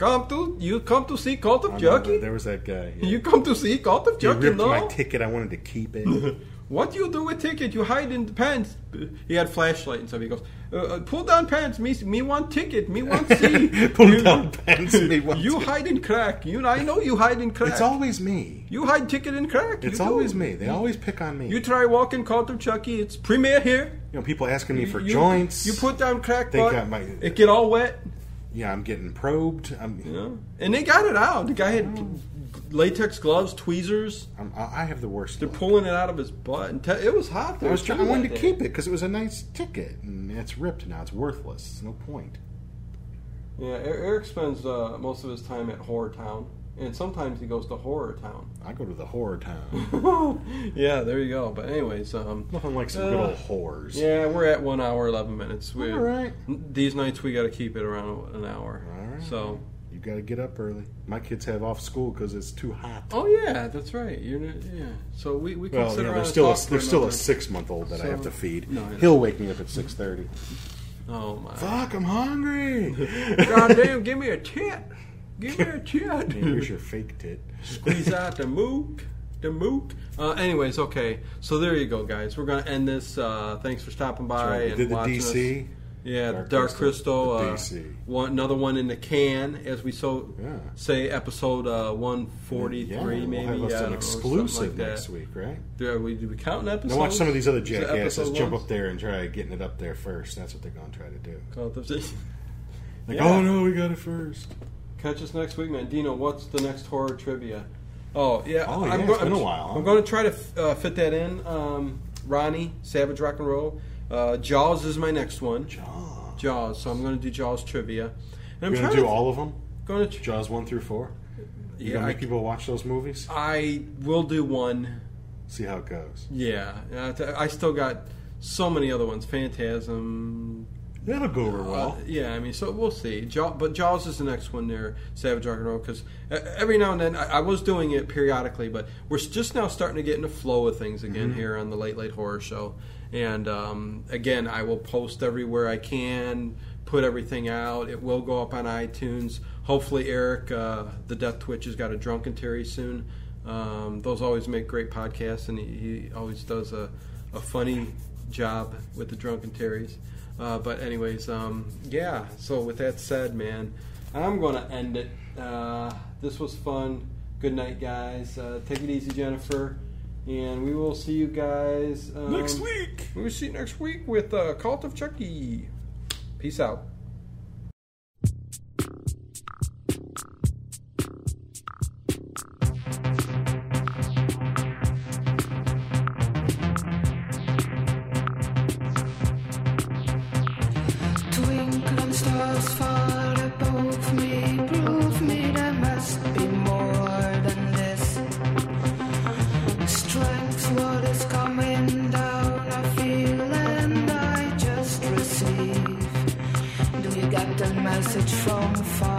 Speaker 2: Come to you come to see Cult
Speaker 3: I
Speaker 2: of
Speaker 3: know,
Speaker 2: Chucky?
Speaker 3: There was that guy. yeah.
Speaker 2: You come to see Cult of
Speaker 3: He
Speaker 2: Chucky?
Speaker 3: ripped my
Speaker 2: No.
Speaker 3: ticket. I wanted to keep it.
Speaker 2: What you do with ticket? You hide in the pants. He had flashlight and stuff. He goes, uh, uh, pull down pants. Me, me want ticket. Me want see.
Speaker 3: Pull
Speaker 2: You-
Speaker 3: down pants, me want
Speaker 2: You
Speaker 3: ticket.
Speaker 2: hide in crack. You, I know you hide in crack.
Speaker 3: It's always me.
Speaker 2: you hide ticket in crack.
Speaker 3: It's
Speaker 2: You do.
Speaker 3: always me. They always pick on me.
Speaker 2: You
Speaker 3: You,
Speaker 2: try walking Cult of Chucky. It's premiere here.
Speaker 3: know, people asking me for
Speaker 2: you,
Speaker 3: joints.
Speaker 2: You put down crack.
Speaker 3: They
Speaker 2: butt.
Speaker 3: got my-
Speaker 2: It get all wet.
Speaker 3: Yeah, I'm getting probed. I'm.
Speaker 2: You know? And they got it out. The guy had latex gloves, tweezers.
Speaker 3: I'm I I have the worst.
Speaker 2: They're
Speaker 3: luck.
Speaker 2: pulling it out of his butt. And te- it was hot there.
Speaker 3: I was trying. I
Speaker 2: too,
Speaker 3: wanted to
Speaker 2: that day.
Speaker 3: keep it because it was a nice ticket, and it's ripped now. It's worthless. It's no point.
Speaker 2: Yeah, E- Eric spends uh, most of his time at Horror Town, and sometimes he goes to Horror Town.
Speaker 3: I go to the horror town.
Speaker 2: yeah, there you go. But anyways, um,
Speaker 3: Nothing like some good
Speaker 2: Uh,
Speaker 3: old whores.
Speaker 2: yeah, we're at one hour eleven minutes. We,
Speaker 3: All right.
Speaker 2: These nights we got to keep it around an hour.
Speaker 3: All right.
Speaker 2: So.
Speaker 3: You got to get up early. My kids have off school because it's too hot.
Speaker 2: Oh yeah, that's right. You're not, yeah. So we we
Speaker 3: Well, you
Speaker 2: consider
Speaker 3: know, there's still a,
Speaker 2: there's
Speaker 3: there's still a six month old that I
Speaker 2: So-
Speaker 3: have to feed.
Speaker 2: No, I know.
Speaker 3: He'll wake me up at six thirty.
Speaker 2: Oh my.
Speaker 3: Fuck, I'm hungry.
Speaker 2: God damn! Give me a tit. Give me a tit.
Speaker 3: Here's your fake tit.
Speaker 2: squeeze out the mook the mook uh, anyways okay so there you go guys we're gonna end this uh, thanks for stopping by
Speaker 3: Right, we
Speaker 2: and
Speaker 3: did the
Speaker 2: watching
Speaker 3: DC.
Speaker 2: us. yeah
Speaker 3: Dark
Speaker 2: dark, dark
Speaker 3: Crystal,
Speaker 2: crystal,
Speaker 3: the
Speaker 2: uh,
Speaker 3: DC.
Speaker 2: One, another one in the can as we so
Speaker 3: Yeah.
Speaker 2: say episode uh, 143
Speaker 3: yeah, we'll
Speaker 2: maybe
Speaker 3: have us
Speaker 2: I don't
Speaker 3: an
Speaker 2: know,
Speaker 3: exclusive
Speaker 2: something like
Speaker 3: next
Speaker 2: that.
Speaker 3: week, right?
Speaker 2: do we, do we count an episode
Speaker 3: Now watch some of these other
Speaker 2: Is it episode
Speaker 3: jackasses jump
Speaker 2: one?
Speaker 3: up there and try getting it up there first. That's what they're going to try to do.
Speaker 2: Count the-
Speaker 3: Like,
Speaker 2: Yeah.
Speaker 3: oh no, we got it first.
Speaker 2: Catch us next week, man. Dino, what's the next horror trivia? Oh yeah,
Speaker 3: Oh, yeah,
Speaker 2: I'm
Speaker 3: it's been a while, huh?
Speaker 2: I'm going to try to f- uh, fit that in. Um, Ronnie, Savage Rock and Roll, uh, Jaws is my next one.
Speaker 3: Jaws.
Speaker 2: Jaws, so I'm going to do Jaws trivia. And I'm
Speaker 3: You're going to
Speaker 2: trying
Speaker 3: do all of them?
Speaker 2: Going to tr-
Speaker 3: Jaws one through four. You're
Speaker 2: yeah,
Speaker 3: going to make
Speaker 2: I,
Speaker 3: people watch those movies.
Speaker 2: I will do one.
Speaker 3: See how it goes.
Speaker 2: Yeah, Uh, t- I still got so many other ones. Phantasm,
Speaker 3: That'll go over well.
Speaker 2: Uh, yeah, I mean, so we'll see. Jaw, but Jaws is the next one there, Savage Rock and Roll, because every now and then I, I was doing it periodically, but we're s- just now starting to get in the flow of things again here on the Late Late Horror Show. And um, again, I will post everywhere I can, put everything out. It will go up on iTunes. Hopefully, Eric, uh, the Death Twitch, has got a Drunken Terry soon. Um, those always make great podcasts, and he, he always does a, a funny job with the Drunken Terrys. Uh, but anyways, um, yeah. So with that said, man, I'm gonna end it. Uh, this was fun. Good night, guys. Uh, take it easy, Jennifer. And we will see you guys um,
Speaker 3: Next week.
Speaker 2: We will see you next week with uh, Cult of Chucky. Peace out.
Speaker 1: Twinkling stars far above me prove me there must be more than this. Strength, what is coming down, I feel and I just receive. Do you get the message from far?